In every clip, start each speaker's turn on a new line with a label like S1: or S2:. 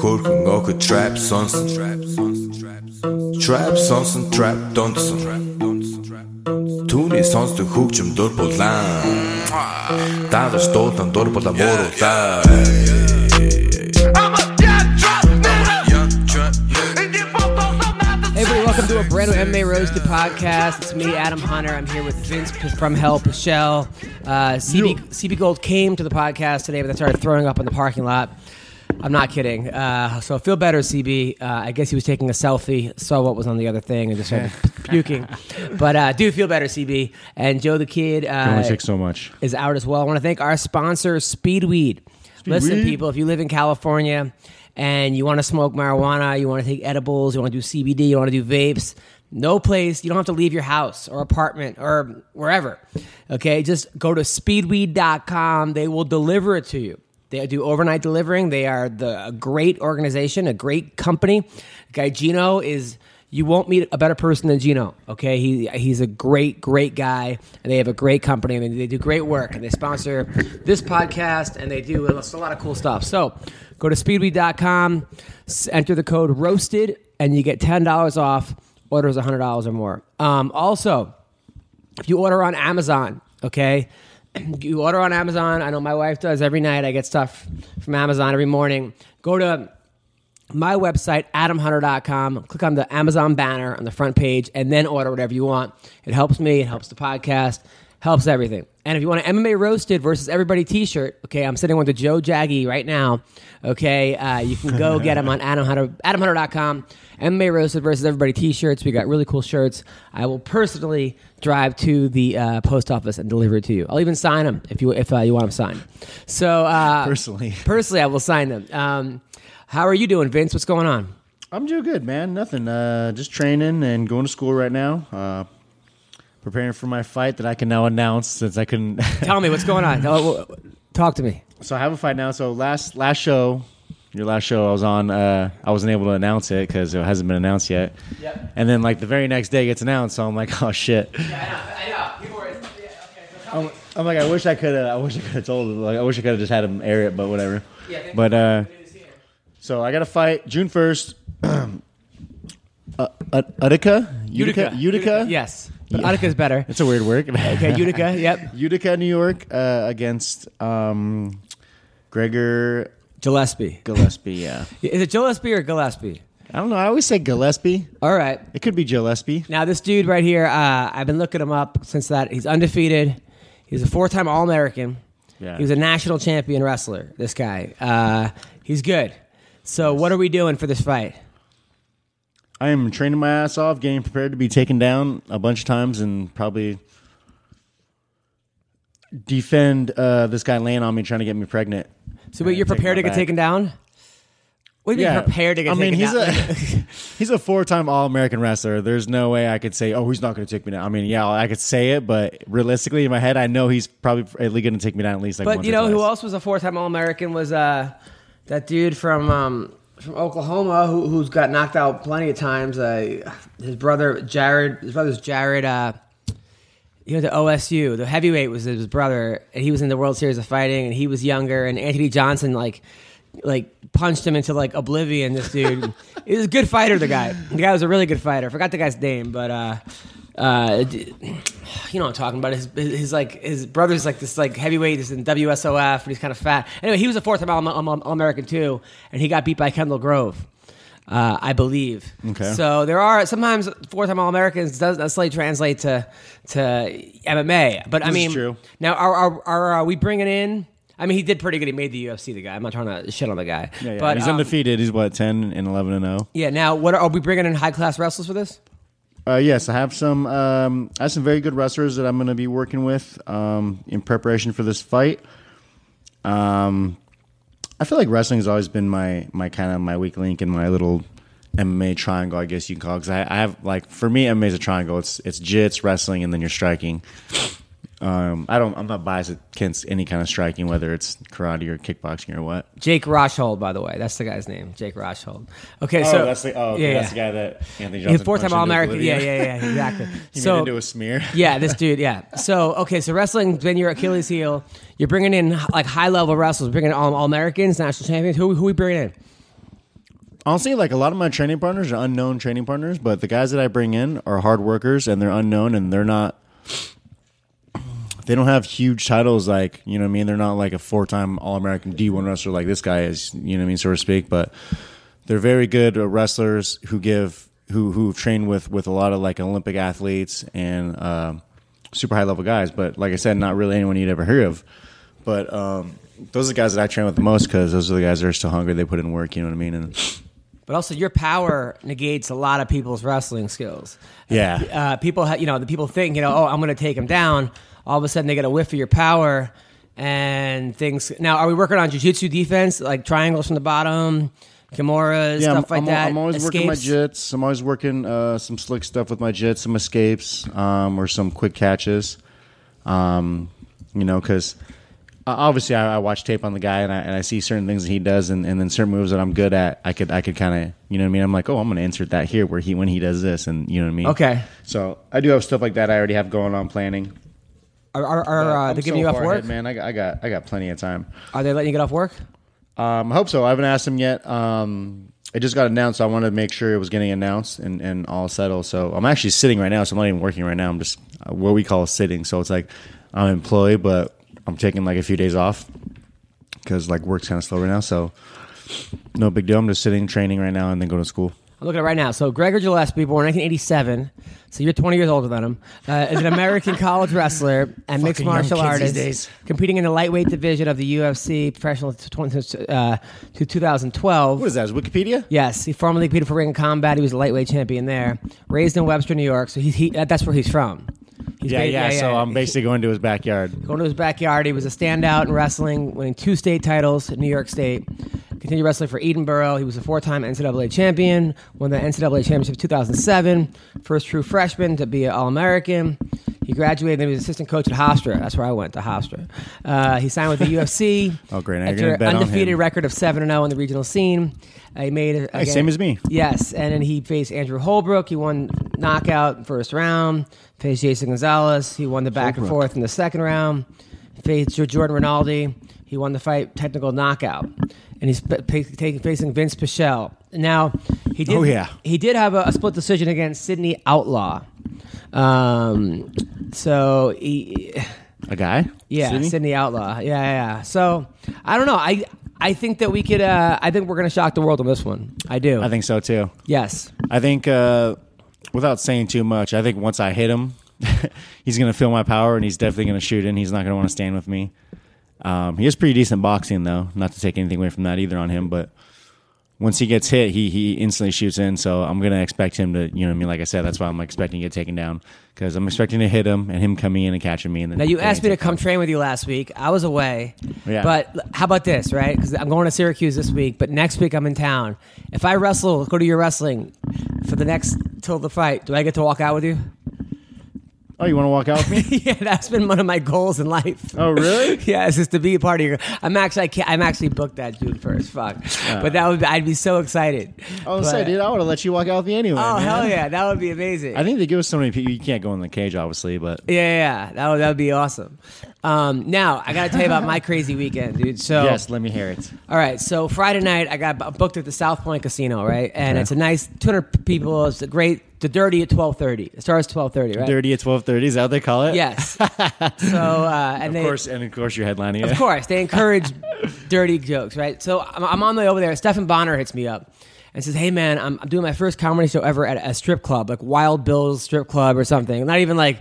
S1: Хөрхөн охид trap сонсон trap сонсон trap донсон Түүний сонсдог хөгжим дур булаа Даалж дуудан дур була мууруулаа
S2: Hey, everybody, welcome to a brand new MMA Roasted podcast. It's me, Adam Hunter. I'm here with Vince P- from Hell Pichelle. Uh, CB, CB Gold came to the podcast today, but then started throwing up in the parking lot. I'm not kidding. Uh, so I feel better, CB. Uh, I guess he was taking a selfie, saw what was on the other thing, and just started puking. But uh, do feel better, CB. And Joe the Kid
S3: It
S2: uh,
S3: only takes so much.
S2: is out as well. I want to thank our sponsor, Speedweed. Listen, people, if you live in California and you want to smoke marijuana, you want to take edibles, you want to do CBD, you want to do vapes, no place, you don't have to leave your house or apartment or wherever. Okay, just go to speedweed.com. They will deliver it to you. They do overnight delivering. They are the a great organization, a great company. Guy Gino is you won't meet a better person than Gino. Okay, he he's a great, great guy, and they have a great company, and they do great work, and they sponsor this podcast, and they do a lot of cool stuff. So, go to speedweed.com, s- enter the code roasted, and you get ten dollars off orders hundred dollars or more. Um, also, if you order on Amazon, okay, you order on Amazon. I know my wife does every night. I get stuff from Amazon every morning. Go to my website, adamhunter.com, click on the Amazon banner on the front page, and then order whatever you want. It helps me, it helps the podcast, helps everything. And if you want an MMA Roasted versus Everybody t shirt, okay, I'm sending one to Joe Jaggy right now. Okay, uh, you can go get them on Adam Hunter, adamhunter.com. MMA Roasted versus Everybody t shirts. We got really cool shirts. I will personally drive to the uh, post office and deliver it to you. I'll even sign them if you, if, uh, you want them signed. So, uh,
S3: Personally.
S2: personally, I will sign them. Um, how are you doing, Vince? What's going on?
S3: I'm doing good, man. Nothing. Uh, just training and going to school right now. Uh, preparing for my fight that I can now announce since I couldn't.
S2: Tell me what's going on. Tell- Talk to me.
S3: so I have a fight now. So last last show, your last show I was on, uh, I wasn't able to announce it because it hasn't been announced yet. Yep. And then like the very next day it gets announced, so I'm like, oh shit. I'm, I'm like, I wish I could. have I wish I could have told. him. Like, I wish I could have just had him air it, but whatever.
S2: Yeah, thank
S3: but uh, so I got a fight June first. uh, Utica? Utica, Utica,
S2: Yes, but Utica is better.
S3: It's a weird word.
S2: Okay, Utica. Yep.
S3: Utica, New York, uh, against um, Gregor
S2: Gillespie.
S3: Gillespie. Yeah,
S2: Is it Gillespie or Gillespie?
S3: I don't know. I always say Gillespie.
S2: All right.
S3: It could be Gillespie.
S2: Now this dude right here, uh, I've been looking him up since that. He's undefeated. He's a four-time All-American.
S3: Yeah.
S2: He was a national champion wrestler. This guy. Uh, he's good. So what are we doing for this fight?
S3: I am training my ass off, getting prepared to be taken down a bunch of times, and probably defend uh, this guy laying on me, trying to get me pregnant.
S2: So wait,
S3: Yeah,
S2: you're
S3: take
S2: prepared
S3: my
S2: to get
S3: back.
S2: taken down? What do you mean prepared to get
S3: I mean,
S2: taken
S3: he's
S2: down?
S3: a he's a four time All American wrestler. There's no way I could say, oh, he's not going to take me down. I mean, yeah, I could say it, but realistically, in my head, I know he's probably at least going to take me down at least like.
S2: But
S3: once
S2: you
S3: or
S2: know who
S3: twice.
S2: else was a four-time All-American was uh, that dude from um, from Oklahoma who, who's got knocked out plenty of times. Uh, his brother Jared, his brother's Jared. Uh, he went to OSU. The heavyweight was his brother, and he was in the World Series of Fighting, and he was younger. And Anthony Johnson like like punched him into like oblivion. This dude, he was a good fighter. The guy, the guy was a really good fighter. I forgot the guy's name, but. uh uh, d- you know what I'm talking about. His, his, his, like his brother's like this like heavyweight. He's in WSOF and he's kind of fat. Anyway, he was a fourth time All, All- All- American too, and he got beat by Kendall Grove. Uh, I believe.
S3: Okay.
S2: So there are sometimes four-time All-Americans does necessarily translate to to MMA, but I
S3: This is
S2: mean,
S3: true.
S2: now are are, are are we bringing in? I mean, he did pretty good. He made the UFC. The guy. I'm not trying to shit on the guy.
S3: Yeah, yeah.
S2: But
S3: he's
S2: um,
S3: undefeated. He's what ten and eleven and oh? zero.
S2: Yeah. Now, what are, are we bringing in high-class wrestlers for this?
S3: Uh, yes, I have some. Um, I have some very good wrestlers that I'm going to be working with um, in preparation for this fight. Um, I feel like wrestling's always been my my kind of my weak link in my little MMA triangle, I guess you can call. Because I, I have like for me, MMA is a triangle. It's it's jits, wrestling, and then you're striking. Um, I don't. I'm not biased against any kind of striking, whether it's karate or kickboxing or what.
S2: Jake Roshold, by the way, that's the guy's name. Jake Roshold. Okay,
S3: Oh,
S2: so
S3: that's the oh, okay, that's the guy that Anthony
S2: Yeah,
S3: Johnson.
S2: four-time
S3: punched into
S2: All American. Yeah,
S3: oblivion.
S2: yeah, yeah, exactly.
S3: he
S2: so
S3: made into a smear.
S2: yeah, this dude. Yeah. So okay, so wrestling's been your Achilles heel. You're bringing in like high level wrestlers, bringing in all All Americans, national champions. Who who we bringing in?
S3: Honestly, like a lot of my training partners are unknown training partners, but the guys that I bring in are hard workers and they're unknown and they're not. They don't have huge titles, like you know what I mean. They're not like a four-time All-American D1 wrestler like this guy is, you know what I mean, so to speak. But they're very good uh, wrestlers who give who who've trained with with a lot of like Olympic athletes and um, super high level guys. But like I said, not really anyone you'd ever hear of. But um, those are the guys that I train with the most because those are the guys that are still hungry. They put in work, you know what I mean. And
S2: But also, your power negates a lot of people's wrestling skills.
S3: Yeah.
S2: Uh, people, ha- you know, the people think, you know, oh, I'm going to take him down. All of a sudden, they get a whiff of your power and things. Now, are we working on jiu-jitsu defense, like triangles from the bottom, kimuras,
S3: yeah,
S2: stuff
S3: I'm,
S2: like
S3: I'm,
S2: that?
S3: I'm always working my
S2: escapes?
S3: jits. I'm always working uh, some slick stuff with my jits, some escapes, um, or some quick catches. Um, you know, because obviously I, I watch tape on the guy and I, and I see certain things that he does, and, and then certain moves that I'm good at. I could I could kind of you know what I mean. I'm like, oh, I'm going to insert that here where he when he does this, and you know what I mean.
S2: Okay.
S3: So I do have stuff like that. I already have going on planning.
S2: Are, are, are uh,
S3: I'm
S2: they giving
S3: so
S2: you off
S3: far
S2: work?
S3: ahead, man. I got, I got I got plenty of time.
S2: Are they letting you get off work?
S3: Um, I hope so. I haven't asked him yet. Um, it just got announced. So I wanted to make sure it was getting announced and, and all settled. So I'm actually sitting right now. So I'm not even working right now. I'm just uh, what we call sitting. So it's like I'm employed, but I'm taking like a few days off because like work's kind of slow right now. So no big deal. I'm just sitting, training right now, and then go to school.
S2: I'm looking at it right now. So Gregor Gillespie, born 1987, so you're 20 years older than him, uh, is an American college wrestler and mixed
S3: Fucking young
S2: martial
S3: kids these
S2: artist,
S3: days.
S2: competing in the lightweight division of the UFC professional t- tw- uh, to 2012.
S3: What is that? Is Wikipedia?
S2: Yes, he formerly competed for Ring of Combat. He was a lightweight champion there. Raised in Webster, New York, so he, he uh, that's where he's from. He's
S3: Yeah,
S2: ba-
S3: yeah. so I'm
S2: He-
S3: basically going to his backyard.
S2: Going to his backyard, he was a standout in wrestling, winning two state titles in New York State. Continued wrestling for Edinburgh. He was a four-time NCAA champion. Won the NCAA championship in 2007. First true freshman to be an All-American. He graduated. Then he was assistant coach at Hofstra. That's where I went to Hofstra. Uh, he signed with the UFC.
S3: Oh, great. Now you're
S2: After
S3: gonna
S2: an
S3: bet on
S2: undefeated
S3: him.
S2: record of seven and zero in the regional scene, Uh, he made it. again-
S3: same as me.
S2: Yes, and then he faced Andrew Holbrook. He won knockout first round. Faced Jason Gonzalez. He won the back and
S3: Holbrook.
S2: forth in the second round. Faced Jordan Rinaldi. He won the fight technical knockout, and he's fa- fa- taking facing Vince Pichel. Now he did.
S3: Oh, yeah.
S2: he did have a, a split decision against Sydney Outlaw. Um, so he.
S3: A guy?
S2: Yeah, Sydney,
S3: Sydney?
S2: Outlaw. Yeah, yeah. yeah. So I don't know. I I think that we could. Uh, I think we're gonna shock the world on this one. I do.
S3: I think so too.
S2: yes.
S3: I think, uh, without saying too much, I think once I hit him, he's going to feel my power and he's definitely going to shoot in. He's not going to want to stand with me. Um, he is pretty decent boxing, though. Not to take anything away from that either on him, but once he gets hit, he he instantly shoots in. So I'm going to expect him to, you know what I mean? Like I said, that's why I'm expecting to get taken down because I'm expecting to hit him and him coming in and catching me. And then
S2: Now you asked me to come train with you last week. I was away.
S3: Yeah.
S2: But l- how about this, right? Because I'm going to Syracuse this week, but next week I'm in town. If I wrestle, go to your wrestling for the next till the fight. Do I get to walk out with you?
S3: Oh, you want to walk out with me?
S2: yeah, that's been one of my goals in life.
S3: oh, really?
S2: Yeah, it's just to be a part of your. I'm actually, I can't, I'm actually booked that dude first. Fuck, but that would, be, I'd be so excited.
S3: I was
S2: But-
S3: say, Oh, dude, I would have let you walk out with me anyway.
S2: Oh
S3: man.
S2: hell yeah, that would be amazing.
S3: I think they give us so many people. You can't go in the cage, obviously, but
S2: yeah, yeah, yeah. that would that would be awesome. Um, now I gotta tell you about my crazy weekend, dude. So
S3: yes, let me hear it.
S2: all right, so Friday night I got bu- booked at the South Point Casino, right? And it's a nice 200 people. It's a great. The dirty at 12:30. It starts 12:30, right?
S3: Dirty at twelve thirty. Is that what they call it?
S2: Yes. so uh, and
S3: Of
S2: they,
S3: course, and of course, you're headlining it.
S2: Of course, they encourage dirty jokes, right? So I'm, I'm on the way over there. Stephen Bonner hits me up and says, "Hey, man, I'm, I'm doing my first comedy show ever at a strip club, like Wild Bill's strip club or something. Not even like,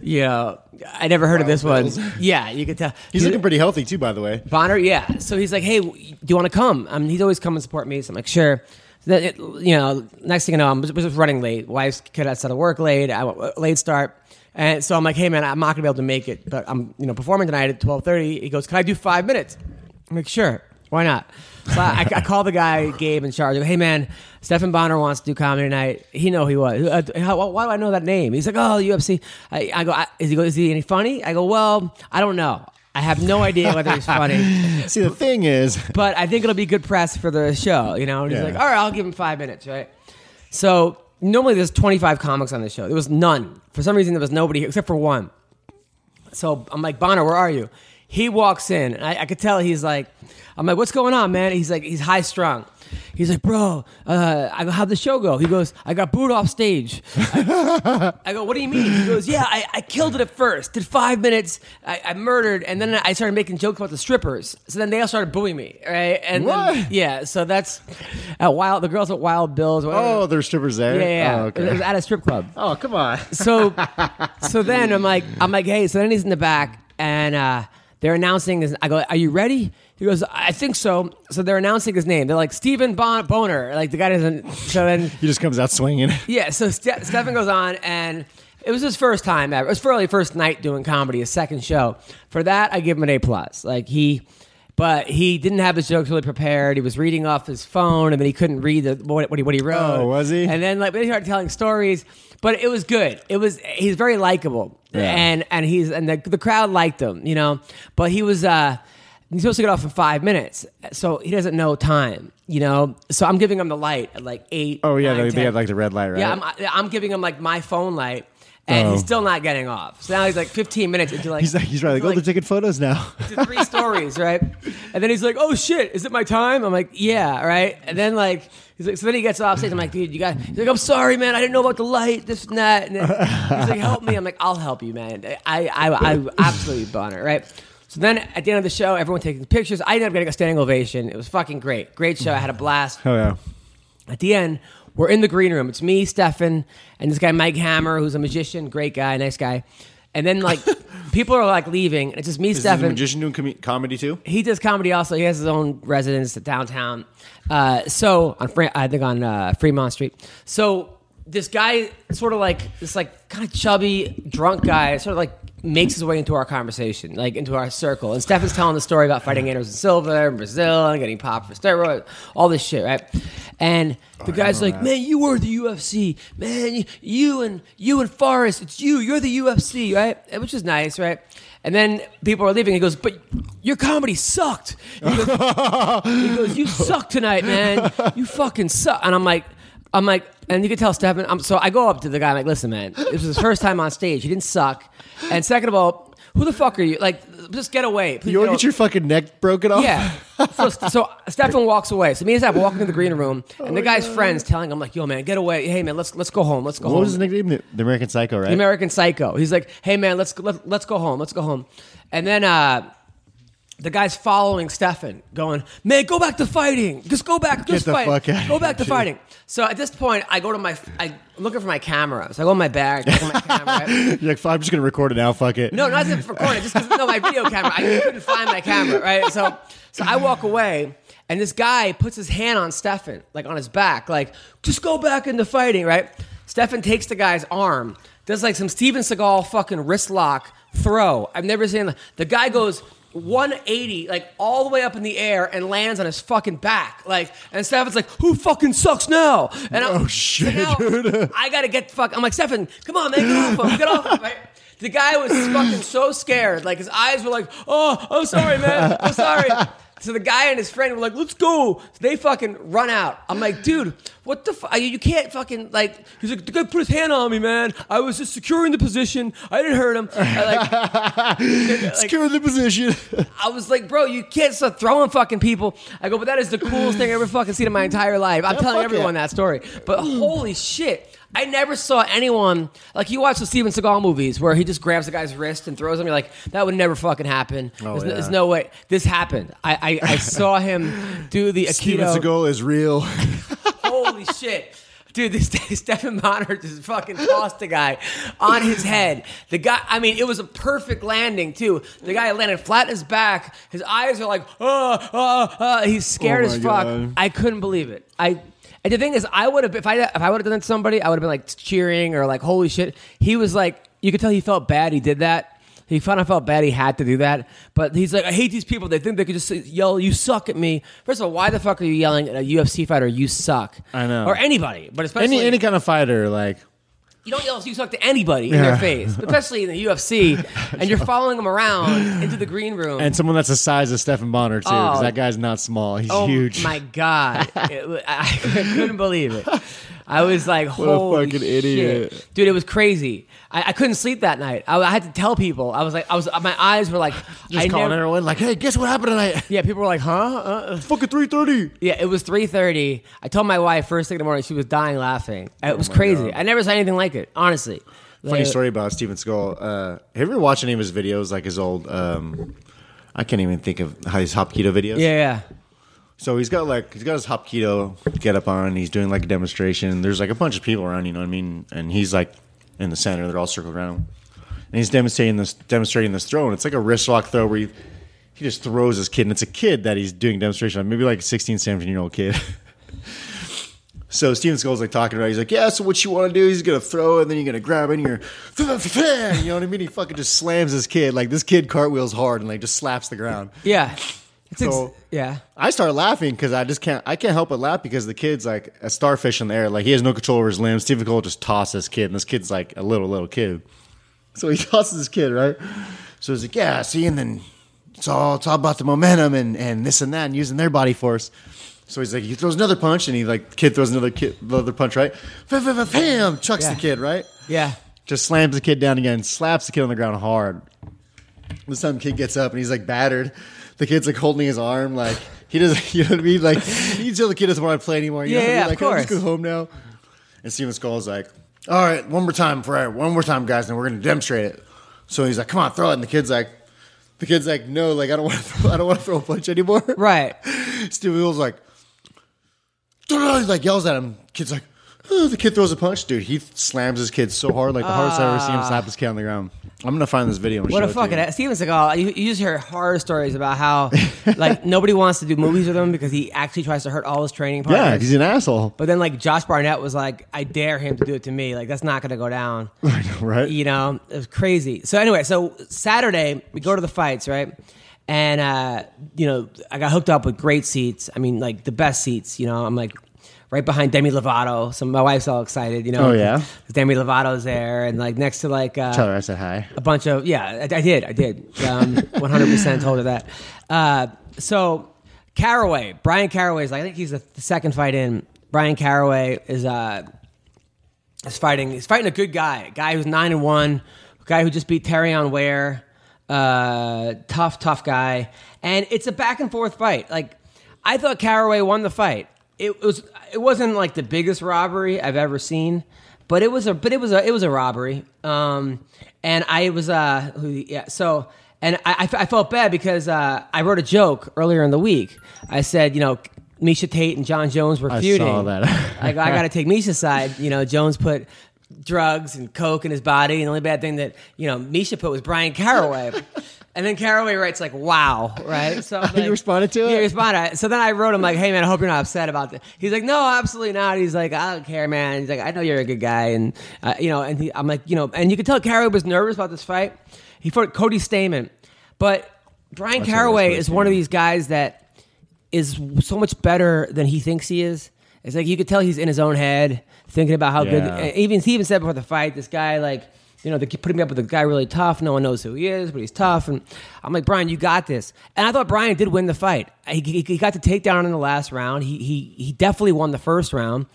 S2: you know, I never heard of this one. Yeah, you could tell
S3: He's looking pretty healthy too, by the way.
S2: Bonner, yeah. So he's like, "Hey, do you want to come?" I mean, he's always come and support me. So I'm like, "Sure." So then it- you know, next thing I know, I'm was just running late. Wife's kid outside of work late. I went late start, and so I'm like, "Hey, man, I'm not gonna be able to make it, but I'm you know performing tonight at 12:30." He goes, "Can I do five minutes?" I'm like, "Sure." Why not? So I, I called the guy, Gabe, in charge. I go, Hey, man, Stefan Bonner wants to do comedy tonight. He know he was. Uh, how, why do I know that name? He's like, oh, UFC. I, I go, I, is, he, go, is he any funny? I go, well, I don't know. I have no idea whether he's funny,
S3: See, the thing is,
S2: but I think it'll be good press for the show, you know? And he's
S3: Yeah.
S2: like, all right, I'll give him five minutes, right? So normally there's 25 comics on the show. There was none. For some reason, there was nobody here except for one. So I'm like, Bonner, where are you? He walks in, and I, I could tell he's like, I'm like, what's going on, man? He's like, he's high strung. He's like, bro, uh, I go, how'd the show go? He goes, I got booed off stage. I, I go, what do you mean? He goes, yeah, I, I killed it at first, did five minutes, I, I murdered, and then I started making jokes about the strippers. So then they all started booing me, right? And then-
S3: What?
S2: yeah, so that's at Wild, the girls at Wild Bill's. whatever.
S3: oh, there's strippers there.
S2: yeah, yeah. yeah.
S3: Oh,
S2: It was
S3: okay.
S2: at a strip club
S3: oh come on.
S2: so so then I'm like I'm like hey so then he's in the back and uh, they're announcing his I go are you ready he goes I think so so they're announcing his name they're like Stephen bon- Boner like the guy doesn't so then
S3: He just comes out swinging.
S2: yeah so Ste- Stefan goes on and it was his first time ever it was really first night doing comedy his second show for that I give him an A plus like he. But he didn't have his jokes really prepared. He was reading off his phone, and then he couldn't read the, what, what, he, what he wrote.
S3: Oh, was he?
S2: And then like they started telling stories, but it was good. It was he's very likable,
S3: Yeah.
S2: and and he's and the, the crowd liked him, you know. But he was uh he's supposed to get off in five minutes, so he doesn't know time, you know. So I'm giving him the light at like eight.
S3: Oh yeah,
S2: nine,
S3: they, they
S2: 10.
S3: had like the red light, right?
S2: yeah. I'm I'm giving him like my phone light, and
S3: Oh.
S2: he's still not getting off. So now he's like 15 minutes into like
S3: he's like, he's right. Like, oh, they're taking photos now.
S2: to three stories, right? And then he's like, "Oh shit, is it my time?" I'm like, "Yeah, right." And then like he's like, so then he gets off stage. I'm like, "Dude, you got." He's like, "I'm sorry, man. I didn't know about the light, this and that." And then he's like, "Help me." I'm like, "I'll help you, man. I I I absolutely boner, right?" So then at the end of the show, everyone taking pictures. I ended up getting a standing ovation. It was fucking great. Great show. I had a blast
S3: Oh yeah.
S2: at the end, we're in the green room. It's me, Stefan, and this guy Mike Hammer, who's a magician, great guy, nice guy. And then like people are like leaving, and it's just me, Stefan.
S3: doing comedy too?
S2: He does comedy also. He has his own residence downtown. Uh, so on, Fre- I think on uh, Fremont Street. So this guy, sort of like this, like kind of chubby, drunk guy, sort of like makes his way into our conversation, like into our circle. And Stefan's telling the story about fighting Anderson Silva in Brazil and getting popped for steroids, all this shit, right? And the guy's like, "Man, you were the UFC, man. You, you and you and Forrest, it's you. You're the UFC, right?" Which is nice, right? And then people are leaving. He goes, "But your comedy sucked." He goes, he goes, "You suck tonight, man. You fucking suck." And I'm like, I'm like, and you can tell Stefan. I'm, so I go up to the guy. I'm like, "Listen, man, this was his first time on stage. He didn't suck. And second of all, who the fuck are you? Like, just get away. Please
S3: You
S2: get
S3: want to
S2: away."
S3: get your fucking neck broken off?
S2: Yeah. So, so Stefan walks away. So me and Stefan walk into the green room, and
S3: Oh,
S2: the guy's friends telling him like, "Yo, man, get away. Hey, man, let's let's go home. Let's go
S3: What
S2: home."
S3: was his nickname? The, the American Psycho, right?
S2: The American Psycho. He's like, "Hey, man, let's let, let's go home. Let's go home." And then uh, the guy's following Stefan, going, "Man, go back to fighting. Just go back. Just
S3: the
S2: fight.
S3: fuck out of
S2: go back to
S3: here,
S2: fighting." So at this point, I go to my, I am looking for my camera. So I go in my bag, I go in my camera.
S3: You're like, "Fuck, I'm just gonna record it now. Fuck it.
S2: No, not even for corner, just because no, my video camera. I couldn't find my camera, right? So, so I walk away, and this guy puts his hand on Stefan, like on his back, like just go back into fighting, right? Stefan takes the guy's arm, does like some Steven Seagal fucking wrist lock throw. I've never seen that. the guy goes. 180, like all the way up in the air, and lands on his fucking back. Like, and Stefan's like, "Who fucking sucks now?" And I'm,
S3: Oh,
S2: so
S3: shit,
S2: now
S3: dude.
S2: I gotta get the fuck. I'm like, Stefan, come on, man, get off him, get off him. Right? The guy was fucking so scared. Like his eyes were like, oh, I'm sorry, man, I'm sorry. So the guy and his friend were like, let's go. So they fucking run out. I'm like, dude, what the fuck? You can't fucking like. He's like, the guy put his hand on me, man. I was just securing the position. I didn't hurt him. I, like, like,
S3: Secure the position.
S2: I was like, bro, you can't stop throwing fucking people. I go, but that is the coolest thing I ever fucking seen in my entire life. I'm telling
S3: fuck
S2: everyone
S3: yeah.
S2: that story. But holy shit. I never saw anyone like you watch the Steven Seagal movies where he just grabs the guy's wrist and throws him. You're like, that would never fucking happen. there's, no,
S3: Oh, yeah.
S2: there's no way this happened. I, I, I saw him do the
S3: Steven
S2: Aikido.
S3: Seagal is real.
S2: Holy shit. Dude, this Stephen Bonner just fucking tossed the guy on his head. The guy, I mean, it was a perfect landing too. The guy landed flat on his back. His eyes are like, uh, uh, uh. He's scared
S3: Oh
S2: as
S3: my
S2: fuck.
S3: God.
S2: I couldn't believe it. I and the thing is, I would have if I if I would have done that to somebody, I would have been like cheering or like, holy shit. He was like, you could tell he felt bad. He did that. He kind of felt bad he had to do that, but he's like, I hate these people. They think they could just yell, "You suck" at me. First of all, why the fuck are you yelling at a UFC fighter? You suck.
S3: I know.
S2: or anybody, but especially
S3: Any any kind of fighter, like
S2: you don't yell you suck to anybody in their
S3: Yeah.
S2: face, especially in the UFC, and you're following them around into the green room.
S3: and someone that's the size of Stefan Bonner too, because
S2: Oh.
S3: that guy's not small. He's
S2: oh
S3: huge.
S2: my god, It wa- I couldn't believe it. I was like,
S3: a
S2: "Holy
S3: fucking
S2: shit.
S3: idiot.
S2: dude!" It was crazy. I, I couldn't sleep that night. I, I had to tell people. I was like, I was. My eyes were like,
S3: Just
S2: I
S3: calling
S2: never-
S3: everyone like, hey, guess what happened tonight?
S2: Yeah, people were like, "Huh?" Uh,
S3: Fucking three thirty.
S2: Yeah, it was three thirty. I told my wife first thing in the morning. She was dying laughing. Uh, It was crazy. I never saw anything like it. Honestly,
S3: Oh Funny
S2: Like,
S3: story about Steven Skull. Uh, have you ever watched any of his videos, like his old? Um, I can't even think of how his Hop Keto videos.
S2: Yeah, yeah.
S3: So he's got like he's got his Hop Keto get up on. He's doing like a demonstration. There's like a bunch of people around. You know what I mean? And he's like in the center. They're all circled around. And he's demonstrating this demonstrating this throw, and it's like a wrist lock throw where he, he just throws his kid, and it's a kid that he's doing demonstration on, maybe like a 16, 17 year old kid. So Steven Skull's like talking about. it. He's like, yeah. So what you want to do? He's gonna throw, and then you're gonna grab it, and you're, you know what I mean? He fucking just slams his kid. Like this kid cartwheels hard and like just slaps the ground.
S2: Yeah. It's ex-
S3: So-
S2: yeah.
S3: I start laughing because I just can't. I can't help but laugh because the kid's like a starfish in the air. Like he has no control over his limbs. Stephen Cole just tosses this kid, and this kid's like a little little kid. So he tosses this kid, right? So he's like, "Yeah, see," and then it's all it's all about the momentum and and this and that, and using their body force. So he's like, he throws another punch, and he like kid throws another kid another punch, right? Bam! Chucks
S2: Yeah.
S3: the kid, right?
S2: Yeah.
S3: just slams the kid down again, slaps the kid on the ground hard. This time, the kid gets up and he's like battered. The kid's like holding his arm, like he doesn't, you know what I mean? Like you tell the kid doesn't want to play anymore. You know
S2: Yeah,
S3: what I
S2: yeah,
S3: mean?
S2: of
S3: Like, "Can I just
S2: course.
S3: go home now. And Steven Skull's like, all right, one more time for everyone. one more time, guys, and we're gonna demonstrate it. So he's like, come on, throw it. And the kid's like, the kid's like, no, like I don't want to, throw, I don't want to throw a punch anymore.
S2: Right.
S3: Steven Skull's like, "Throw it!" He, like yells at him. Kid's like, "Oh," the kid throws a punch, dude. He slams his kid so hard, like the hardest I've ever seen him slap his kid on the ground. I'm gonna find this video. And
S2: Ah. What
S3: show
S2: a fucking
S3: it
S2: a- Steven Seagal. You, you just hear horror stories about how like nobody wants to do movies with him because he actually tries to hurt all his training
S3: to you. yeah,
S2: partners.
S3: 'cause he's an asshole,
S2: but then like Josh Barnett was like, I dare him to do it to me. Like that's not gonna go down.
S3: right?
S2: You know, it was crazy. So anyway, so Saturday we go to the fights, right? And uh, you know, I got hooked up with great seats. I mean, like the best seats. You know, I'm like right behind Demi Lovato. So my wife's all excited. You know,
S3: Oh, yeah?
S2: Demi Lovato's there, and like next to like uh,
S3: Tell her I said hi.
S2: a bunch of yeah i, I did i did um, 100% told her that uh, so caraway brian caraway is like i think he's the, the second fight in brian caraway is uh is fighting he's fighting a good guy a guy who's 9 and 1 a guy who just beat Terrion Ware uh tough tough guy and it's a back and forth fight like i thought caraway won the fight it was it wasn't like the biggest robbery i've ever seen but it was a but it was a it was a robbery um and i was uh who yeah so and I- I, f- I felt bad because uh, I wrote a joke earlier in the week. I said, you know, Misha Tate and John Jones were
S3: saw
S2: feuding.
S3: that.
S2: I, I got to take Misha's side. You know, Jones put drugs and coke in his body, and the only bad thing that you know Misha put was Brian Caraway. and then Caraway writes like, "Wow," right? So I'm
S3: You
S2: like-
S3: responded to it?
S2: Yeah, he responded. So then I wrote him like, "Hey man, I hope you're not upset about this." He's like, "No, absolutely not." He's like, "I don't care, man." He's like, "I know you're a good guy," and uh, you know, and he, I'm like, you know, and you could tell Caraway was nervous about this fight. He fought Cody Stamen, but Brian
S3: what it was,
S2: Caraway
S3: Cody
S2: is one of
S3: Stamen.
S2: these guys that is so much better than he thinks he is. It's like you could tell he's in his own head, thinking about how good.
S3: Yeah.
S2: and Even he even said before the fight, this guy like you know they keep putting me up with a guy really tough. No one knows who he is, but he's tough. And I'm like Brian, you got this. And I thought Brian did win the fight. He, he, he got the takedown in the last round. He he he definitely won the first round,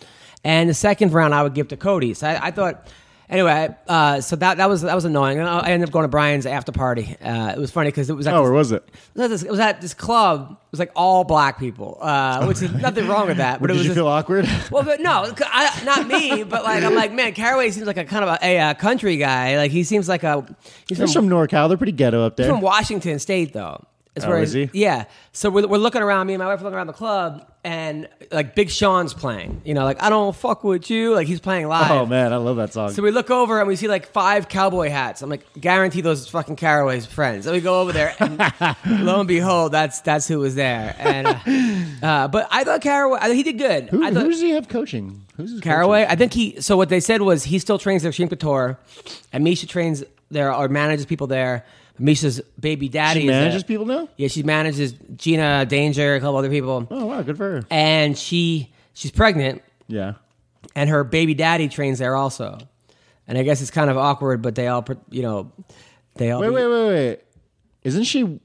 S2: and the second round I would give to Cody. So I, I thought. Anyway, uh, so that, that was that was annoying, and I I ended up going to Brian's after party. Uh, it was funny because it was at
S3: Oh,
S2: this-
S3: where was it?
S2: it was at this, it was at this club. It was like all black people, uh, which is nothing wrong with that. But it
S3: Did
S2: was
S3: you
S2: just-
S3: feel awkward?
S2: well, but no, I, not me. But like, I'm like, man, Caraway seems like a kind of a, a, uh, country guy. Like he seems like a he's from,
S3: There's some NorCal. They're pretty ghetto up
S2: he's
S3: there.
S2: from Washington State though. That's
S3: Oh, is he?
S2: Yeah. So we're, we're looking around. Me and my wife are looking around the club, and like Big Sean's playing. You know, like I don't fuck with you. Like he's playing live.
S3: Oh man, I love that song.
S2: So we look over and we see like five cowboy hats. I'm like, guarantee those fucking Caraway's friends. And we go over there, and lo and behold, that's that's who was there. And uh, uh, but I thought Caraway, I, he did good.
S3: who,
S2: I
S3: who
S2: thought
S3: does he have coaching? Who's his
S2: Caraway.
S3: coaching?
S2: I think he. So what they said was he still trains at Extreme Couture, and Misha trains there or manages people there. Misha's baby daddy.
S3: She
S2: is a-
S3: manages people now?
S2: Yeah, she manages Gina Danger, a couple other people,
S3: Oh wow, good for her.
S2: and she she's pregnant,
S3: Yeah.
S2: and her baby daddy trains there also. And I guess it's kind of awkward, but they all, pr- you know, they all.
S3: Wait,
S2: be-
S3: wait, wait, wait. Isn't she?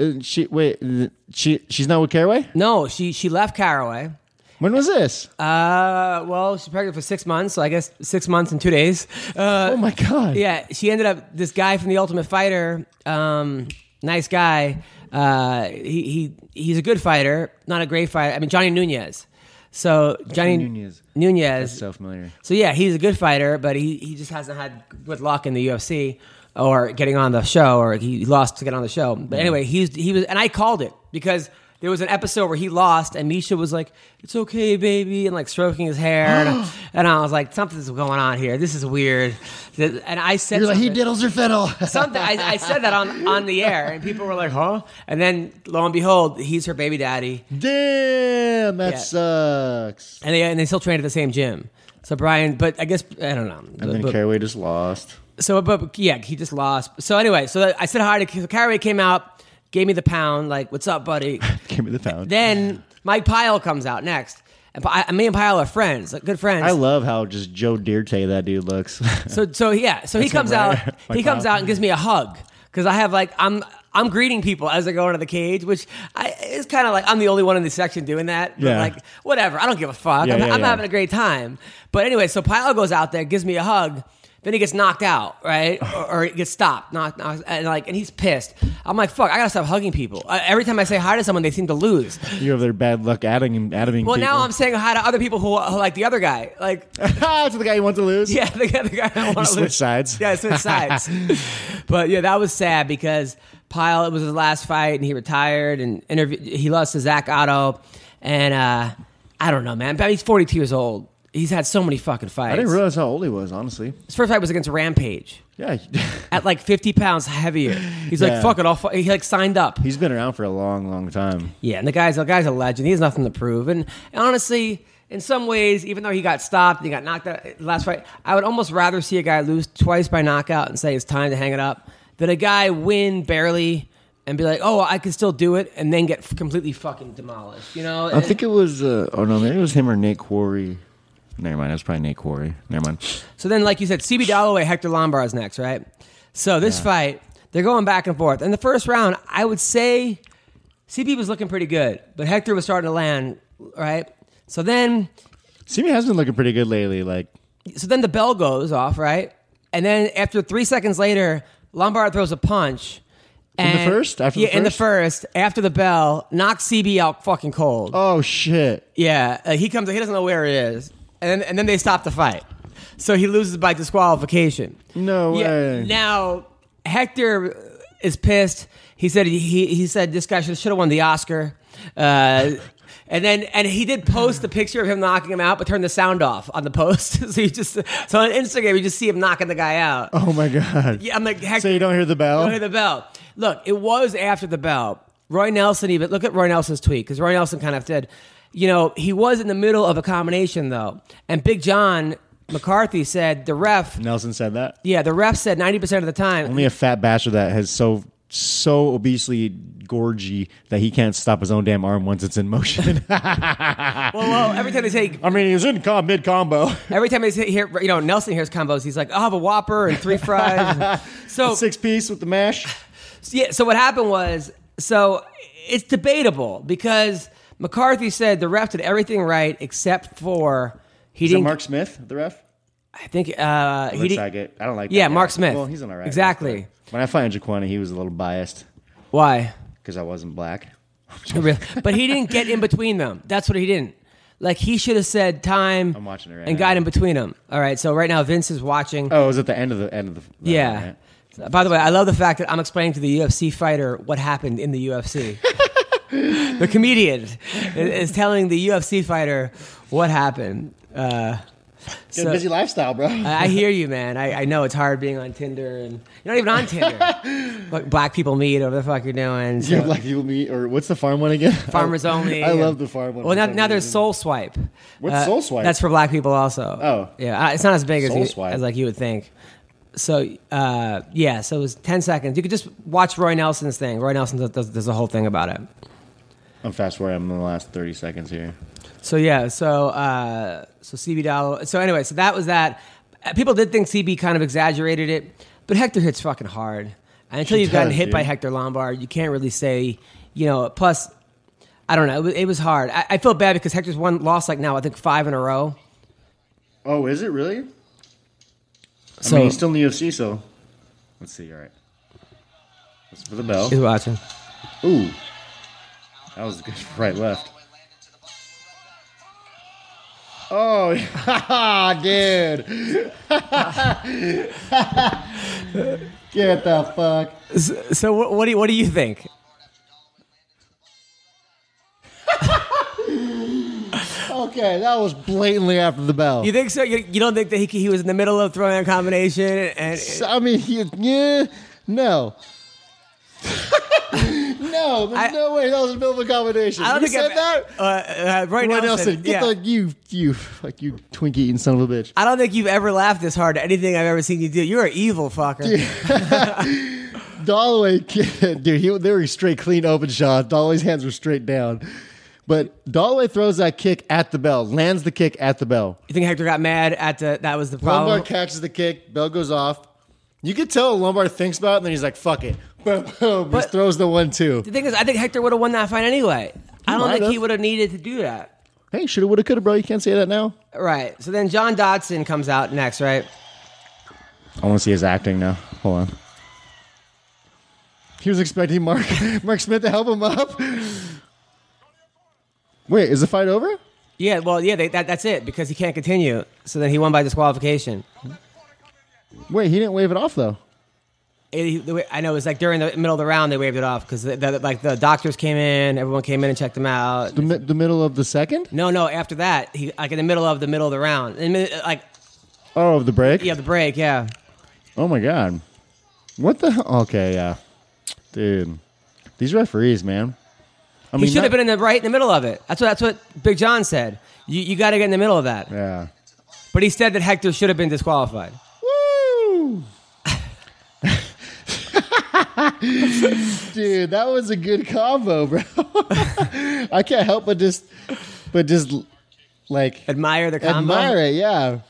S3: Isn't she wait. th- She she's not with Caraway.
S2: No, she she left Caraway.
S3: When was this? Oh
S2: Uh, well, she's pregnant for six months, so I guess six months and two days. Uh,
S3: oh my god.
S2: Yeah, she ended up this guy from the Ultimate Fighter, um, nice guy. Uh, he he he's a good fighter, not a great fighter. I mean Johnny Nunez. So Johnny
S3: Nunez.
S2: Nunez.
S3: So familiar.
S2: So yeah, he's a good fighter, but he, he just hasn't had good luck in the UFC or getting on the show, or he lost to get on the show.
S3: Mm-hmm.
S2: But anyway, he's he was, and I called it because there was an episode where he lost, and Misha was like, "It's okay, baby," and like stroking his hair, and, I, and I was like, "Something's going on here. This is weird." And I said,
S3: You're like he
S2: something-
S3: diddles her fiddle.
S2: something I, I said that on, on the air and people were like huh and then lo and behold he's her baby daddy
S3: Damn, that
S2: Yeah.
S3: sucks.
S2: and they and they still train at the same gym so brian but i guess i don't know
S3: And then
S2: But-
S3: Caraway just lost.
S2: so but yeah he just lost so anyway so i said hi to so Caraway came out gave me the pound like what's up buddy
S3: Give me the pound.
S2: then mike pyle comes out next and I, me and pyle are friends like good friends
S3: I love how just Joe Dirte that dude looks.
S2: So so yeah, so he comes out.
S3: right.
S2: He
S3: Like
S2: comes
S3: that.
S2: out and gives me a hug because I have like I'm I'm greeting people as I go into the cage, which I it's kind of like I'm the only one in the section doing that. But
S3: Yeah.
S2: Like whatever, I don't give a fuck.
S3: Yeah,
S2: I'm,
S3: yeah,
S2: I'm
S3: yeah.
S2: having a great time. But anyway, so Pyle goes out there, gives me a hug. Then he gets knocked out, right? Or, or he gets stopped, knocked, knocked, and like, and he's pissed. I'm like, fuck, I gotta stop hugging people. Uh, every time I say hi to someone, they seem to lose.
S3: you have their bad luck adding him, adding
S2: Well,
S3: people.
S2: now I'm saying hi to other people who, who like the other guy. Like,
S3: to the guy you want to lose.
S2: Yeah, the guy, the guy I want
S3: You
S2: to
S3: switch
S2: lose.
S3: sides.
S2: Yeah, I switch sides. but yeah, that was sad because Pyle. It was his last fight, and he retired. And interview. He lost to Zach Otto, and uh, I don't know, man. But he's forty two years old. He's had so many fucking fights.
S3: I didn't realize how old he was, honestly.
S2: His first fight was against Rampage
S3: Yeah,
S2: at like fifty pounds heavier. He's like,
S3: Yeah.
S2: fuck it, all. Fu-. He like signed up.
S3: he's been around for a long, long time.
S2: Yeah, and the guy's the guy's a legend. He has nothing to prove. And honestly, in some ways, even though he got stopped and he got knocked out last fight, I would almost rather see a guy lose twice by knockout and say it's time to hang it up than a guy win barely and be like, oh, I can still do it, and then get f- completely fucking demolished. You know?
S3: I think it was. Uh, oh no, maybe it was him or Nate Quarry. Never mind. It was probably Nate Quarry. Never mind.
S2: So then, like you said, CB Dalloway, Hector Lombard's next, right? So this fight, they're going back and forth. In the first round, I would say CB was looking pretty good, but Hector was starting to land, right? So then
S3: Simi has been looking pretty good lately. Like
S2: so then the bell goes off, right? And then after three seconds later, Lombard throws a punch.
S3: the
S2: and-
S3: first? After the
S2: yeah, in the first, after the bell, knocks CB out fucking cold.
S3: oh shit.
S2: Yeah, like he comes. He doesn't know where it is, and then, and then they stop the fight. So he loses by disqualification.
S3: No way.
S2: Now Hector is pissed. He said he he said this guy should have won the Oscar. Uh, And then, and he did post the picture of him knocking him out, but turned the sound off on the post. so you just, so on Instagram, you just see him knocking the guy out.
S3: Oh my god.
S2: Yeah, I'm like, Hector,
S3: So you don't hear the bell?
S2: Don't hear the bell. Look, it was after the bell. Roy Nelson even look at Roy Nelson's tweet because Roy Nelson kind of did. You know, he was in the middle of a combination though, and Big John McCarthy said the ref.
S3: Nelson said that.
S2: Yeah, the ref said ninety percent of the time.
S3: Only a fat bastard that has so so obesely gorgy that he can't stop his own damn arm once it's in motion.
S2: Well, well, every time they say,
S3: I mean, he was in com- mid combo.
S2: every time they say here, you know, Nelson hears combos. He's like, I'll have a Whopper and three fries. so
S3: Six piece with the mash.
S2: Yeah. So what happened was, so it's debatable because McCarthy said the ref did everything right except for he
S3: Is it
S2: didn't.
S3: Mark Smith, the ref?
S2: I think uh, he
S3: Looks
S2: didn't.
S3: like it. I don't like.
S2: Yeah,
S3: that guy.
S2: Mark Smith.
S3: Well, he's an alright.
S2: Exactly.
S3: ref, but When I find Jaquani, he was a little biased
S2: Why?
S3: because I wasn't black.
S2: Oh, but he didn't get in between them. That's what he didn't. Like he should have said time.
S3: I'm watching it right
S2: and
S3: now.
S2: got in between them. All right. So right now Vince is watching.
S3: Oh, it was at the end of the end of the. that one,
S2: yeah.
S3: right?
S2: By the way, I love the fact that I'm explaining to the UFC fighter what happened in the UFC. the comedian is- is telling the UFC fighter what happened. Uh,
S3: Got a
S2: so-
S3: busy lifestyle, bro.
S2: I I hear you, man. I, I know it's hard being on Tinder, and you're not even on Tinder. but black people meet, or whatever the fuck you're doing.
S3: Do you
S2: So
S3: have black people meet, or what's the farm one again?
S2: farmers only.
S3: I
S2: and-
S3: love the farm one.
S2: Well,
S3: for
S2: now,
S3: some
S2: now there's
S3: reason.
S2: Soul Swipe.
S3: What's Soul Swipe?
S2: That's for black people also.
S3: Oh.
S2: yeah. I- It's not as big as
S3: Soul
S2: you,
S3: Swipe.
S2: as like you would think. So uh, yeah, so it was ten seconds. You could just watch Roy Nelson's thing. Roy Nelson does, does, does the whole thing about it.
S3: I'm fast forwarding. I'm in the last 30 seconds here.
S2: So yeah, so uh, so CB Dallow. So anyway, so that was that. Uh, People did think CB kind of exaggerated it, but Hector hits fucking hard. And until
S3: She
S2: you've gotten
S3: does,
S2: hit by
S3: dude.
S2: Hector Lombard, you can't really say, you know. Plus, I don't know. It was, it was hard. I, I felt bad because Hector's one lost like now I think five in a row.
S3: Oh, is it really?
S2: So
S3: I mean, he's still in the UFC, so let's see. All right, that's for the bell.
S2: he's watching.
S3: Ooh, that was good. Right, left. Oh, dude! Get the fuck.
S2: So what, what do you, what do you think?
S3: Okay, that was blatantly after the bell.
S2: You think so? You, you don't think that he, he was in the middle of throwing a combination and
S3: I mean, you, yeah, no. no, there's
S2: I-
S3: no way that was a middle of a combination.
S2: I don't
S3: you
S2: think
S3: said
S2: I've-
S3: that?
S2: Uh, uh, Roy,
S3: Roy
S2: Nelson.
S3: Nelson, get
S2: yeah.
S3: the you you like you twink eating son of a bitch.
S2: I don't think you've ever laughed this hard at anything I've ever seen you do. You're an evil fucker.
S3: Dalloway, kid, dude, he, they were straight clean open shots. Dalloway's hands were straight down, but Dalloway throws that kick at the bell, lands the kick at the bell.
S2: You think Hector got mad at the, that was the problem?
S3: Lombard catches the kick, bell goes off. You could tell Lombard thinks about it, and then he's like, "Fuck it." Boom, boom,
S2: But-
S3: just throws the one two.
S2: the thing is, I think Hector would have won that fight anyway. I don't
S3: might
S2: think he
S3: have.
S2: would have needed to do that.
S3: Hey, shoulda, woulda, coulda, bro. You can't say that now.
S2: Right. So then John Dodson comes out next, right?
S3: I want to see his acting now. Hold on. He was expecting Mark Mark Smith to help him up. Wait, is the fight over?
S2: Yeah, well, yeah, they, that, that's it because he can't continue. So then he won by disqualification.
S3: Wait, he didn't wave it off though.
S2: It- he- the way- I know it was like during the middle of the round they waved it off because like the doctors came in, everyone came in and checked him out.
S3: The, mi- the middle of the second?
S2: No, no. After that, he like in the middle of the middle of the round, in the, mi- like
S3: Oh, of the break?
S2: yeah, the break, yeah.
S3: Oh my god. What the hell? Okay, yeah. Dude. These referees, man. I
S2: He should
S3: not-
S2: have been in the right in the middle of it. That's what that's what Big John said. You you got to get in the middle of that.
S3: Yeah.
S2: But he said that Hector should have been disqualified.
S3: Woo! Dude, that was a good combo, bro. I can't help but just, but just like
S2: Admire the combo.
S3: admire it. Yeah,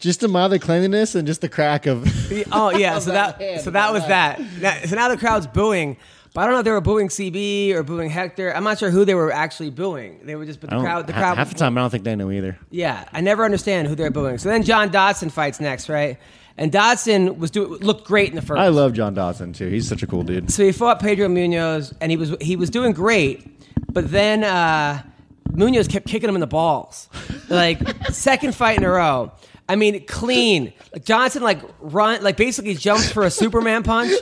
S3: just admire the cleanliness and just the crack of.
S2: Oh yeah. so
S3: That
S2: that
S3: hand,
S2: so that was
S3: my
S2: that. Now- so now the crowd's booing. But I don't know if they were booing CB or booing Hector. I'm not sure who they were actually booing. They were just but the crowd. The crowd.
S3: half the time I don't think they know either.
S2: Yeah, I never understand who they're booing. So then John Dodson fights next, right? And Dodson was do, looked great in the first.
S3: I love John Dawson too. He's such a cool dude.
S2: so he fought Pedro Munoz, and he was he was doing great, but then uh, Munoz kept kicking him in the balls, like second fight in a row. I mean, clean. Like Johnson like run like basically jumps for a Superman punch,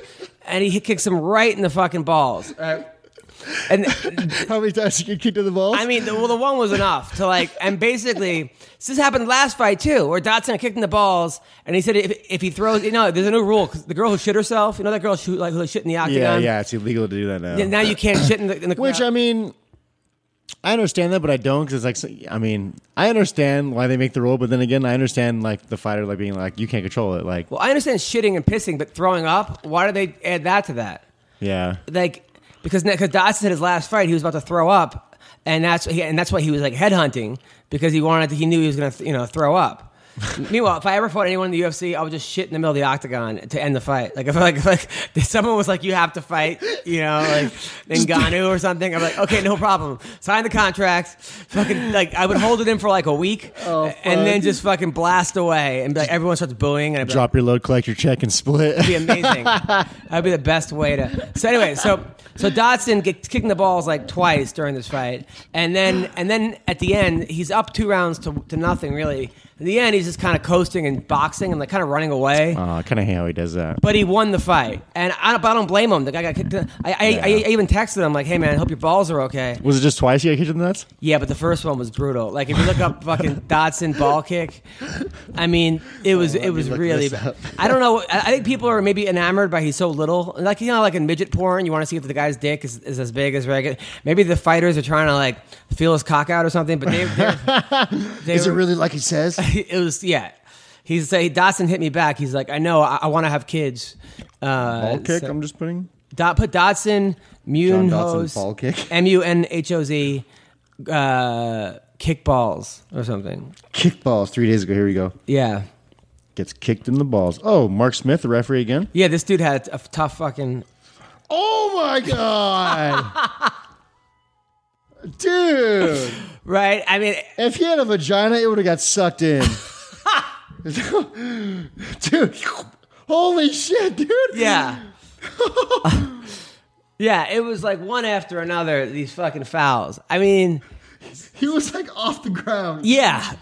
S2: and he kicks him right in the fucking balls. right? And
S3: How many times you get kicked in the balls?
S2: I mean, the, well, the one was enough to like, and basically, this happened last fight too, where Dotson kicked in the balls, and he said if, if he throws, you know, there's a new rule 'cause the girl who shit herself, you know, that girl who like who shit in the
S3: yeah,
S2: octagon.
S3: yeah, it's illegal to do that now.
S2: And Now you can't shit in the, in the
S3: Which
S2: crowd.
S3: I mean, I understand that, but I don't because it's like I mean, I understand why they make the rule, but then again, I understand like the fighter like being like you can't control it, like
S2: well, I understand shitting and pissing, but throwing up, why do they add that to that?
S3: yeah,
S2: Like because because Dotson said his last fight he was about to throw up, and that's he, and that's why he was like headhunting because he wanted to, he knew he was gonna you know throw up. Meanwhile, if I ever fought anyone in the UFC, I would just shit in the middle of the octagon to end the fight. Like if like, if, like if someone was like, "You have to fight," you know, like Ngannou or something. I'm like, "Okay, no problem. Sign the contract." Fucking like I would hold it in for like a week, and then just fucking blast away, and be like, everyone starts booing, and I'd be like,
S3: drop your load, collect your check, and split.
S2: be amazing. That'd be the best way to. So anyway, so so Dotson gets kicking the balls like twice during this fight, and then and then at the end he's up two rounds to, to nothing really. In the end, he's just kind of coasting and boxing and like kind of running away.
S3: Oh, I kind of hate how he does that.
S2: But he won the fight, and I, don't- but I don't blame him. The guy got kicked. In, I, I, I, I even texted him like, "Hey man, hope your balls are okay."
S3: Was it just twice you got kicked in the nuts?
S2: Yeah, but the first one was brutal. Like if you look up fucking Dodson ball kick, I mean it was it was
S3: Oh, look
S2: really.
S3: this
S2: Bad.
S3: up.
S2: I don't know. I I think people are maybe enamored by he's so little. Like you know, like in midget porn, you want to see if the guy's dick is, is as big as regular. Maybe the fighters are trying to like feel his cock out or something. But they, they, they
S3: Is it
S2: were-
S3: really like he says?
S2: it was yeah. He's say Dotson hit me back. He's like, I know, I, I want to have kids. Uh,
S3: Ball kick.
S2: so-
S3: I'm just putting.
S2: Dot put Dotson Munhoz
S4: Dotson ball kick.
S2: M U N H O Z uh, kickballs or something.
S4: Kickballs three days ago. Here we go.
S2: Yeah,
S3: Gets kicked in the balls. Oh, Mark Smith, the referee again.
S2: yeah. This dude had a tough fucking.
S4: Oh my god, dude!
S2: Right, I mean,
S4: If he had a vagina, it would have got sucked in. dude, holy shit, dude!
S2: yeah, yeah. It was like one after another these fucking fouls. I mean,
S4: he was like off the ground.
S2: yeah.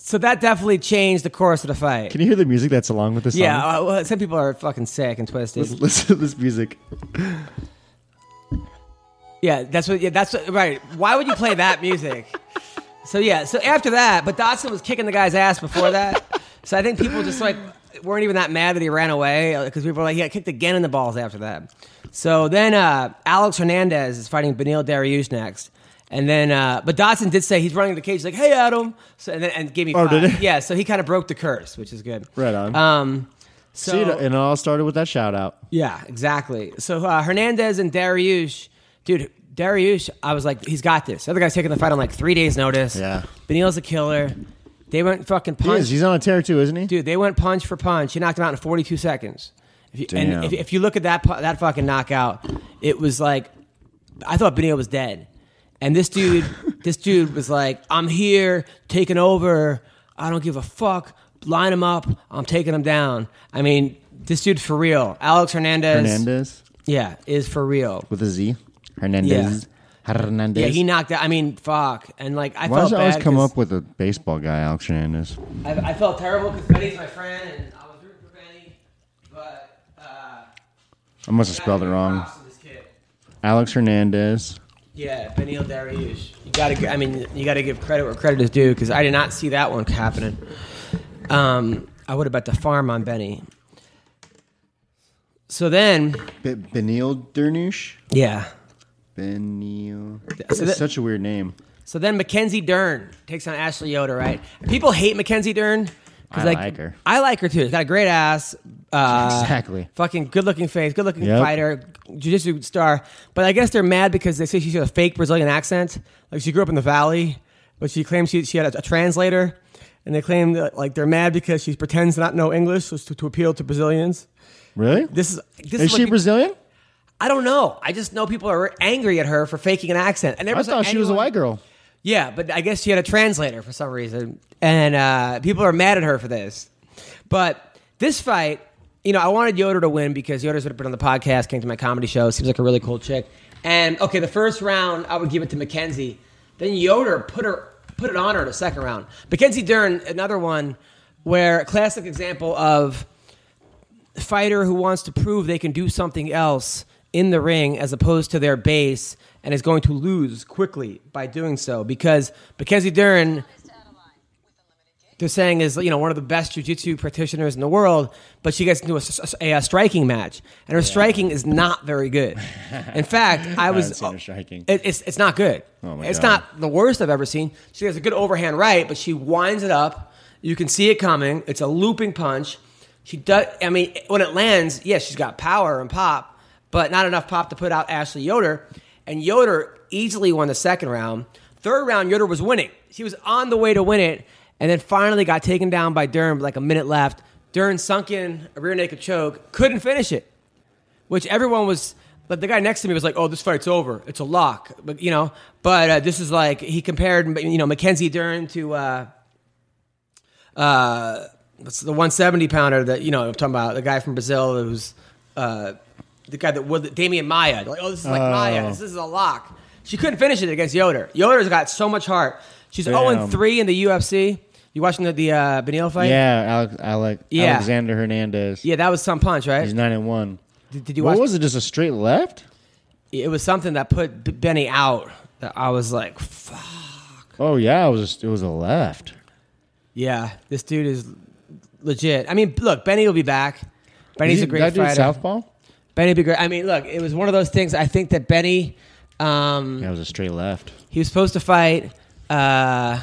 S2: So that definitely changed the course of the fight.
S3: Can you hear the music that's along with the song?
S2: yeah, uh, well, some people are fucking sick and twisted.
S4: Listen to this music.
S2: Yeah, that's what. Yeah, that's what, right. Why would you play that music? so yeah, so after that, but Dotson was kicking the guy's ass before that. So I think people just like weren't even that mad that he ran away because people were like, yeah, kicked again in the balls after that. So then uh, Alex Hernandez is fighting Benil Dariush next. And then, uh, but Dotson did say he's running the cage. He's like, "Hey, Adam," so, and then and gave me.
S3: Oh,
S2: five.
S3: did he?
S2: Yeah, so he kind of broke the curse, which is good.
S3: Right on.
S2: Um, so
S3: See, it- and it all started with that shout out.
S2: yeah, exactly. So uh, Hernandez and Dariush, dude, Dariush, I was like, he's got this. The other guy's taking the fight on like three days' notice.
S3: Yeah.
S2: Benil's a killer. They went fucking
S3: He
S2: punch.
S3: is. He's on a tear too, isn't he?
S2: dude, they went punch for punch. He knocked him out in 42 seconds. If you,
S3: Damn.
S2: And if, if you look at that pu- that fucking knockout, it was like, I thought Benil was dead. And this dude, this dude was like, I'm here, taking over. I don't give a fuck. Line him up. I'm taking him down. I mean, this dude for real. Alex
S3: Hernandez
S2: yeah, is for real.
S3: with a Z. Hernandez. Hernandez.
S2: Yeah, he knocked out. I mean, fuck. And like, I
S3: Why
S2: felt
S3: does it
S2: bad.
S3: always come
S2: 'cause
S3: up with a baseball guy, Alex Hernandez?
S2: I, I felt terrible because Benny's my friend, and I was rooting for Benny, but uh,
S3: I must have spelled
S2: gotta
S3: it
S2: give
S3: wrong.
S2: props to this kid.
S3: Alex Hernandez.
S2: Yeah, Benil Dariush. You gotta. gi- I mean, you gotta give credit where credit is due because I did not see that one happening. Um, I would have bet the farm on Benny. So then,
S3: B- Benil Dernush.
S2: yeah.
S3: Benil.
S2: So that-
S3: That's such a weird name.
S2: So then Mackenzie Dern takes on Ashley Yoder, right? People hate Mackenzie Dern. 'cause,
S3: I like her.
S2: I like her too. She's got a great ass. Uh,
S3: Exactly.
S2: Fucking good looking face, good looking
S3: Yep.
S2: fighter, jiu jitsu star. But I guess they're mad because they say she has a fake Brazilian accent. Like she grew up in the valley, but she claims she, she had a, a translator. And they claim that like they're mad because she pretends to not know English so as to, to appeal to Brazilians.
S3: Really?
S2: This is this is,
S3: is
S2: what
S3: she
S2: pe-
S3: Brazilian?
S2: I don't know. I just know people are angry at her for faking an accent. And there
S3: I
S2: was, like,
S3: thought she was a
S2: anyone-
S3: white girl.
S2: yeah, but I guess she had a translator for some reason, and uh, people are mad at her for this. But this fight, you know, I wanted Yoder to win because Yoder's would have been on the podcast, came to my comedy show, seems like a really cool chick. And okay, the first round I would give it to Mackenzie. Then Yoder put her put it on her the second round. Mackenzie Dern, another one where classic example of fighter who wants to prove they can do something else in the ring as opposed to their base and is going to lose quickly by doing so because Mackenzie Dern they're saying is you know one of the best jiu-jitsu practitioners in the world but she gets into a, s- a- a striking match and her striking is not very good in fact i was
S3: haven't seen her striking.
S2: It, it's, it's not good
S3: Oh my
S2: it's
S3: God.
S2: not the worst i've ever seen she has a good overhand right but she winds it up you can see it coming it's a looping punch she does i mean when it lands yeah she's got power and pop but not enough pop to put out ashley yoder and yoder easily won the second round third round yoder was winning she was on the way to win it and then finally got taken down by Dern with like a minute left. Dern sunk in a rear naked choke, couldn't finish it, which everyone was. But the guy next to me was like, "Oh, this fight's over. It's a lock." But you know, but uh, this is like he compared, you know, Mackenzie Dern to uh, uh, what's the one seventy pounder that you know I'm talking about, the guy from Brazil who's uh, the guy that was Damian Maya. Like, oh, this is like Maya. This is a lock. She couldn't finish it against Yoder. Yoder's got so much heart. She's
S3: Damn.
S2: zero and three in the UFC. You watching the, the uh, Benil fight?
S3: Yeah, Alex, Alec,
S2: Yeah.
S3: Alexander Hernandez.
S2: Yeah, that was some punch, right?
S3: He's nine and one.
S2: did, did you
S3: what
S2: watch?
S3: was it? Just a straight left?
S2: it was something that put B- Benny out. That I was like, fuck.
S3: Oh yeah, it was. It was a left.
S2: Yeah, this dude is legit. I mean, look, Benny will be back. Benny's
S3: Is he-
S2: a great
S3: that dude
S2: fighter.
S3: Southpaw.
S2: Benny be great. I mean, look, it was one of those things. I think that Benny, um,
S3: That was a straight left.
S2: he was supposed to fight. Uh,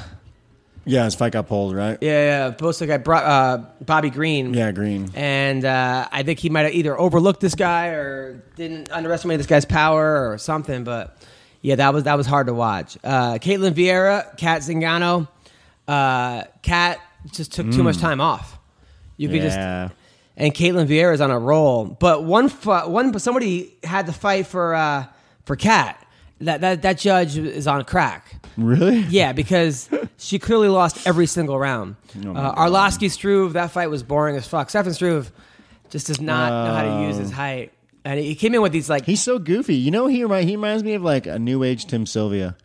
S3: Yeah, his fight got pulled, right?
S2: Yeah, yeah. Both the guy, Bro- uh, Bobby Green.
S3: Yeah, Green.
S2: And uh, I think he might have either overlooked this guy or didn't underestimate this guy's power or something. But yeah, that was that was hard to watch. Uh, Caitlin Vieira, Kat Zingano, uh, Kat just took too much time off. You could
S3: Mm. Yeah.
S2: just and Caitlin Vieira is on a roll. But one fu- one somebody had to fight for uh, for Kat. That, that that judge is on crack.
S3: Really?
S2: Yeah, because she clearly lost every single round.
S3: Oh
S2: uh, Arlovsky Struve, that fight was boring as fuck. Stefan Struve just does not know how
S3: Uh,
S2: to use his height. And he came in with these like
S3: He's so goofy. You know, he remind, he reminds me of like a new age Tim Sylvia.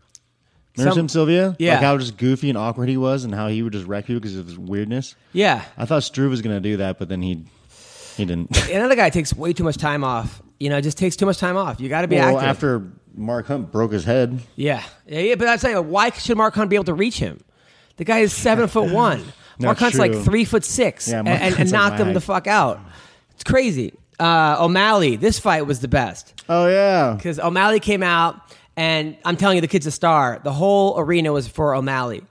S3: Remember
S2: Some-
S3: Tim Sylvia?
S2: Yeah.
S3: Like how just goofy and awkward he was, and how he would just wreck you because of his weirdness.
S2: Yeah.
S3: I thought Struve was gonna do that, but then he he didn't.
S2: Another guy takes way too much time off. You know, it just takes too much time off. You gotta be
S3: well,
S2: active.
S3: after Mark Hunt broke his head,
S2: yeah. yeah. Yeah, but I'm saying why should Mark Hunt be able to reach him? The guy is seven foot one.
S3: Not
S2: Mark Hunt's like
S3: true.
S2: three foot six
S3: Yeah,
S2: and,
S3: Mark
S2: and, and
S3: Hunt's like
S2: knocked
S3: my
S2: him the
S3: height.
S2: fuck out. It's crazy. Uh, O'Malley, this fight was the best.
S3: oh yeah,
S2: because O'Malley came out, and I'm telling you, the kid's a star. The whole arena was for O'Malley,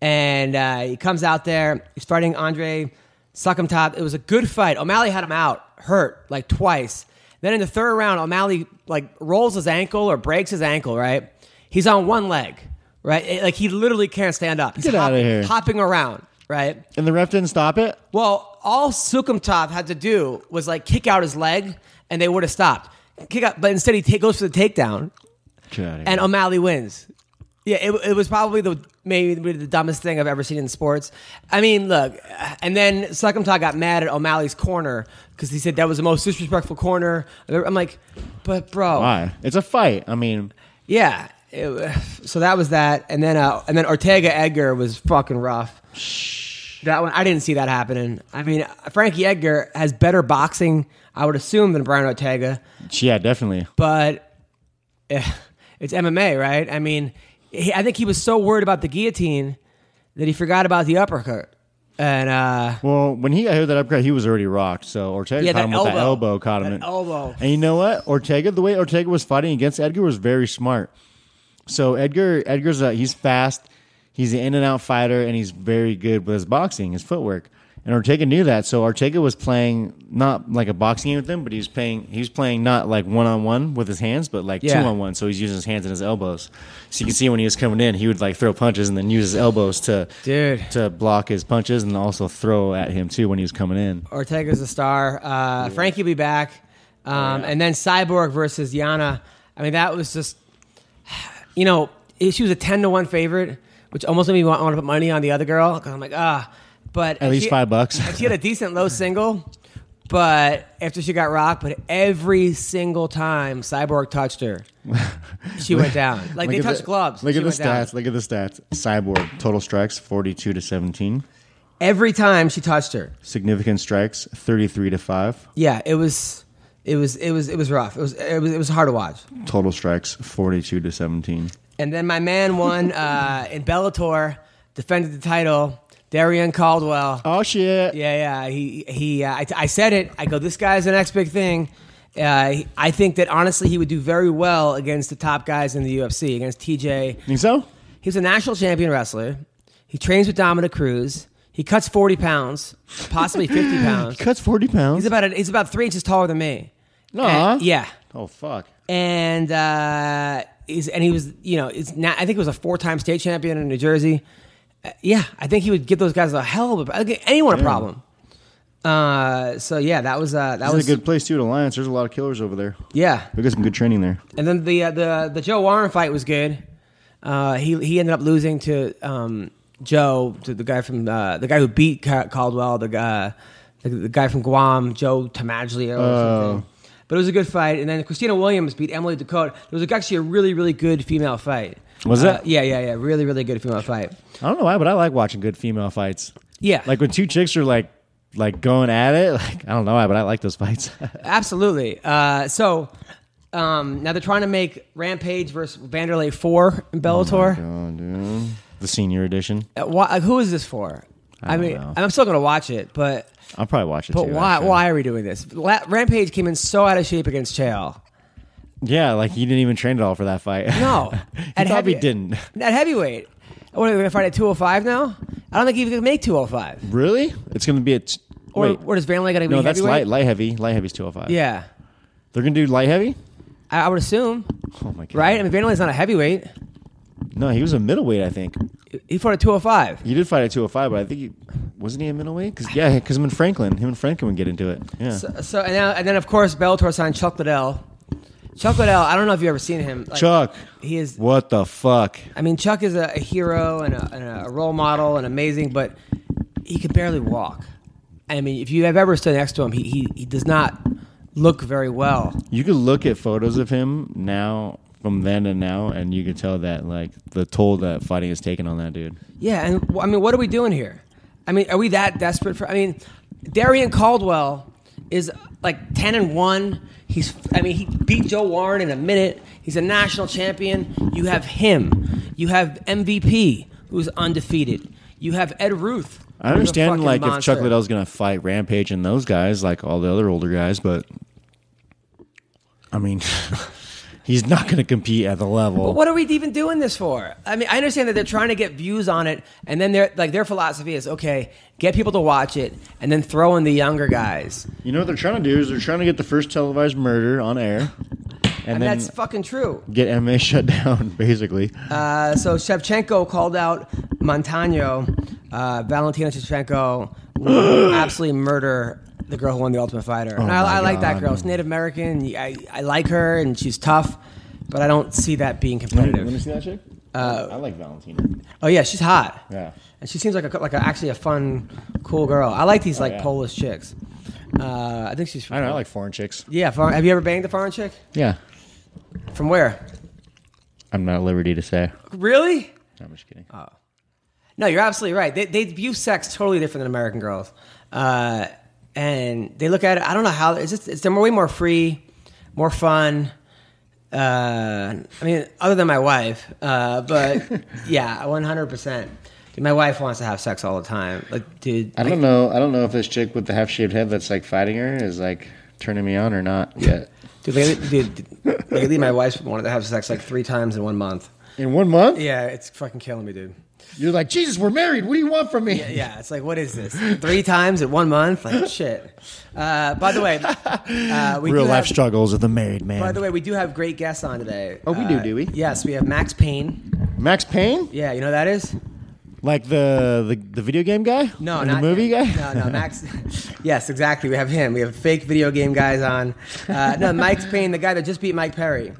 S2: and uh, he comes out there. He's fighting Andre Suckumtop. It was a good fight. O'Malley had him out hurt like twice. Then in the third round, O'Malley like rolls his ankle or breaks his ankle. Right, he's on one leg. Right, It- like he literally can't stand up. He's
S3: Get outta
S2: hopping-
S3: here.
S2: hopping around. Right.
S3: and the ref didn't stop it.
S2: Well, all Sukumtov had to do was like kick out his leg, and they would have stopped. Kick out, but instead he ta- goes for the takedown,
S3: Get outta here.
S2: and O'Malley wins. Yeah, it, it was probably the maybe the dumbest thing I've ever seen in sports. I mean, look, and then Sukumtov got mad at O'Malley's corner because he said that was the most disrespectful corner. I've ever- I'm like, but bro,
S3: why? It's a fight. I mean,
S2: yeah. It- so that was that, and then uh, and then Ortega Edgar was fucking rough. That one I didn't see that happening. I mean, Frankie Edgar has better boxing, I would assume, than Brian Ortega,
S3: yeah, definitely.
S2: but eh, it's MMA, right? I mean, he, I think he was so worried about the guillotine that he forgot about the uppercut, and uh,
S3: Well, when he heard that upgrade, he was already rocked. So Ortega
S2: Yeah,
S3: caught
S2: that
S3: him with that
S2: elbow.
S3: elbow, caught him
S2: That
S3: in-
S2: elbow.
S3: And you know what? Ortega, the way Ortega was fighting against Edgar was very smart. So Edgar, Edgar's a, he's fast, he's an in and out fighter, and he's very good with his boxing, his footwork. And Ortega knew that, so Ortega was playing not like a boxing game with him, but he was playing he was playing not like one on one with his hands, but like
S2: Yeah.
S3: two on one. So he's using his hands and his elbows. So you can see when he was coming in, he would like throw punches and then use his elbows to
S2: Dude.
S3: to block his punches and also throw at him too when he was coming in.
S2: Ortega's a star. Uh, Frankie will be back.
S3: Oh,
S2: Um, And then Cyborg versus Yana. I mean, that was just, you know, it- she was a 10 to 1 favorite, which almost made me want, want to put money on the other girl. 'cause I'm like, ah. But
S3: At least
S2: she-
S3: five bucks.
S2: and she had a decent low single, but after she got rocked, but every single time Cyborg touched her, she went down. Like, they
S3: at
S2: touched
S3: the-
S2: gloves.
S3: Look
S2: she
S3: at the
S2: went down.
S3: stats. Look at the stats. Cyborg total strikes forty two to seventeen.
S2: Every time she touched her.
S3: Significant strikes thirty three to five.
S2: Yeah, it was. It was it was it was rough. It was it was it was hard to watch.
S3: Total strikes forty two to seventeen.
S2: And then my man won uh, in Bellator, defended the title. Darian Caldwell.
S3: Oh shit!
S2: Yeah, yeah. He he. Uh, I, I said it. I go. This guy's the next big thing. Uh, he- I think that honestly, he would do very well against the top guys in the UFC. Against TJ,
S3: Think so?
S2: he's a national champion wrestler. He trains with Dominic Cruz. He cuts forty pounds, possibly fifty pounds.
S3: Cuts forty pounds.
S2: He's about a, he's about three inches taller than me.
S3: Nah.
S2: And- yeah
S3: Oh fuck!
S2: and uh, he's, and he was you know it's not, I think it was a four time state champion in New Jersey. Uh, yeah, I think he would give those guys a hell of a I'd give anyone a problem. Uh, so yeah, that was uh, that
S3: That
S2: was
S3: was a good place too. At Alliance, there's a lot of killers over there.
S2: Yeah,
S3: We got some good training there.
S2: and then the uh, the the Joe Warren fight was good. Uh, he he ended up losing to um, Joe to the guy from uh, the guy who beat Ca- Caldwell the guy the, the guy from Guam Joe Tamaglia or
S3: Oh.
S2: something. But it was a good fight, and then Christina Williams beat Emily Dakota. It was actually a really really good female fight.
S3: Was
S2: Uh,
S3: it?
S2: yeah, yeah, yeah. Really, really good female fight.
S3: I don't know why, but I like watching good female fights.
S2: Yeah.
S3: Like when two chicks are like like going at it. Like I don't know why, but I like those fights.
S2: Absolutely. Uh, so um, now they're trying to make Rampage versus Vanderlei four in
S3: Oh
S2: Bellator.
S3: the senior edition.
S2: Uh, why, like, who is this for? I,
S3: don't
S2: mean,
S3: know.
S2: I'm still gonna watch it, but
S3: I'll probably watch it.
S2: but
S3: too,
S2: why
S3: actually.
S2: why are we doing this? La- Rampage came in so out of shape against Chael.
S3: Yeah, like he didn't even train at all for that fight.
S2: No,
S3: he probably didn't.
S2: At heavyweight, What are we gonna fight at two hundred five now? I don't think you can make two hundred five.
S3: Really? It's going to be at.
S2: Or,
S3: wait,
S2: or does Vanley gonna be
S3: no, that's
S2: heavyweight?
S3: light, light heavy. Light heavy's 205.
S2: Yeah,
S3: They're going to do light heavy?
S2: I, I would assume,
S3: Oh, my God.
S2: right? I mean, Vanley's not a heavyweight.
S3: No, he was a middleweight, I think.
S2: He fought at two hundred five.
S3: He did fight at 205, but I think he. Wasn't he a middleweight? Cause, yeah, because him and Franklin. Him and Franklin would get into it. Yeah.
S2: So and, now, and then of course Bellator signed Chuck Liddell. Chuck Liddell, I don't know if you've ever seen him. Like,
S3: Chuck.
S2: he is.
S3: What the fuck?
S2: I mean, Chuck is a, a hero and a, and a role model and amazing, but he could barely walk. I mean, if you have ever stood next to him, he he, he does not look very well.
S3: You could look at photos of him now, from then and now, and you could tell that, like, the toll that fighting has taken on that dude.
S2: Yeah, and wh- I mean, what are we doing here? I mean, are we that desperate for? I mean, Darian Caldwell is like ten and one. He's, I mean, he beat Joe Warren in a minute. He's a national champion. You have him. You have MVP, who's undefeated. You have Ed Ruth.
S3: I
S2: who's a
S3: understand
S2: fucking
S3: like if Chuck
S2: monster.
S3: Liddell's gonna fight Rampage and those guys, like all the other older guys, but I mean, he's not gonna compete at the level.
S2: But what are we even doing this for? I mean, I understand that they're trying to get views on it, and then they're like their philosophy is okay, get people to watch it, and then throw in the younger guys, and,
S3: you know what they're trying to do is they're trying to get the first televised murder on air, and, then
S2: that's fucking true.
S3: get MMA shut down. Basically,
S2: Uh, so Shevchenko called out Montano, uh, Valentina Shevchenko will absolutely murder the girl who won the Ultimate Fighter. and
S3: Oh my
S2: I, I like that
S3: God.
S2: girl. She's Native American. I, I like her, and she's tough, but I don't see that being competitive.
S3: see that chick.
S2: uh,
S3: I like Valentina.
S2: Oh yeah, she's hot.
S3: Yeah.
S2: and she seems like a, like a, actually a fun, cool girl. I like these like
S3: Oh, yeah.
S2: Polish chicks. Uh, I think she's. From,
S3: I don't know. I like foreign chicks.
S2: Yeah, foreign, have you ever banged a foreign chick?
S3: Yeah,
S2: From where?
S3: I'm not at liberty to say.
S2: Really?
S3: I'm just kidding.
S2: No, you're absolutely right. They, they view sex totally different than American girls, uh, and they look at it. I don't know how it's just it's they're way more free, more fun. Uh, I mean, other than my wife, uh, but yeah, one hundred percent. My wife wants to have sex all the time. Like, dude,
S3: I don't know. I don't know if this chick with the half shaved head that's like fighting her is like turning me on or not yet.
S2: dude, lately, dude, lately my wife's wanted to have sex like three times in one month.
S3: In one month.
S2: Yeah, it's fucking killing me, dude.
S3: You're like, Jesus, we're married. What do you want from me?
S2: Yeah, it's like, what is this? Three times in one month? Like, shit. Uh, by the way, uh, we
S3: Real
S2: do
S3: life
S2: have-
S3: struggles of the married man.
S2: By the way, we do have great guests on today. Uh,
S3: Oh, we do, do we?
S2: Yes, we have Max Payne.
S3: Max Payne,
S2: Yeah, you know who that is?
S3: like the the, the video game guy,
S2: No,
S3: and
S2: not
S3: the movie
S2: him.
S3: guy.
S2: No, no, Max. yes, exactly. We have him. We have fake video game guys on. Uh, no, Max Payne, the guy that just beat Mike Perry.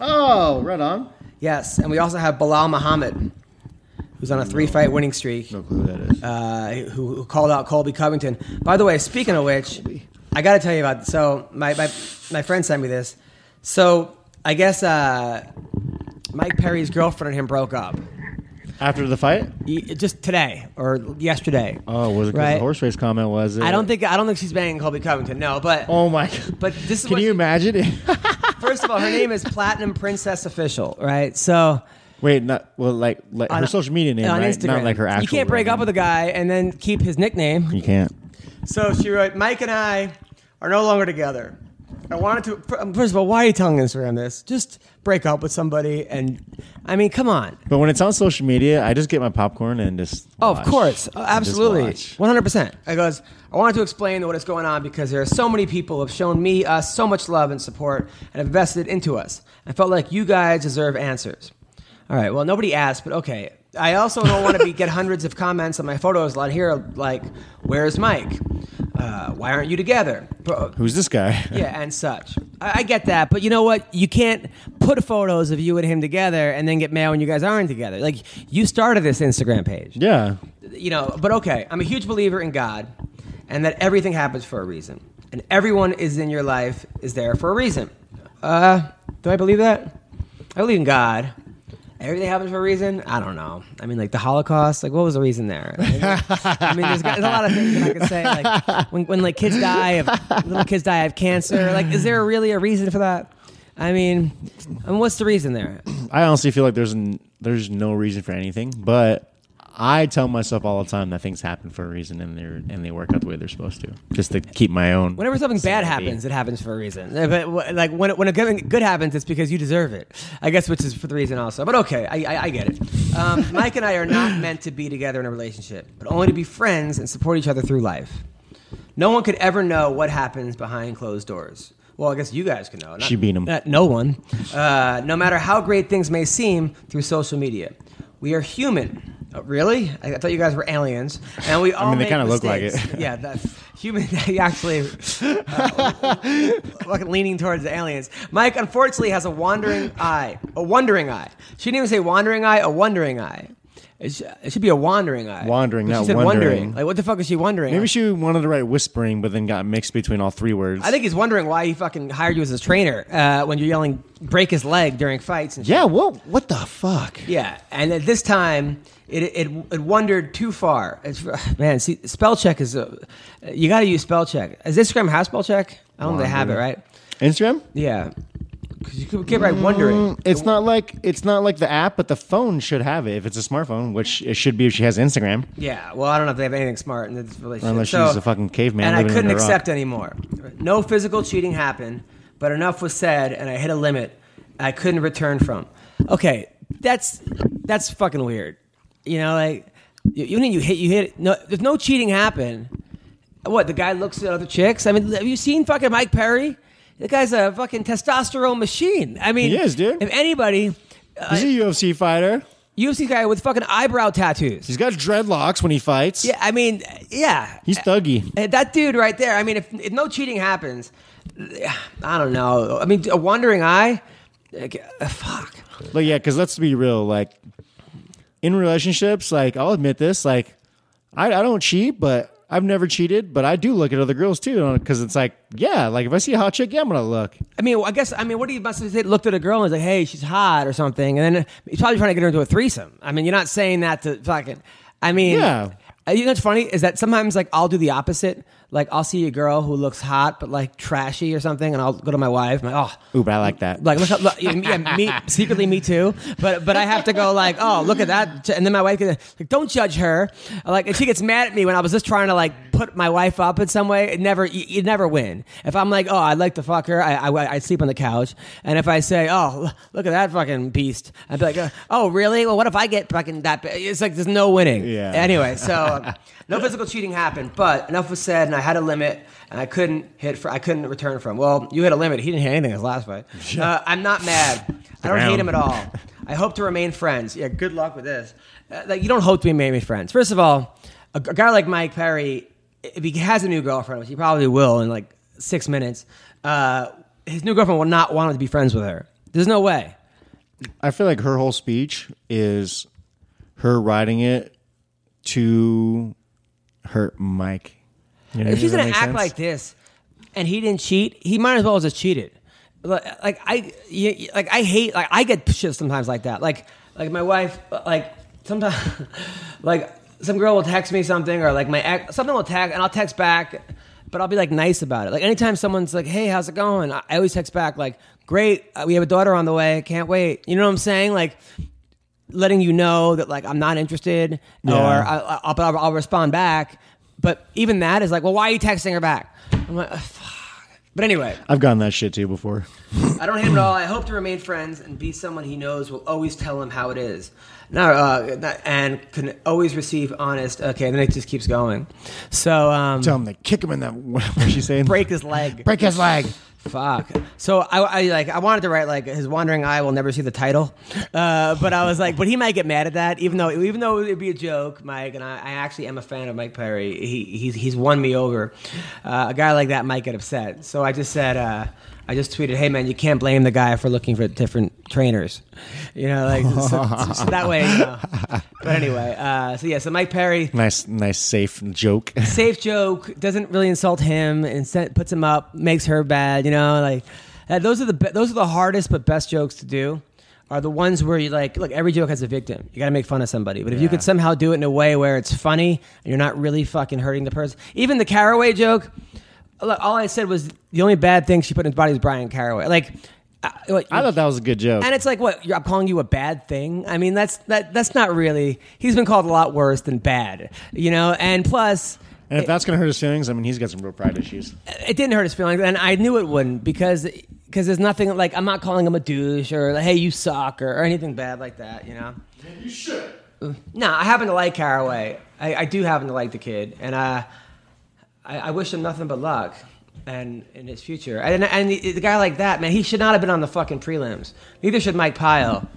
S4: Oh, right on.
S2: Yes, and we also have Bilal Muhammad, who's on a three-fight winning streak.
S3: No clue who that is.
S2: uh, who, who called out Colby Covington. By the way, speaking of which, I got to tell you about. So my, my my friend sent me this. So I guess uh, Mike Perry's girlfriend and him broke up
S3: After the fight,
S2: Y- just today or yesterday.
S3: oh, was it 'cause the
S2: Right.
S3: horse race comment? Was it?
S2: I don't think I don't think she's banging Colby Covington. No, but
S3: Oh my! God.
S2: But this is
S3: Can
S2: what-
S3: you imagine? it?
S2: first of all, her name is Platinum Princess Official, right? So.
S3: Wait, not well. Like, like her
S2: on-
S3: social media name,
S2: on
S3: right?
S2: Instagram.
S3: Not like her actual.
S2: You can't break
S3: real
S2: up with a
S3: name.
S2: guy and then keep his nickname.
S3: You can't.
S2: So she wrote, Mike and I are no longer together. I wanted to. fir- um, First of all, why are you telling Instagram this? Just break up with somebody, and I mean, come on.
S3: But when it's on social media, I just get my popcorn and just.
S2: Oh, of
S3: watch.
S2: course,
S3: And
S2: Uh,
S3: just
S2: absolutely,
S3: watch.
S2: one hundred percent. I goes. I wanted to explain what is going on because there are so many people who have shown me us so much love and support and have invested into us. I felt like you guys deserve answers. All right. Well, nobody asked, but okay. I also don't want to be, get hundreds of comments on my photos. A lot here, like, "Where's Mike? Uh, why aren't you together?" Bro,
S3: Who's this guy?
S2: yeah, and such. I, I get that, but you know what? You can't put photos of you and him together and then get mad when you guys aren't together. Like you started this Instagram page,
S3: yeah.
S2: you know. But okay, I'm a huge believer in God, and that everything happens for a reason, and everyone is in your life is there for a reason. Uh, do I believe that? I believe in God. Everything happens for a reason. I don't know. I mean, like the Holocaust. Like, what was the reason there? I mean, there's, there's a lot of things that I could say. Like, when, when like kids die, of, little kids die of cancer. Like, is there really a reason for that? I mean, I mean, what's the reason there?
S3: I honestly feel like there's n- there's no reason for anything, but I tell myself all the time that things happen for a reason and they are and they work out the way they're supposed to, just to keep my own.
S2: Whenever something bad
S3: sanity.
S2: happens, it happens for a reason. Uh, But wh- like when when a good, good happens, it's because you deserve it. I guess which is for the reason also. But okay, I, I, I get it. Um, Mike and I are not meant to be together in a relationship, but only to be friends and support each other through life. No one could ever know what happens behind closed doors. Well, I guess you guys can know. Not,
S3: She beat 'em.
S2: not- no one. Uh, no matter how great things may seem through social media, we are human. Oh, really? I, I thought you guys were aliens. And we all
S3: mean, they
S2: make
S3: kinda look like
S2: mistakes.
S3: it.
S2: yeah, that's human. actually, uh, fucking leaning towards the aliens. Mike unfortunately has a wandering eye, a wandering eye. She didn't even say wandering eye, a wondering eye. It, sh- it should be a wandering eye.
S3: Wandering,
S2: But she
S3: not
S2: said
S3: wondering.
S2: Like what the fuck is she wondering?
S3: Maybe she wanted to write whispering, but then got mixed between all three words.
S2: I think he's wondering why he fucking hired you as his trainer uh, when you're yelling break his leg during fights. And shit.
S3: Yeah. What? What the fuck?
S2: Yeah, and at this time, it it, it wandered too far. It's, man, see, spell check is a, you got to use spell check. Is Instagram have spell check? I don't know if they have it, right?
S3: Instagram.
S2: Yeah, because you could get right wondering.
S3: It's not like it's not like the app, but the phone should have it if it's a smartphone, which it should be if she has Instagram.
S2: Yeah, well, I don't know if they have anything smart in this relationship.
S3: Unless
S2: So-
S3: she's a fucking caveman
S2: And I
S3: living
S2: couldn't
S3: under a rock.
S2: accept anymore. No physical cheating happened, but enough was said, and I hit a limit I couldn't return from. Okay, that's that's fucking weird. You know, like you, you mean you hit you hit no. If no cheating happened, what the guy looks at other chicks? I mean, have you seen fucking Mike Perry? The guy's a fucking testosterone machine. I mean,
S3: He is, dude.
S2: If anybody, Uh,
S3: He's a UFC fighter.
S2: UFC guy with fucking eyebrow tattoos.
S3: He's got dreadlocks when he fights.
S2: Yeah, I mean, yeah.
S3: He's thuggy.
S2: Uh, That dude right there. I mean, if, if no cheating happens, I don't know. I mean, a wandering eye. like, uh, fuck.
S3: But yeah, because let's be real, like in relationships, like I'll admit this, like I, I don't cheat, but I've never cheated, but I do look at other girls too, because it's like, yeah, like if I see a hot chick, yeah, I'm gonna look.
S2: I mean, I guess. I mean, what do you must have said? Looked at a girl and was like, "Hey, she's hot" or something, and then he's probably trying to get her into a threesome. I mean, you're not saying that to fucking. I mean,
S3: Yeah.
S2: uh, You know what's funny is that sometimes like I'll do the opposite. Like I'll see a girl who looks hot but like trashy or something, and I'll go to my wife. i like, oh,
S3: Ooh, but I like that.
S2: like look, look yeah, yeah, me secretly me too but but i have to go like oh look at that and then my wife gets like don't judge her like and she gets mad at me when i was just trying to like put my wife up in some way it never you, you never win if i'm like oh i'd like to fuck her I, I i sleep on the couch and if i say oh l- look at that fucking beast i'd be like uh, oh really well what if i get fucking that bi-" it's like there's no winning
S3: Yeah.
S2: anyway so no physical cheating happened but enough was said and i had a limit and I couldn't hit for I couldn't return from. Well, you hit a limit. He didn't hit anything in his last fight. Uh, I'm not mad. I don't hate
S3: round.
S2: him at all. I hope to remain friends. Yeah, good luck with this. Uh, like you don't hope to remain friends. First of all, a, g- a guy like Mike Perry, if he has a new girlfriend, which he probably will in like six minutes, uh, his new girlfriend will not want him to be friends with her. There's no way.
S3: I feel like her whole speech is her writing it to hurt Mike. You know,
S2: if she's
S3: does that
S2: gonna
S3: make
S2: act
S3: sense?
S2: like this, and he didn't cheat, he might as well have just cheated. Like like, I, you- you- like I hate like I get shit sometimes like that. Like like my wife like sometimes like some girl will text me something or like my ex, something will text and I'll text back, but I'll be like nice about it. Like anytime someone's like, "Hey, how's it going?" I, I always text back like, "Great, uh, we have a daughter on the way, can't wait." You know what I'm saying? Like letting you know that like I'm not interested, or I, I'll, but I'll, I'll respond back. But even that is like, well, why are you texting her back? I'm like, "Ugh, fuck. But anyway,
S3: I've gotten that shit too before.
S2: I don't hate him at all. I hope to remain friends and be someone he knows will always tell him how it is. Now, uh, not- and can always receive honest. Okay, then it just keeps going. So um,
S3: Tell him to kick him in that. What was she saying?
S2: break his leg.
S3: break his leg.
S2: Fuck. So I, I like I wanted to write like his wandering eye will never see the title, uh, but I was like, but he might get mad at that, even though even though it'd be a joke, Mike. And I, I actually am a fan of Mike Perry. He he's he's won me over. Uh, a guy like that might get upset. So I just said. Uh, I just tweeted, "Hey man, you can't blame the guy for looking for different trainers, you know, like so, so- so that way." You know. But anyway, uh, so yeah, so Mike Perry,
S3: Nice, nice, safe joke.
S2: safe joke doesn't really insult him and set, puts him up makes her bad you know like uh, those are the be- those are the hardest but best jokes to do are the ones where you like look every joke has a victim you got to make fun of somebody but if you could somehow do it in a way where it's funny and you're not really fucking hurting the person even the uh, caraway joke look, all I said was the only bad thing she put in his body is Brian Caraway like Like,
S3: I thought that was a good joke.
S2: and it's like, what? You're, I'm calling you a bad thing. I mean, that's that. That's not really. He's been called a lot worse than bad, you know. And plus,
S3: and if that's gonna hurt his feelings, I mean, he's got some real pride issues.
S2: it didn't hurt his feelings, and I knew it wouldn't because because there's nothing like I'm not calling him a douche or like, hey, you suck or, or anything bad like that, you know. You should. No, I happen to like Caraway. I, I do happen to like the kid, and uh, I, I wish him nothing but luck and in his future. And and the, the guy like that, man, he should not have been on the fucking prelims. Neither should Mike Pyle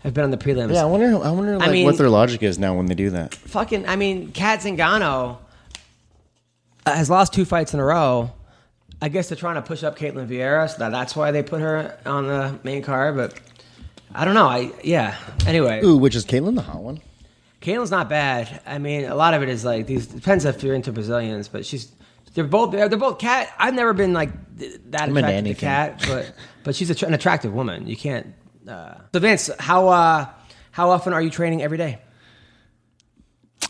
S2: have been on the prelims.
S3: Yeah, I wonder. I wonder like,
S2: mean-
S3: what their logic is now when they do that.
S2: fucking. I mean, Kat Zingano uh, has lost two fights in a row. I guess they're trying to push up Caitlin Vieira, so that, that's why they put her on the main card. But I don't know. I yeah. Anyway,
S3: Ooh, which is Caitlin the hot one?
S2: Caitlin's not bad. I mean, a lot of it is like these depends if you're into Brazilians, but she's they're both they're, they're both cat. I've never been like th- that
S3: I'm into
S2: attracted to
S3: anything.
S2: cat, but but she's attra- an attractive woman. You can't. Uh. So Vince, how uh, how often are you training every day?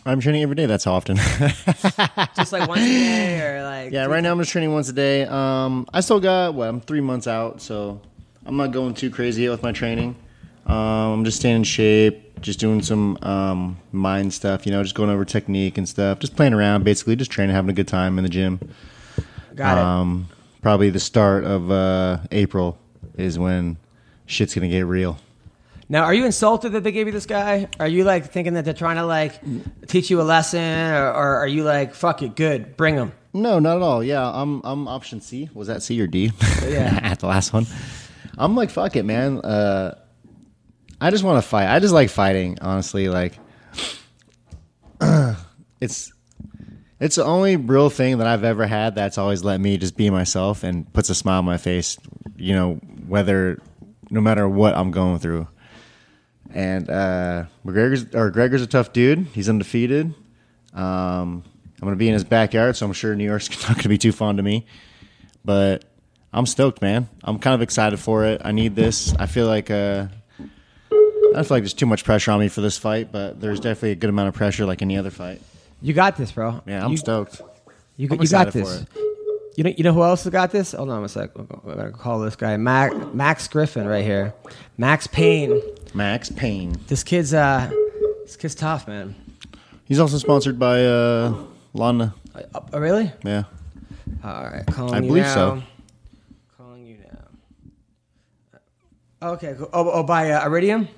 S3: I'm training every day. That's how often.
S2: Just like once a day, or like
S3: yeah, right now I'm just training once a day. Um, I still got what? I'm three months out, so I'm not going too crazy yet with my training. Um, I'm just staying in shape, just doing some um, mind stuff. You know, just going over technique and stuff, just playing around, basically, just training, having a good time in the gym.
S2: Got it.
S3: Um, probably the start of uh, April is when shit's gonna get real.
S2: Now, are you insulted that they gave you this guy? Are you like thinking that they're trying to like teach you a lesson, or, or are you like fuck it, good, bring him?
S3: No, not at all. Yeah, I'm I'm option C. Was that C or D?
S2: Yeah.
S3: the last one. I'm like fuck it, man. Uh, I just want to fight. I just like fighting, honestly. Like, it's it's the only real thing that I've ever had that's always let me just be myself and puts a smile on my face. You know, whether no matter what I'm going through. And uh, McGregor's or Gregor's a tough dude. He's undefeated. Um, I'm going to be in his backyard, so I'm sure New York's not going to be too fond of me. But I'm stoked, man. I'm kind of excited for it. I need this. I feel like uh, I feel like there's too much pressure on me for this fight, but there's definitely a good amount of pressure, like any other fight.
S2: You got this, bro.
S3: Yeah, I'm
S2: you,
S3: stoked.
S2: You, you
S3: I'm
S2: got
S3: excited for
S2: this. You know, you know who else has got this? Hold on a sec. I gotta call this guy Max, Max Griffin right here. Max Payne.
S3: Max Payne.
S2: This kid's uh, this kid's tough, man.
S3: He's also sponsored by uh, Lana.
S2: Oh, oh, really?
S3: Yeah.
S2: All right, calling
S3: I
S2: you
S3: believe
S2: now.
S3: so.
S2: Calling you now. Okay. cool. Oh, oh by uh, Iridium.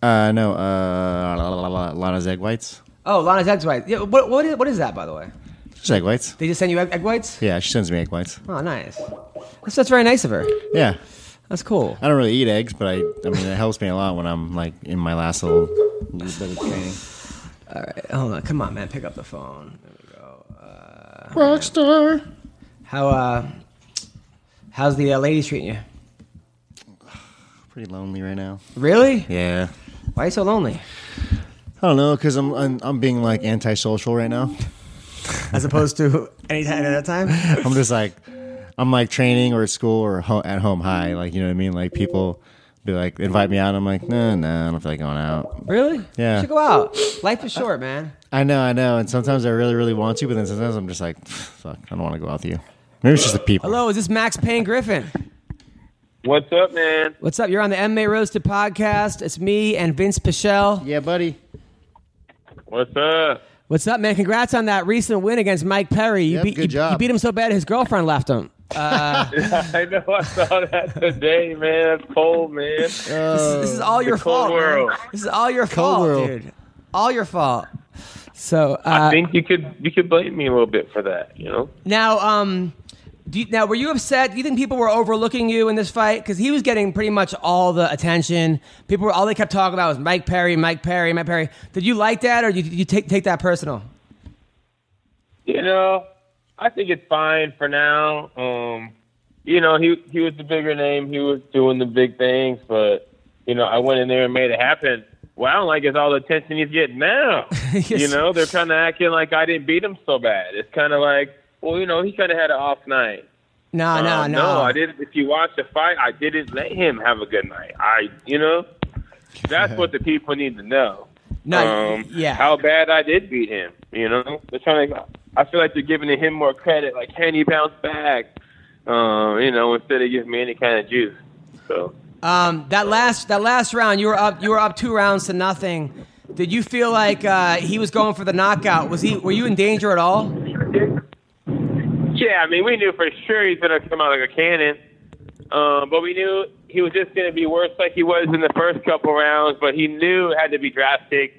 S3: Uh, no, uh, Lana's egg whites.
S2: Oh, Lana's egg whites. Yeah. What, what is what is that, by the way?
S3: Just egg whites.
S2: They just send you egg, egg whites?
S3: Yeah, she sends me egg whites.
S2: Oh, nice. That's, that's very nice of her.
S3: Yeah.
S2: That's cool.
S3: I don't really eat eggs, but I, I mean, it helps me a lot when I'm like in my last little, little bit of training.
S2: Hold on. Come on, man. Pick up the phone. There we go. Uh,
S3: Rockstar.
S2: how, uh, how's the uh, ladies treating you?
S3: Pretty lonely right now.
S2: Really?
S3: Yeah.
S2: Why are you so lonely?
S3: I don't know, cause I'm I'm, I'm being like antisocial right now.
S2: As opposed to any time at a time?
S3: I'm just like, I'm like training or at school or ho- at home high. Like you know what I mean? Like people be like invite me out. I'm like, no, no, I don't feel like going out.
S2: Really?
S3: Yeah.
S2: You should go out. Life is short, man.
S3: I know, I know. And sometimes I really, really want to, but then sometimes I'm just like, fuck, I don't want to go out with you. Maybe it's just the people.
S2: Hello, is this Max Payne Griffin?
S5: What's up, man?
S2: What's up? You're on the MMA Roasted podcast. It's me and Vince Pichel.
S3: Yeah, buddy.
S5: What's up?
S2: What's up, man? Congrats on that recent win against Mike Perry. You
S3: Yep,
S2: beat,
S3: good
S2: you-
S3: job.
S2: you beat him so bad his girlfriend left him.
S5: I know I saw that today, man. That's cold, man.
S2: This is all your
S5: cold
S2: fault. man.
S5: world.
S2: This is all your fault,
S3: world.
S2: dude. All your fault. So
S5: I
S2: uh,
S5: think you could you could blame me a little bit for that, you know.
S2: now, um, do you, now were you upset? Do you think people were overlooking you in this fight because he was getting pretty much all the attention? People were all they kept talking about was Mike Perry, Mike Perry, Mike Perry. Did you like that, or did you, did you take take that personal?
S5: You know, I think it's fine for now. Um, you know, he he was the bigger name. He was doing the big things, but you know, I went in there and made it happen. What I don't like is all the attention he's getting now. You know, they're kind of acting like I didn't beat him so bad. It's kind of like, well, you know, he kind of had an off night.
S2: No, no,
S5: Um,
S2: no.
S5: I didn't. If you watch the fight, I didn't let him have a good night. I, you know, that's what the people need to know.
S2: No,
S5: um,
S2: yeah.
S5: How bad I did beat him. You know, they're trying to. I feel like they're giving him more credit. Like, can he bounce back? Um, you know, instead of giving me any kind of juice. So
S2: Um, that last that last round, you were up. You were up two rounds to nothing. Did you feel like uh, he was going for the knockout? Was he? Were you in danger at all?
S5: yeah, I mean, we knew for sure he's gonna come out like a cannon, um, but we knew he was just gonna be worse like he was in the first couple rounds. But he knew it had to be drastic.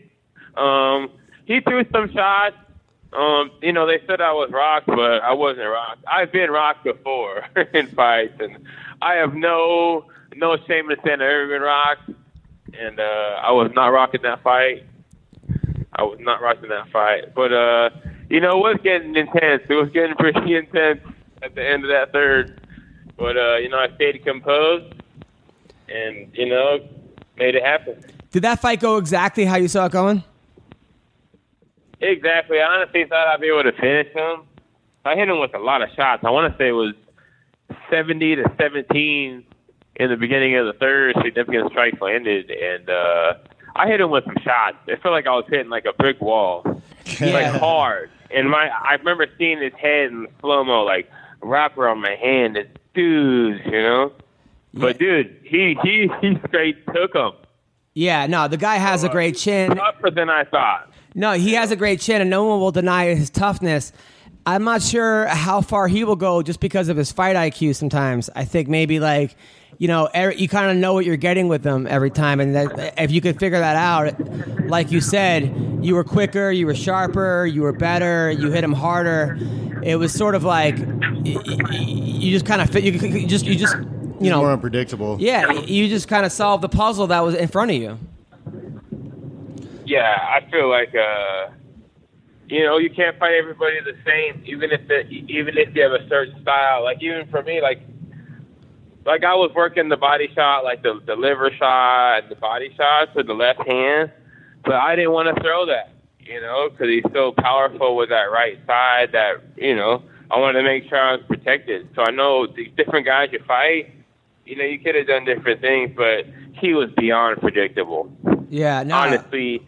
S5: Um, he threw some shots. Um, you know, they said I was rocked, but I wasn't rocked. I've been rocked before in fights, and I have no no shame in saying I've ever been rocked. And uh, I was not rocking that fight. I was not rocking that fight, but uh, you know, it was getting intense. It was getting pretty intense at the end of that third. But uh, you know, I stayed composed, and you know, made it happen.
S2: Did that fight go exactly how you saw it going?
S5: Exactly. I honestly thought I'd be able to finish him. I hit him with a lot of shots. I want to say it was 70 to 17 in the beginning of the third. Significant strikes landed, and uh, I hit him with some shots. It felt like I was hitting like a brick wall, like hard. And my, I remember seeing his head in slow mo, like wrap around my hand. It's dudes, you know. But dude, he he he straight took him
S2: Yeah, no. The guy has a great chin.
S5: tougher than I thought.
S2: No, he has a great chin, and no one will deny his toughness. I'm not sure how far he will go just because of his fight IQ. Sometimes I think maybe like you know er- you kind of know what you're getting with him every time, and that, if you could figure that out, like you said, you were quicker, you were sharper, you were better, you hit him harder. It was sort of like y- y- y- you just kind of fit. You, c- you just you just you
S3: He's more
S2: know
S3: unpredictable.
S2: yeah you just kind of solved the puzzle that was in front of you.
S5: yeah, I feel like uh, you know you can't fight everybody the same, even if it, even if you have a certain style. Like even for me, like like I was working the body shot, like the the liver shot, and the body shots with the left hand, but I didn't want to throw that, you know, because he's so powerful with that right side that you know I wanted to make sure I was protected. So I know these different guys you fight. You know, you could have done different things, but he was beyond predictable
S2: Yeah, no.
S5: honestly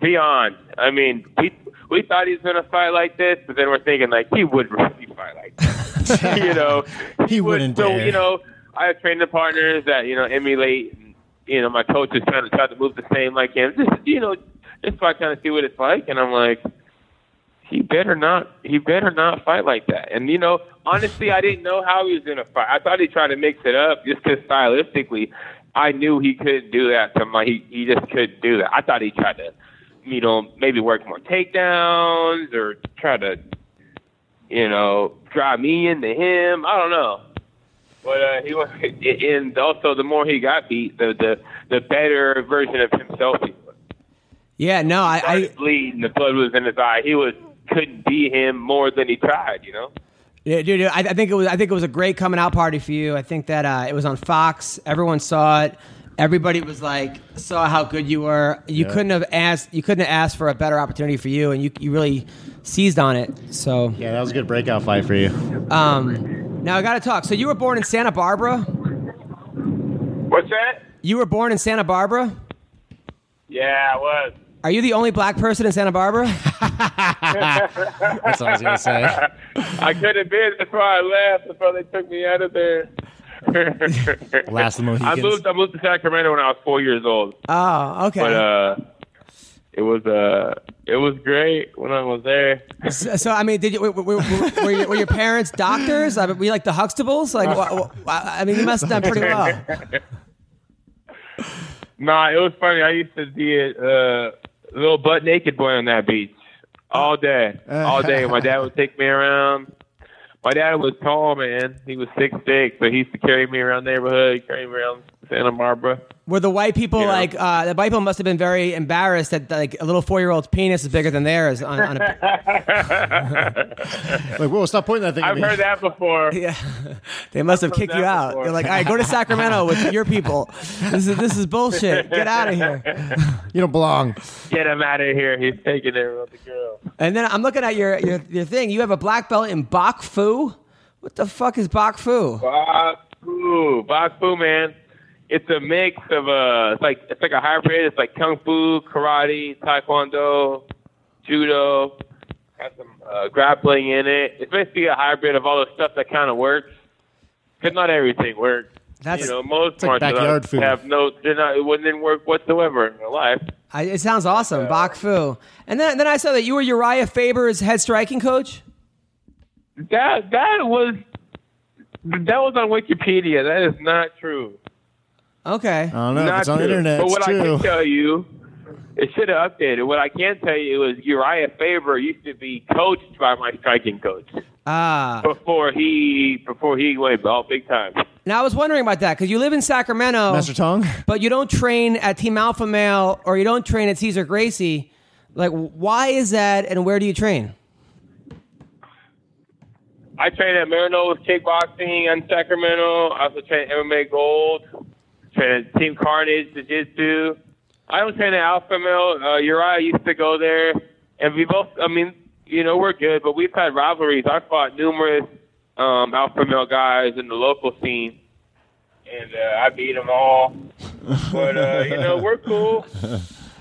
S5: beyond. I mean, we we thought he was gonna fight like this, but then we're thinking like he would really fight like this. you know,
S3: He
S5: would-
S3: wouldn't
S5: So
S3: dare.
S5: you know, I have training partners that you know emulate. You know, my coach is trying to try to move the same like him. Just you know, just so I kind of see what it's like, and I'm like. He better not. He better not fight like that. And you know, honestly, I didn't know how he was gonna fight. I thought he tried to mix it up just 'cause stylistically, I knew he couldn't do that. To my, he he just couldn't do that. I thought he tried to, you know, maybe work more takedowns or try to, you know, drive me into him. I don't know. But uh, he was, and also the more he got beat, the the the better version of himself he was
S2: Yeah, no. I, I
S5: started bleeding. The blood was in his eye. He was couldn't be him more than he tried. You know.
S2: Yeah, dude, I, I think it was. I think it was a great coming out party for you. I think that uh, it was on Fox. Everyone saw it. Everybody was like, saw how good you were. You
S3: Yeah.
S2: couldn't have asked. You couldn't have asked for a better opportunity for you, and you, you really seized on it. So
S3: Yeah, that was a good breakout fight for you.
S2: um, now I got to talk. So you were born in Santa Barbara.
S5: What's that?
S2: You were born in Santa Barbara.
S5: Yeah, I was.
S2: Are you the only black person in Santa Barbara?
S6: That's what I was gonna say.
S5: I couldn't be. That's why I left. That's why they took me out of there.
S6: Last of the
S5: I
S6: Mohicans.
S5: moved. I moved to Sacramento when I was four years old.
S2: Oh, okay.
S5: But uh, it was uh, it was great when I was there.
S2: so, so, I mean, did you were, were, were, were your, were your parents doctors? I mean, were you like the Huxtables? Like, wha- wha- I mean, you must have done pretty well.
S5: Nah, it was funny. I used to be a uh, little butt naked boy on that beach all day, all day. My dad would take me around. My dad was tall, man. He was six six, so he used to carry me around the neighborhood, carry me around Santa Barbara.
S2: Were the white people
S5: Yeah.
S2: like uh, the white people must have been very embarrassed that like a little four year old's penis is bigger than theirs on, on a
S3: Like, whoa, stop pointing that thing at
S5: I've
S3: me.
S5: heard that before.
S2: yeah. They must have kicked you
S5: that
S2: out.
S5: before.
S2: They're like, all right, go to Sacramento with your people. This is this is bullshit. Get out of here.
S3: You don't belong.
S5: Get him out of here. He's taking it with the girl.
S2: And then I'm looking at your your, your thing. You have a black belt in Bok Fu. What the fuck is Bok Fu?
S5: Baku, Baku, man. It's a mix of uh, it's like it's like a hybrid. It's like kung fu, karate, taekwondo, judo. Has some uh, grappling in it. It's basically a hybrid of all the stuff that kind of works. Cause not everything works.
S2: That's-
S5: you know, most
S2: It's like
S5: martial
S2: backyard
S5: arts
S2: food.
S5: have no, they're not, it wouldn't work whatsoever in real life.
S2: I, it sounds awesome,
S5: uh,
S2: Bak Fu. And then, then I saw that you were Uriah Faber's head striking coach.
S5: That that was that was on Wikipedia. That is not true.
S2: Okay.
S3: I don't know. if
S5: Not
S3: it's on the
S5: true.
S3: internet.
S5: But
S3: It's
S5: what I
S3: true.
S5: can tell you, it should have updated. What I can tell you is Uriah Faber used to be coached by my striking coach
S2: Ah.
S5: before he before he went all big time.
S2: Now I was wondering about that because you live in Sacramento,
S3: Master Tong?
S2: but you don't train at Team Alpha Male or you don't train at Caesar Gracie. Like, why is that? And where do you train?
S5: I trained at Marino's kickboxing in Sacramento. I also trained at MMA Gold. Trained at Team Carnage Jiu Jitsu. I don't train at Alpha Male. Uh, Uriah used to go there, and we both. I mean, you know, we're good, but we've had rivalries. I fought numerous um, Alpha Male guys in the local scene, and uh, I beat them all. But uh, you know, we're cool.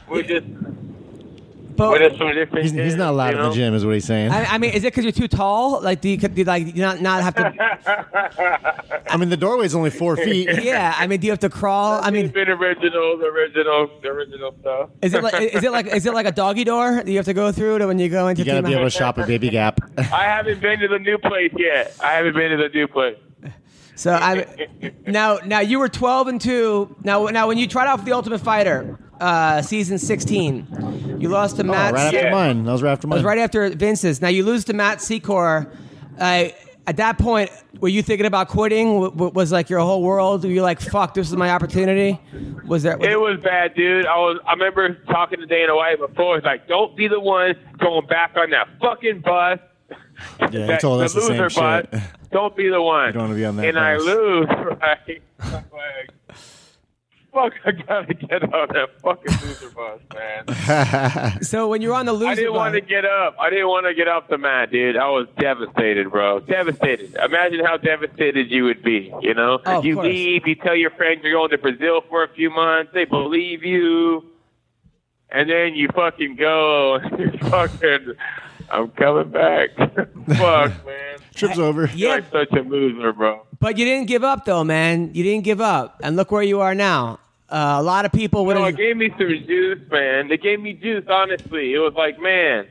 S5: We're just
S2: But
S5: we're just from different.
S3: He's, he's not allowed
S5: you
S3: in the
S5: know?
S3: gym, is what he's saying.
S2: I, I mean, is it because you're too tall? Like, do you, do you like you not not have to?
S3: I mean, the doorway's only four feet.
S2: Yeah, I mean, do you have to crawl? I mean,
S5: It's been original, the original, the original stuff.
S2: is it like is it like is it like a doggy door that you have to go through to when you go into
S3: You gotta
S2: Team
S3: be able
S2: Alpha?
S3: to shop at Baby Gap.
S5: I haven't been to the new place yet. I haven't been to the new place.
S2: So I now now you were twelve and two. Now now when you tried out for the Ultimate Fighter, uh, season sixteen, you lost to
S3: Oh,
S2: Matt.
S3: right after
S5: Yeah.
S3: mine. That was right after
S2: It
S3: mine.
S2: was right after Vince's. Now you lose to Matt Secor. Uh, at that point, were you thinking about quitting? W- w- was like your whole world? Were you like, "Fuck, this is my opportunity"? Was there?
S5: It was bad, dude. I was. I remember talking to Dana White before. He's like, "Don't be the one going back on that fucking bus."
S3: Yeah, he
S5: That-
S3: told us the, same
S5: loser bus.
S3: shit.
S5: Don't be the one.
S3: don't wanna be on that
S5: And I
S3: bus.
S5: lose, right? I'm like, fuck, I gotta get on that fucking loser bus, man.
S2: so when you were on the loser,
S5: I didn't
S2: bus-
S5: want to get up. I didn't want to get off the mat, dude. I was devastated, bro. Devastated. Imagine how devastated you would be. You know,
S2: Oh, of
S5: you
S2: course.
S5: leave. You tell your friends you're going to Brazil for a few months. They believe you, and then you fucking go. and you fucking, I'm coming back. Fuck, man.
S3: Trip's over.
S2: Yeah.
S5: You're such a loser, bro.
S2: but you didn't give up, though, man. You didn't give up, and look where you are now. Uh, a lot of people would.
S5: No,
S2: have
S5: it gave me some juice, man. It gave me juice, honestly. It was like, man,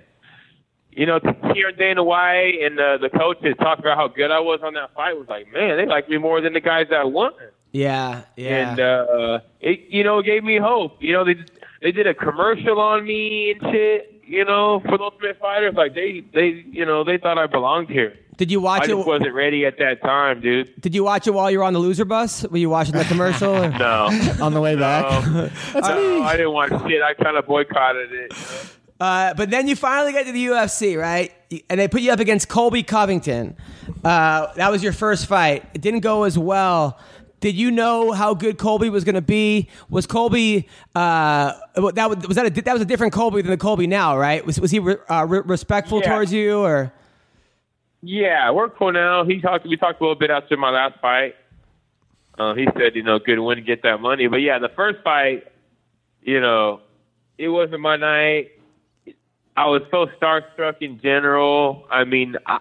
S5: you know, hearing Dana White and uh, the coaches talk about how good I was on that fight was like, man, they like me more than the guys that won.
S2: yeah, yeah.
S5: And uh, it, you know, it gave me hope. You know, they they did a commercial on me and shit. You know, for the Ultimate Fighters, like they they you know they thought I belonged here.
S2: did you
S5: I
S2: watch it?
S5: just wasn't ready at that time, dude.
S2: Did you watch it while you were on the loser bus? Were you watching the commercial? or-
S5: No,
S3: On the way back.
S5: no, no Oh. I uh, didn't want shit. I kind of boycotted it. you know?
S2: Uh, but then you finally get to the UFC, right? And they put you up against Colby Covington. Uh, that was your first fight. It didn't go as well. Did you know how good Colby was going to be? Was Colby uh, well, that was was that a, that was a different Colby than the Colby now, right? Was was he re, uh, re- respectful
S5: Yeah.
S2: towards you or?
S5: Yeah, we're cool now. He talked. We talked a little bit after my last fight. Uh, he said, you know, good win, get that money. But yeah, the first fight, you know, it wasn't my night. I was so starstruck in general. I mean, I,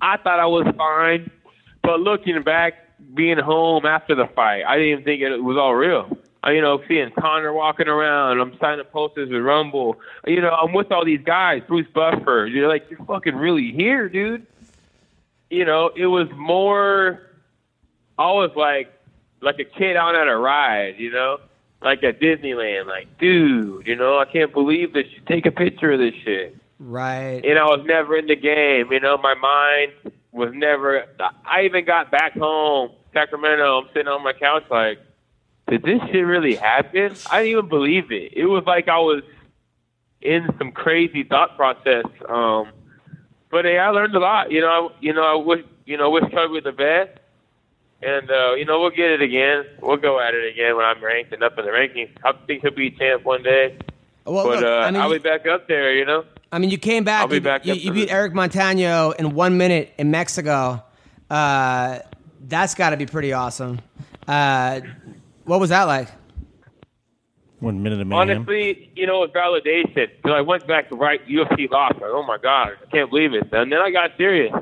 S5: I thought I was fine, but looking back, being home after the fight, I didn't even think it was all real. I, you know, seeing Connor walking around, I'm signing posters with Rumble. You know, I'm with all these guys, Bruce Buffer. You're like, you're fucking really here, dude you know, it was more. I was like, like a kid out at a ride, you know, like at Disneyland. Like, dude, you know, I can't believe this. You take a picture of this shit.
S2: Right.
S5: And I was never in the game. You know, my mind was never. I even got back home, Sacramento. I'm sitting on my couch, like, did this shit really happen? I didn't even believe it. It was like I was in some crazy thought process. Um, but hey, I learned a lot. You know, I, you know, I wish, you know, wish Kobe the best. And uh, you know, we'll get it again. We'll go at it again when I'm ranked and up in the rankings. I think he'll be champ one day.
S2: well,
S5: But
S2: look,
S5: uh,
S2: I mean,
S5: I'll
S2: you-
S5: be back up there. You know.
S2: I mean, you came back.
S5: I'll be
S2: you,
S5: back
S2: you,
S5: up
S2: you
S5: for
S2: beat
S5: this.
S2: Eric Montano in one minute in Mexico. Uh, that's got to be pretty awesome. Uh, what was that like?
S3: One minute of mayhem.
S5: Honestly, you know, it's validation. You know, I went back to right UFC lost. Like, oh my god, I can't believe it. And then I got serious.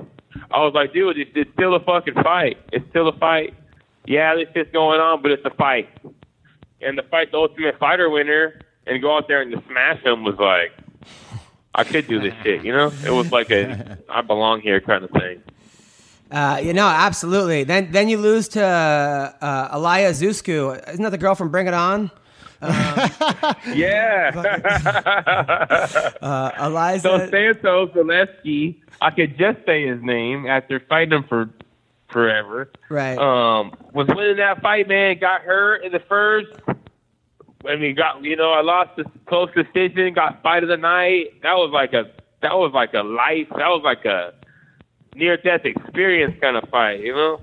S5: I was like, dude, it's, it's still a fucking fight. It's still a fight. yeah, this shit's going on, but it's a fight. And the fight, the Ultimate Fighter winner, and go out there and just smash him was like, I could do this shit, you know? It was like a I belong here kind of thing.
S2: Uh, you know, absolutely. Then then you lose to uh, uh, Elia Zusku. Isn't that the girl from Bring It On?
S5: Yeah.
S2: Uh, Eliza.
S5: so Santos Zaleski, I could just say his name after fighting him for forever.
S2: right.
S5: Um, was winning that fight, man. Got hurt in the first. I mean, got you know, I lost the close decision. Got fight of the night. That was like a that was like a life. That was like a near death experience kind of fight, you know.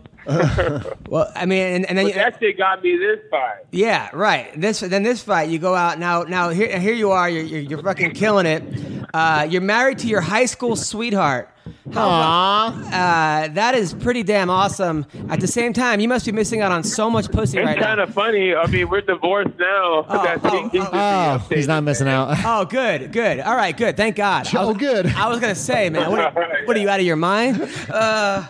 S2: well, I mean, and, and then
S5: But
S2: you,
S5: that shit got me this fight.
S2: Yeah, right. This then this fight you go out now. Now here here you are. You're you're, you're fucking killing it. Uh, you're married to your high school sweetheart. How fu- Uh, that is pretty damn awesome. At the same time, you must be missing out on so much pussy
S5: It's
S2: right
S5: kind
S2: now.
S5: of funny. I mean, we're divorced now. That's-
S2: oh, oh.
S3: Oh, he's not missing out.
S2: Oh, good, good. All right, good. Thank God. I
S3: Oh,
S2: was,
S3: good.
S2: I was gonna say, man, what are, you- what are you out of your mind? Uh,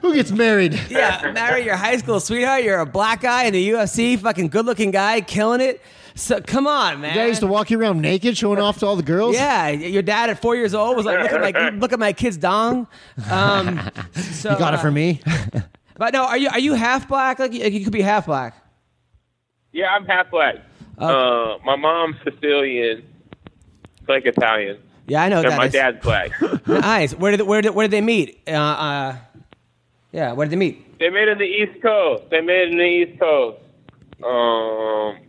S3: Who gets married?
S2: yeah, marry your high school sweetheart. You're a black guy in the UFC, fucking good-looking guy, killing it. So come on, man.
S3: Yeah, I used to walk you around naked, showing off to all the girls.
S2: Yeah, your dad at four years old was like, "Look at my look at my kid's dong." Um, so,
S3: You got it
S2: uh,
S3: for me.
S2: But no, are you are you half black? Like you, you could be half black.
S5: Yeah, I'm half black. Uh, my mom's Sicilian, like Italian,
S2: Yeah, I know
S5: and
S2: that.
S5: my
S2: is-
S5: dad's black.
S2: Nice. Where did where did where did they meet? Uh, uh, yeah, where did they meet?
S5: they made it in the East Coast. They made it in the East Coast. Um,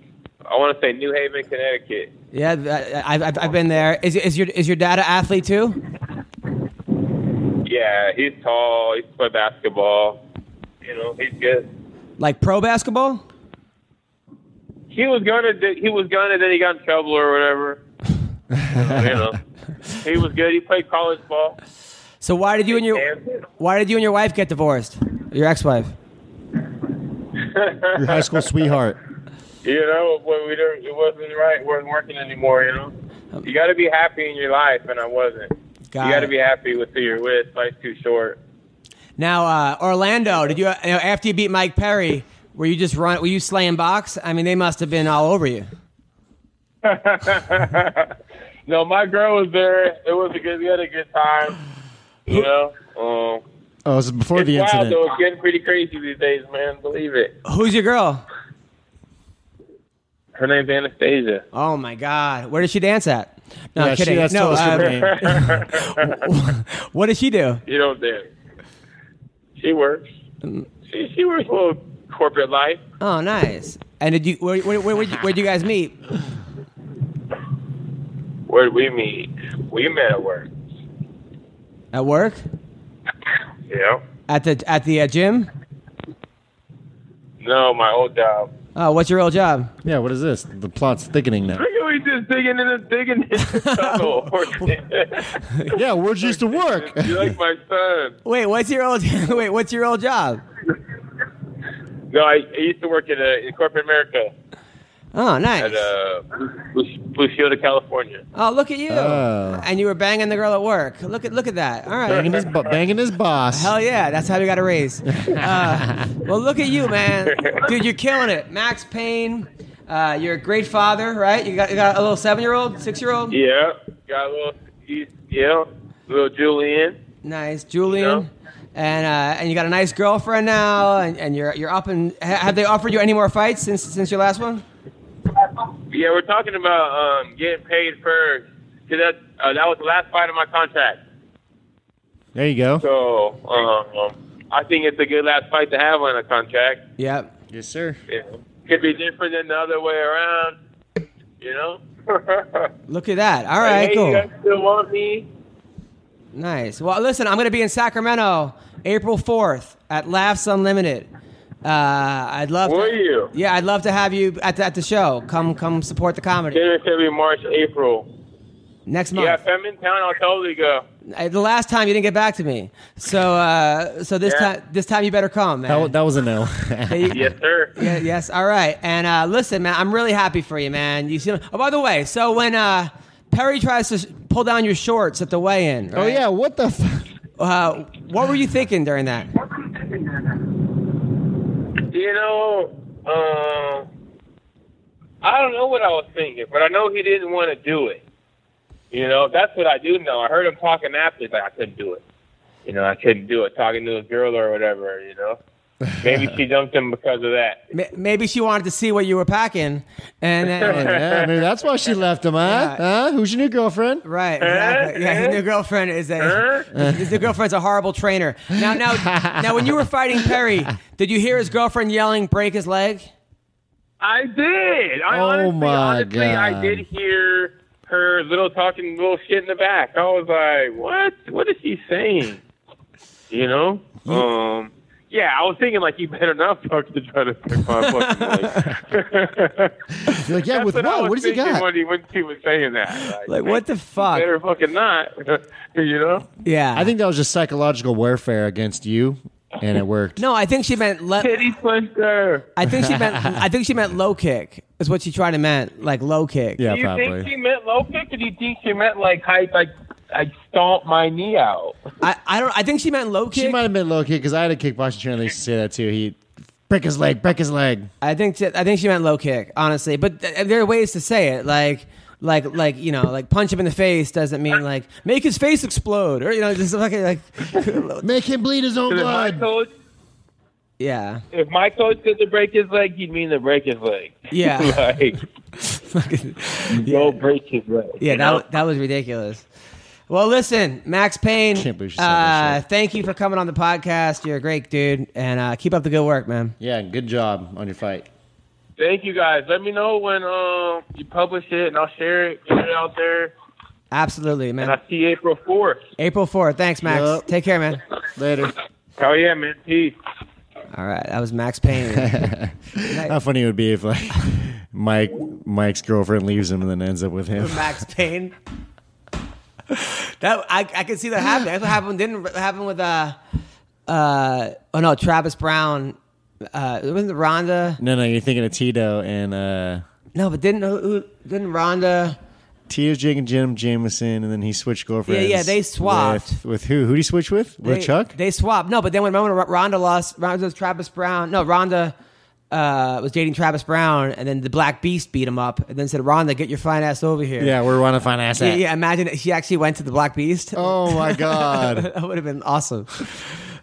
S5: I want to say New Haven, Connecticut.
S2: Yeah, th- I, I've I've been there. Is is your is your dad an athlete too?
S5: Yeah, he's tall. He's play basketball. You know, he's good.
S2: Like pro basketball?
S5: He was gonna. Do, he was gonna. Then he got in trouble or whatever. you know, he was good. He played college ball.
S2: So why did you and your why did you and your wife get divorced? Your ex-wife?
S3: Your high school sweetheart.
S5: you know, when we didn't, it wasn't right, wasn't working anymore. You know, you got to be happy in your life, and I wasn't.
S2: Got
S5: you got to
S2: it.
S5: be happy with who you're with. Life's too short.
S2: Now, uh, Orlando, did you, you know, after you beat Mike Perry, were you just run? Were you slaying box? I mean, they must have been all over you.
S5: no, my girl was there. It was a good. We had a good time. You know, um,
S3: Oh, this is before
S5: it's
S3: the
S5: wild
S3: incident.
S5: though. It's getting pretty crazy these days, man. Believe it.
S2: Who's your girl?
S5: Her name's Anastasia.
S2: Oh my God, where did she dance at? No,
S3: yeah,
S2: I'm kidding.
S3: She, that's
S2: no,
S3: still a
S2: uh,
S3: stupid name.
S2: what did she do?
S5: You don't dare. She works. She she works a little corporate life.
S2: Oh, nice. And did you? Where, where, where, where'd, you, where'd you guys meet?
S5: Where did we meet? We met at work.
S2: At work?
S5: Yeah.
S2: At the at the uh, gym?
S5: No, my old job.
S2: Oh, what's your real job?
S3: Yeah, what is this? The plot's thickening now.
S5: Look at we just digging in the digging in the tunnel.
S3: Yeah, words used to work.
S5: you like my son?
S2: Wait, what's your old? wait, what's your old job?
S5: No, I, I used to work at uh, in corporate America
S2: Oh, nice.
S5: at uh, Blue, Blue Shield of California.
S2: oh, look at you.
S3: Oh.
S2: And you were banging the girl at work. Look at look at that. All right.
S3: Banging his, bo- banging his boss.
S2: Hell yeah, that's how you got a raise. Uh, well, look at you, man, dude, you're killing it. Max Payne, uh, you're a great father, right? You got, you got a little seven-year-old, six-year-old.
S5: Yeah, got a little, he's- yeah, little Julian.
S2: Nice, Julian, and uh, and you got a nice girlfriend now, and, and you're you're up and ha- have they offered you any more fights since since your last one?
S5: Yeah, we're talking about um, getting paid first. Cause that uh, that was the last fight of my contract.
S3: There you go.
S5: So um, I think it's a good last fight to have on a contract.
S2: Yep.
S3: Yes, sir.
S5: You know, could be different than the other way around. You know.
S2: Look at that. All right,
S5: hey,
S2: cool.
S5: you guys still want me?
S2: Nice. Well, listen, I'm going to be in Sacramento April 4th at Laughs Unlimited. Uh, I'd love.
S5: Were
S2: to,
S5: you?
S2: Yeah, I'd love to have you at the, at the show. Come, come support the comedy
S5: Dinner should be March, April.
S2: next month.
S5: Yeah, if I'm in town, I'll totally go.
S2: I- the last time you didn't get back to me, so uh, so this
S5: Yeah.
S2: time this time you better come, man.
S3: That, wa- that was a no.
S2: Hey,
S5: Yes, sir.
S2: yeah, yes, all right. And uh, listen, man, I'm really happy for you, man. You see, oh, by the way, so when uh, Perry tries to s- pull down your shorts at the weigh-in,
S3: oh,
S2: right?
S3: yeah, what the f-
S2: uh, what were you thinking during that?
S5: You know, uh, I don't know what I was thinking, but I know he didn't want to do it. You know, that's what I do know. I heard him talking after, he's like, I couldn't do it. You know, I couldn't do it talking to his girl or whatever, you know. Maybe she dumped him because of that.
S2: Ma- Maybe she wanted to see what you were packing, and then,
S3: yeah, maybe that's why she left him, huh? Huh? Who's your new girlfriend?
S2: right, exactly. yeah, his new girlfriend is a his new girlfriend's a horrible trainer. Now, now, now, when you were fighting Perry, did you hear his girlfriend yelling, "Break his leg"?
S5: I did. I
S3: Oh,
S5: honestly,
S3: my
S5: honestly, I
S3: God.
S5: did hear her little talking little shit in the back. I was like, what? What is she saying? You know? Um. Yeah, I was thinking like you better not fuck to try to pick my fucking leg.
S3: You're like, yeah,
S5: That's
S3: with
S5: what,
S3: what?
S5: I was
S3: What does he
S5: thinking
S3: got?
S5: When he, when she was saying that,
S2: Like, what the fuck?
S5: Better fucking not, you know.
S2: Yeah,
S3: I think that was just psychological warfare against you, and it worked.
S2: no, I think she meant. Let,
S5: Titty punched her.
S2: I think she meant. I think she meant low kick. Is what she tried to meant, like low kick.
S3: yeah,
S5: do you think she
S3: probably.
S5: meant low kick, or do you think she meant like height, like like stomp my knee out?
S2: I, I don't. I think she meant low kick.
S3: She might have been low key because I had a kickboxing trainer that used to say that too. He break his leg, break his leg.
S2: I think she, I think she meant low kick, honestly. But th- there are ways to say it, like like like you know, like punch him in the face doesn't mean like make his face explode or you know just like like
S3: Make him bleed his own
S5: If my
S3: blood.
S5: coach,
S2: yeah
S5: if my coach said to break his leg, he'd mean to break his leg.
S2: yeah
S5: like go break his leg.
S2: yeah
S5: you know?
S2: that that was ridiculous. Well, listen, Max Payne.
S3: Can't believe she said that
S2: uh, thank you for coming on the podcast. You're a great dude, and uh, keep up the good work, man.
S3: Yeah, good job on your fight.
S5: Thank you guys. Let me know when um you publish it, and I'll share it, get it out there.
S2: Absolutely,
S5: And I
S2: man.
S5: see April fourth.
S2: April fourth. Thanks, Max.
S3: Yup.
S2: Take care, man.
S3: Later.
S5: Oh yeah, man. Peace.
S2: All right, that was Max Payne.
S3: How funny it would be if like Mike Mike's girlfriend leaves him and then ends up with him.
S2: Max Payne. That I I can see that happening. That's what happened. Didn't happen with uh uh oh no Travis Brown. Uh, it wasn't Rhonda.
S3: No, no, you're thinking of Tito and uh
S2: No, but didn't who, who, didn't Rhonda?
S3: Tito's drinking Jim Jameson and then he switched girlfriends.
S2: Yeah, yeah, they swapped.
S3: With, with who? Who'd he switch with?
S2: They,
S3: With Chuck?
S2: They swapped. No, but then when remember when Rhonda lost, Rhonda was Travis Brown. No, Rhonda uh, was dating Travis Brown, and then the Black Beast beat him up, and then said, "Rhonda, get your fine ass over here."
S3: yeah, we're running fine ass
S2: yeah.
S3: at.
S2: yeah imagine that she actually went to the Black Beast.
S3: Oh my god.
S2: that would have been awesome.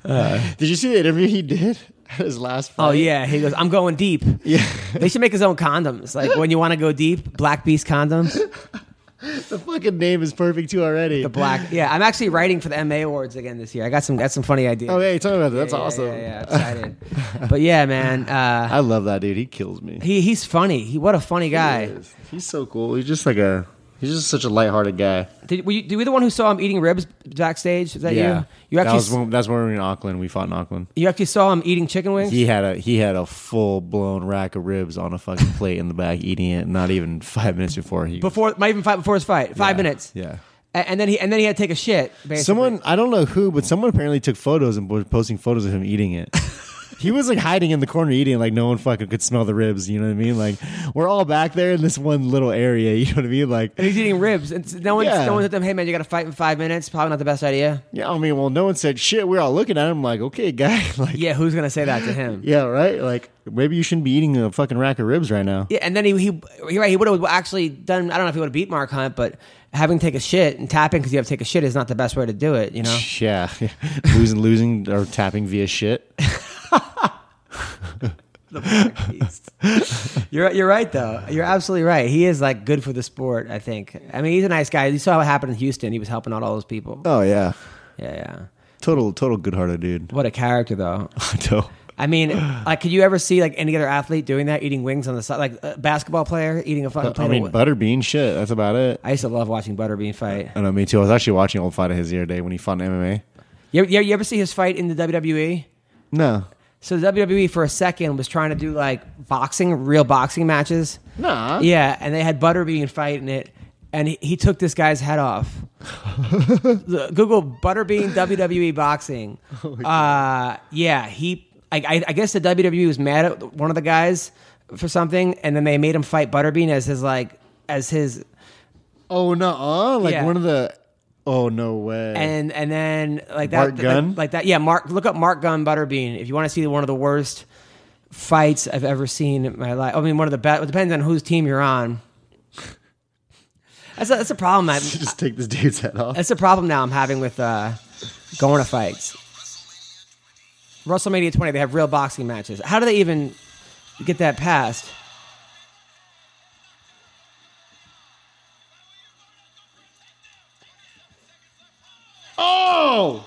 S3: Did you see the interview he did at his last fight?
S2: Oh yeah, he goes. I'm going deep.
S3: Yeah.
S2: They should make his own condoms. Like when you want to go deep, Black Beast condoms.
S3: the fucking name is perfect too already.
S2: The black. Yeah, I'm actually writing for the MA awards again this year. I got some got some funny ideas.
S3: Oh yeah, you talking about that.
S2: Yeah,
S3: That's
S2: yeah,
S3: awesome.
S2: Yeah, yeah, excited. but yeah, man, uh,
S3: I love that dude. He kills me.
S2: he he's funny. He what a funny guy.
S3: is. He's so cool. He's just like a he's just such a lighthearted guy.
S2: Did were you, were you the one who saw him eating ribs backstage? Is that you? You
S3: that
S2: actually
S3: was when, that's when we were in Auckland. We fought in Auckland.
S2: you actually saw him eating chicken wings.
S3: He had a he had a full blown rack of ribs on a fucking plate in the back, eating it. Not even five minutes before he
S2: Before, might even fight before his fight, five
S3: Yeah,
S2: minutes,
S3: Yeah.
S2: A- and then he and then he had to take a shit. Basically.
S3: Someone I don't know who, but someone apparently took photos and was posting photos of him eating it. he was like hiding in the corner eating, it, like no one fucking could smell the ribs. You know what I mean? Like we're all back there in this one little area. You know what I mean? Like
S2: and he's eating ribs, and no one
S3: Yeah.
S2: no one told him, "Hey man, you got to fight in five minutes." Probably not the best idea.
S3: yeah, I mean, well, no one said shit. We're all looking at him like, okay, guy, like
S2: Yeah, who's gonna say that to him?
S3: yeah, right. Like maybe you shouldn't be eating a fucking rack of ribs right now.
S2: Yeah, and then he he you're right. He would have actually done. I don't know if he would have beat Mark Hunt, but having to take a shit and tapping because you have to take a shit is not the best way to do it. You know.
S3: Yeah, losing, losing, or tapping via shit.
S2: You're you're right though. You're absolutely right. He is like good for the sport. I think. I mean, he's a nice guy. You saw what happened in Houston. He was helping out all those people.
S3: Oh yeah,
S2: Yeah, yeah.
S3: total, total good-hearted dude.
S2: What a character though.
S3: No.
S2: I mean, like, could you ever see like any other athlete doing that, eating wings on the side, like a basketball player eating a fucking
S3: I
S2: plate of
S3: mean,
S2: wi-
S3: butterbean shit. That's about it.
S2: I used to love watching Butterbean fight.
S3: I know, me too. I was actually watching an old fight of his the other day when he fought in MMA.
S2: You, you, you ever see his fight in the E? WWE?
S3: No.
S2: So the WWE for a second was trying to do like boxing, real boxing matches.
S3: Nah.
S2: Yeah, and they had Butterbean fighting it, and he, he took this guy's head off. Look, Google Butterbean WWE E boxing. uh, yeah, he. I, I, I guess the WWE was mad at one of the guys for something, and then they made him fight Butterbean as his like as his
S3: Oh, no. uh Like
S2: Yeah.
S3: one of the. Oh, no way.
S2: and and then like that
S3: Mark
S2: like-
S3: Gunn?
S2: like, that yeah Mark look up Mark Gunn Butterbean if you want to see one of the worst fights I've ever seen in my life. I mean, one of the best. It depends on whose team you're on. That's a, that's a problem. I,
S3: Just take this dude's head off.
S2: that's a problem now I'm having with uh, going to fights. WrestleMania 20, they have real boxing matches. How do they even get that past?
S4: Oh!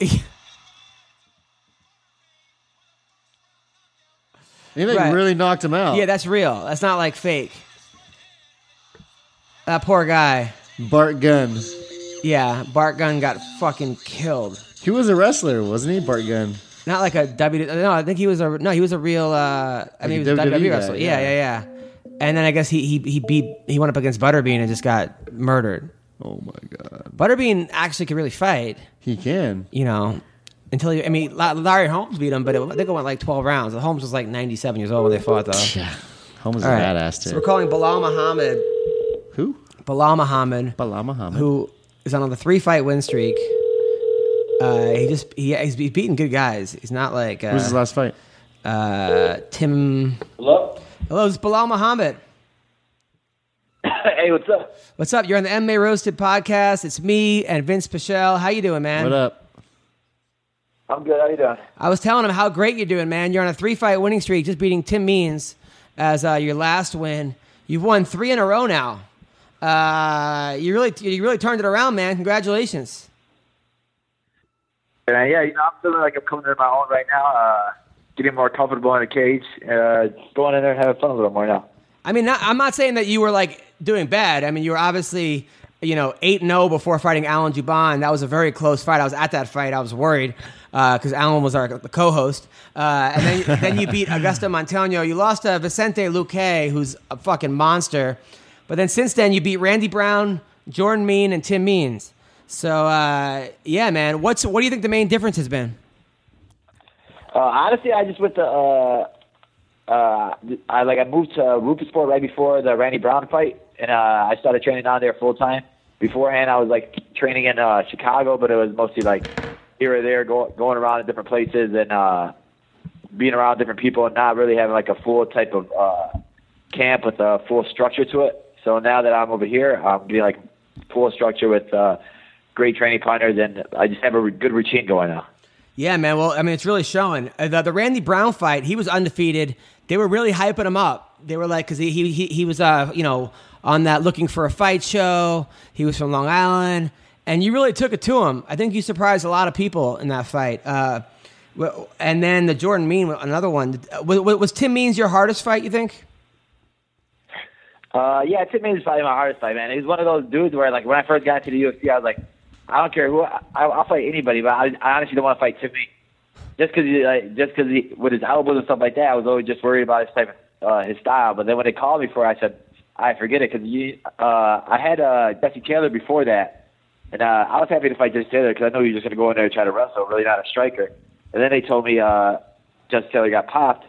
S3: He like
S2: Right.
S3: really knocked him out.
S2: Yeah, that's real. That's not like fake. That poor guy.
S3: Bart Gunn.
S2: Yeah, Bart Gunn got fucking killed.
S3: He was a wrestler, wasn't he? Bart Gunn.
S2: Not like a W. No, I think he was a no. He was a real. Uh, I mean, he was a
S3: Like a
S2: WWE
S3: WWE guy,
S2: wrestler. Yeah,
S3: yeah.
S2: yeah, yeah. And then I guess he he he beat he went up against Butterbean and just got murdered.
S3: Oh my god.
S2: Butterbean actually could really fight.
S3: He can.
S2: you know, until he, I mean, La- Larry Holmes beat him, but it, I think it went like 12 rounds. Holmes was like 97 years old when they fought, though.
S3: Yeah. Homer's
S2: All
S3: a
S2: right.
S3: badass
S2: So we're
S3: dude.
S2: calling Bilal Muhammad,
S3: Who?
S2: Bilal Muhammad,
S3: Bala Muhammad.
S2: who is on a three fight win streak. Uh, he just he, he's be- beating good guys. He's not like
S3: Who's his
S2: uh,
S3: last fight?
S2: uh, Tim.
S5: Hello?
S2: Hello, it's Bilal Muhammad.
S5: hey, what's up?
S2: What's up? You're on the MMA Roasted podcast. It's me and Vince Pichel. How you doing, man?
S3: What up?
S5: I'm good. How you doing?
S2: I was telling him how great you're doing, man. You're on a three fight winning streak, just beating Tim Means as uh, your last win. You've won three in a row now. Uh, you really, you really turned it around, man. Congratulations.
S7: And uh, yeah, you know, I'm feeling like I'm coming into my own right now. Uh, getting more comfortable in the cage. Uh, going in there and having fun a little more now.
S2: I mean, not, I'm not saying that you were like doing bad. I mean, you were obviously, you know, eight and zero before fighting Alan Juban. That was a very close fight. I was at that fight. I was worried because Alan was our the co-host. Uh, and then, then you beat Augusto Montano. You lost to Vicente Luque, who's a fucking monster. But then since then, you beat Randy Brown, Jordan Mean, and Tim Means. So uh, yeah, man. What's what do you think the main difference has been?
S7: Uh, honestly, I just went to uh, uh, I like I moved to Rupertsport right before the Randy Brown fight, and uh, I started training down there full time. Beforehand, I was like training in uh, Chicago, but it was mostly like here or there, go, going around to different places and uh, being around different people, and not really having like a full type of uh, camp with a full structure to it. So now that I'm over here, I'm getting like full structure with uh, great training partners, and I just have a re- good routine going now.
S2: Yeah, man. Well, I mean, it's really showing. Uh, The, the Randy Brown fight, he was undefeated. They were really hyping him up. They were like, because he, he, he, he was, uh, you know, on that looking for a fight show. He was from Long Island. And you really took it to him. I think you surprised a lot of people in that fight. Uh, wh- and then the Jordan Mean, another one. Uh, Was, was Tim Means your hardest fight, you think?
S7: Uh, yeah, Tim Means is probably my hardest fight, man. He's one of those dudes where, like, when I first got to the UFC, I was like, I don't care who, I, I'll fight anybody, but I, I honestly don't want to fight Tim Means. Just because, like, just because he, with his elbows and stuff like that, I was always just worried about his type of, uh, his style. But then when they called me for it, I said, I forget it, because you, uh, I had, uh, Jesse Taylor before that, and, uh, I was happy to fight Jesse Taylor, because I know he was just going to go in there and try to wrestle, really not a striker. And then they told me, uh, Jesse Taylor got popped,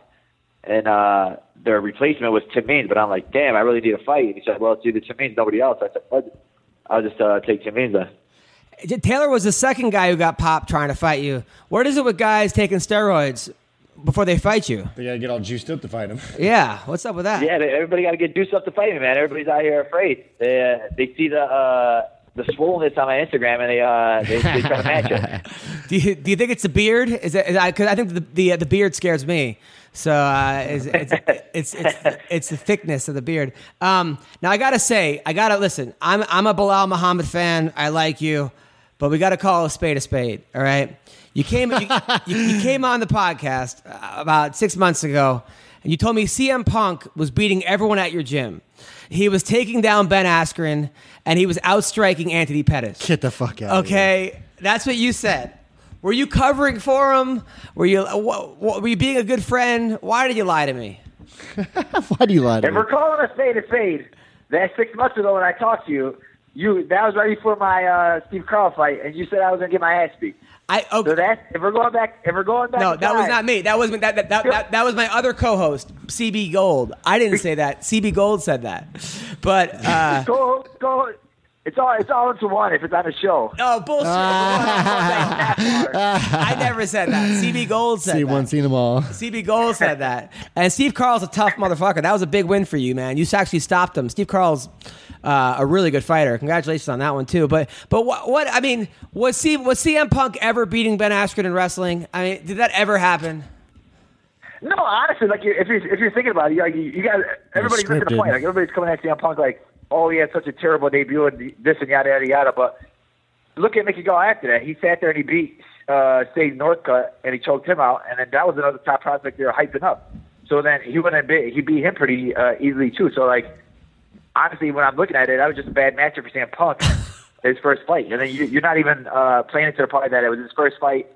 S7: and uh their replacement was Tim Means, but I'm like, damn, I really need a fight. And he said, well, it's either Tim Means, nobody else. I said, "Fuck it. I'll just uh, take Tim Means then.
S2: J- Taylor was the second guy who got popped trying to fight you. What is it with guys taking steroids before they fight you?
S3: They gotta get all juiced up to fight him.
S2: Yeah, what's up with that?
S7: Yeah, they, everybody got to get juiced up to fight me, man. Everybody's out here afraid. They uh, they see the uh, the swollenness on my Instagram and they uh they, they try to match it.
S2: Do you, do you think it's the beard? Is it? Is I, cause I think the the, uh, the beard scares me. So uh, it's, it's, it's, it's, the- it's the thickness of the beard. Um, now I gotta say, I gotta listen. I'm I'm a Bilal Muhammad fan. I like you, but we gotta call a spade a spade. All right. You came you, you, you came on the podcast uh, about six months ago, and you told me CM Punk was beating everyone at your gym. He was taking down Ben Askren, and he was outstriking Anthony Pettis.
S3: Get the fuck out. of here.
S2: Okay, that's what you said. Were you covering for him? Were you wh- wh- were you being a good friend? Why did you lie to me?
S3: Why do you lie to
S7: If
S3: me?
S7: we're calling a spade a spade, that six months ago when I talked to you, you that was right before my uh, Steve Carl fight, and you said I was gonna get my ass beat.
S2: I okay.
S7: So that if we're going back, if we're going back,
S2: no,
S7: in
S2: that was
S7: time-
S2: not me. That was that that, that, that that was my other co-host, CB Gold. I didn't say that. CB Gold said that. But uh,
S7: go, go. It's all it's all into one if it's on a show.
S2: No oh, bullshit. I never said that. CB Gold said
S3: See
S2: that.
S3: one, seen them all.
S2: CB Gold said that. And Steve Carl's a tough motherfucker. That was a big win for you, man. You actually stopped him. Steve Carl's uh, a really good fighter. Congratulations on that one too. But but what, what I mean was C, was CM Punk ever beating Ben Askren in wrestling? I mean, did that ever happen?
S7: No, honestly, like you, if you're if you're thinking about it, you, like, you, you got everybody's missing the
S3: scripted.
S7: point. Like everybody's coming at CM Punk like, oh, he had such a terrible debut and this and yada yada yada. But look at Mickey Gall after that. He sat there and he beat uh, Sage Northcutt and he choked him out, and then that was another top prospect they were hyping up. So then he went and beat he beat him pretty uh, easily too. So like, honestly, when I'm looking at it, that was just a bad matchup for CM Punk. his first fight, and then you, you're not even uh, playing it to the part that it was his first fight,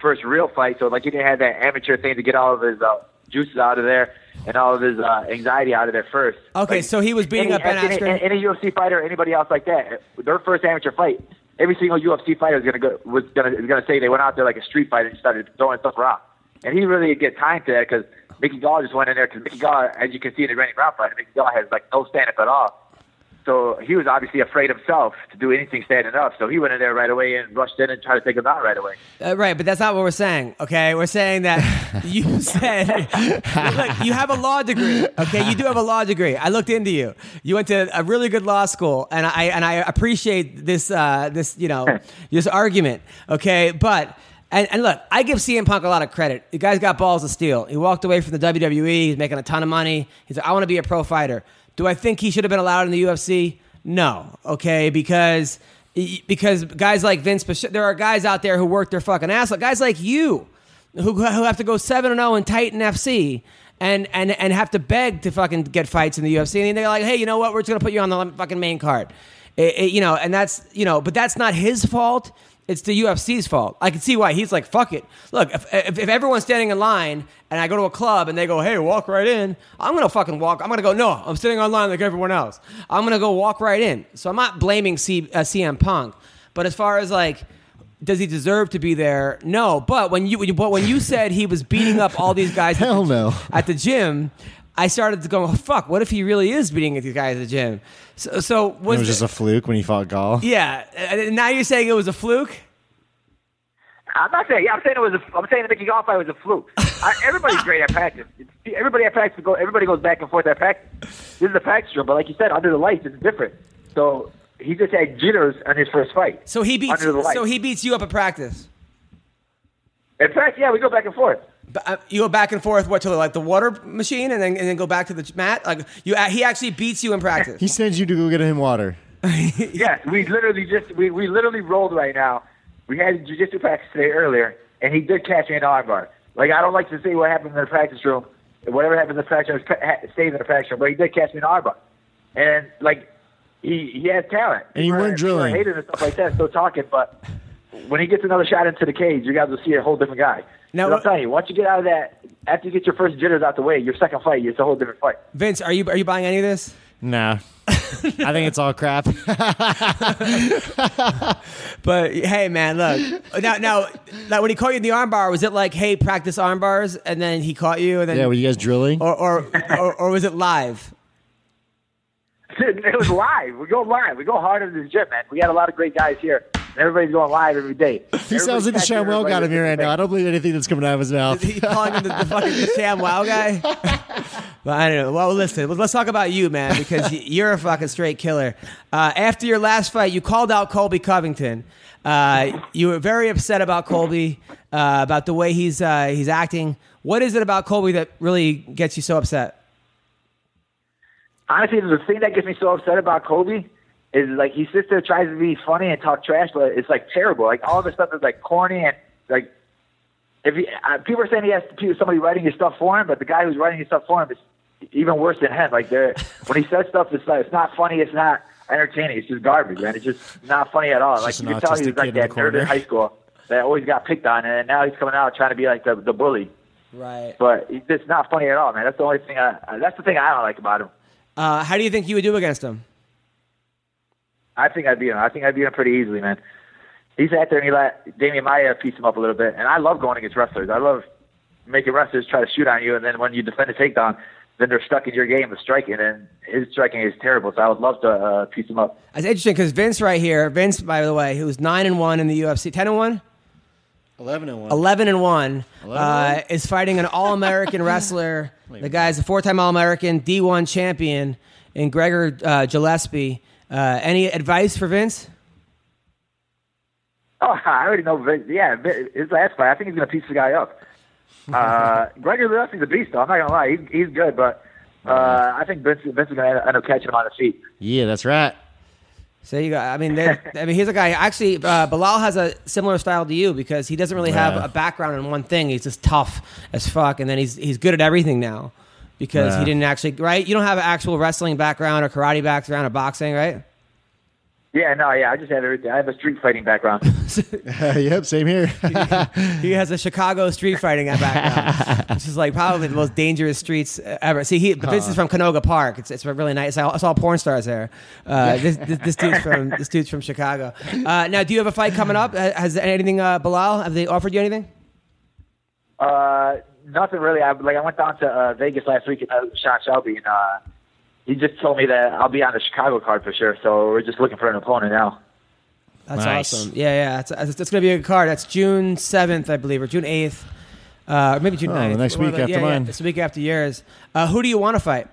S7: first real fight. So like he didn't have that amateur thing to get all of his uh, juices out of there and all of his uh, anxiety out of there first.
S2: Okay,
S7: Like,
S2: so he was beating
S7: any,
S2: up Ben
S7: any,
S2: Askren.
S7: Any, UFC fighter, or anybody else like that, their first amateur fight. Every single UFC fighter is gonna go was gonna is gonna say they went out there like a street fighter and started throwing stuff around. And he really didn't get time to that because Mickey Gall just went in there because Mickey Gall, as you can see in the Randy Brown fight, Mickey Gall has like no stand up at all. So he was obviously afraid himself to do anything standing up. So he went in there right away and rushed in and tried to take him out right away.
S2: Uh, right, but that's not what we're saying. Okay, we're saying that you said look, you have a law degree. Okay, you do have a law degree. I looked into you. You went to a really good law school, and I and I appreciate this uh, this you know this argument. Okay, but. And, and look, I give CM Punk a lot of credit. The guy's got balls of steel. He walked away from the WWE. He's making a ton of money. He's like, I want to be a pro fighter. Do I think he should have been allowed in the UFC? No. Okay, because E, because guys like Vince, Pache- there are guys out there who work their fucking ass off. Guys like you, who who have to go seven and zero in Titan FC. And, and, and have to beg to fucking get fights in the UFC. And they're like, hey, you know what? We're just going to put you on the fucking main card. It- it- you know, and that's, you know, but that's not his fault. It's the UFC's fault. I can see why. He's like, fuck it. Look, if, if, if everyone's standing in line and I go to a club and they go, hey, walk right in, I'm going to fucking walk. I'm going to go, no, I'm sitting on line like everyone else. I'm going to go walk right in. So I'm not blaming C, uh, CM Punk. But as far as like, does he deserve to be there? No. But when you, when you- but when you said he was beating up all these guys
S3: Hell no.
S2: at the gym, I started to go, oh, fuck, what if he really is beating these guys at the gym? So, so was,
S3: It was just a fluke when he fought Gall.
S2: yeah. And now you're saying it was a fluke?
S7: I'm not saying. Yeah, I'm saying it was. A, I'm saying the Mickey Gall fight was a fluke. I, everybody's great at practice. It's- Everybody at practice go. Everybody goes back and forth at practice. This is a practice room, but like you said, under the lights, it's different. So he just had jitters on his first fight.
S2: So he beats.
S7: under the lights.
S2: So he beats you up at practice.
S7: in fact, yeah, we go back and forth.
S2: But, uh, You go back and forth. What to like the water machine, and then and then go back to the mat. Like you, uh, he actually beats you in practice.
S3: He sends you to go get him water.
S7: Yes, we literally just we, we literally rolled right now. We had jujitsu practice today earlier, and he did catch me in an armbar. Like I don't like to say what happened in the practice room. Whatever happened in the practice room ha- stays in the practice room. But he did catch me in an armbar, and like he he has talent.
S3: And you
S7: People
S3: weren't
S7: are- people are
S3: drilling.
S7: hating and stuff like that. Still talking, but when he gets another shot into the cage, you guys will see a whole different guy.
S2: Now,
S7: Now, I'm
S2: what-
S7: telling you, once you get out of that, after you get your first jitters out the way, your second fight, it's a whole different fight.
S2: Vince, are you are you buying any of this?
S3: Nah. I think it's all crap.
S2: But hey, man, look now now like when he caught you in the armbar, was it like hey practice armbars, and then he caught you, and then
S3: yeah, were you guys drilling?
S2: or, or or or was it live?
S7: it was live. We go live. We go hard in this gym, man. We got a lot of great guys here. Everybody's going live every day.
S3: He sounds like the Shamwell got him here right now. I don't believe anything that's coming out of his mouth.
S2: He calling him the, the fucking Sam Wow guy. Well, I don't know. Well, listen, let's talk about you, man, because y- you're a fucking straight killer. Uh, after your last fight, you called out Colby Covington. Uh, you were very upset about Colby, uh, about the way he's uh, he's acting. What is it about Colby that really gets you so upset?
S7: Honestly, the thing that gets me so upset about Kobe is like he sits there tries to be funny and talk trash, but it's like terrible. Like all of his stuff is like corny and like if he, uh, people are saying he has to, somebody writing his stuff for him, but the guy who's writing his stuff for him is even worse than him. Like they're- when he says stuff, it's not, it's not funny. It's not entertaining. It's just garbage, man. It's just not funny at all.
S3: just
S7: like
S3: an
S7: you can tell
S3: autistic
S7: he was
S3: kid
S7: like
S3: in the
S7: that nerd
S3: corner.
S7: in high school that always got picked on, and now he's coming out trying to be like the the bully.
S2: Right.
S7: But it's just not funny at all, man. That's the only thing. I, that's the thing I don't like about him.
S2: Uh, how do you think you would do against him?
S7: I think I'd beat him. I think I'd beat him pretty easily, man. He's out there and he let Damian Maya piece him up a little bit. And I love going against wrestlers. I love making wrestlers try to shoot on you, and then when you defend a takedown,
S8: then they're stuck in your game of striking, and his striking is terrible. So I would love to uh, piece him up.
S2: That's interesting because Vince right here, Vince by the way, who's nine and one in the UFC, ten and one,
S3: 11 and 1.
S2: 11 and 1,
S3: 11 and
S2: uh,
S3: one?
S2: is fighting an All American wrestler. The guy's a four time All American, D1 champion, and Gregor uh, Gillespie. Uh, any advice for Vince?
S8: Oh, I already know. Vince. Yeah, Vin- his last fight, I think he's going to piece the guy up. Uh, Gregor Gillespie's a beast, though. I'm not going to lie. He's, he's good, but uh, I think Vince, Vince is going to end up catching him on the feet.
S3: Yeah, that's right.
S2: So you got, I mean, there- I mean, here's a guy. Actually, uh, Bilal has a similar style to you because he doesn't really have
S3: Yeah.
S2: a background in one thing. He's just tough as fuck, and then he's he's good at everything now because he
S3: Yeah.
S2: didn't actually right. You don't have an actual wrestling background or karate background or boxing, right?
S8: Yeah, no, yeah. I just have everything. I have a street fighting background.
S3: Uh, yep, same here.
S2: He has a Chicago street fighting background, which is like probably the most dangerous streets ever. See, he Vince is from Canoga Park. It's, it's really nice. I saw porn stars there. Uh, this, this, this dude's from this dude's from Chicago. Uh, now, do you have a fight coming up? Uh, Has anything uh, Bilal? Have they offered you anything?
S8: Uh, nothing really. I like I went down to uh, Vegas last week and uh, Sean Shelby, and uh, he just told me that I'll be on the Chicago card for sure. So we're just looking for an opponent now.
S2: That's
S3: Nice.
S2: awesome. Yeah, yeah. That's, that's, that's going to be a good card. That's June 7th, I believe, or June 8th. Uh, or maybe June
S3: Oh,
S2: 9th.
S3: the next
S2: One
S3: week
S2: of the-
S3: after
S2: yeah, yeah,
S3: mine.
S2: it's the week after yours. Uh, who do you want to fight?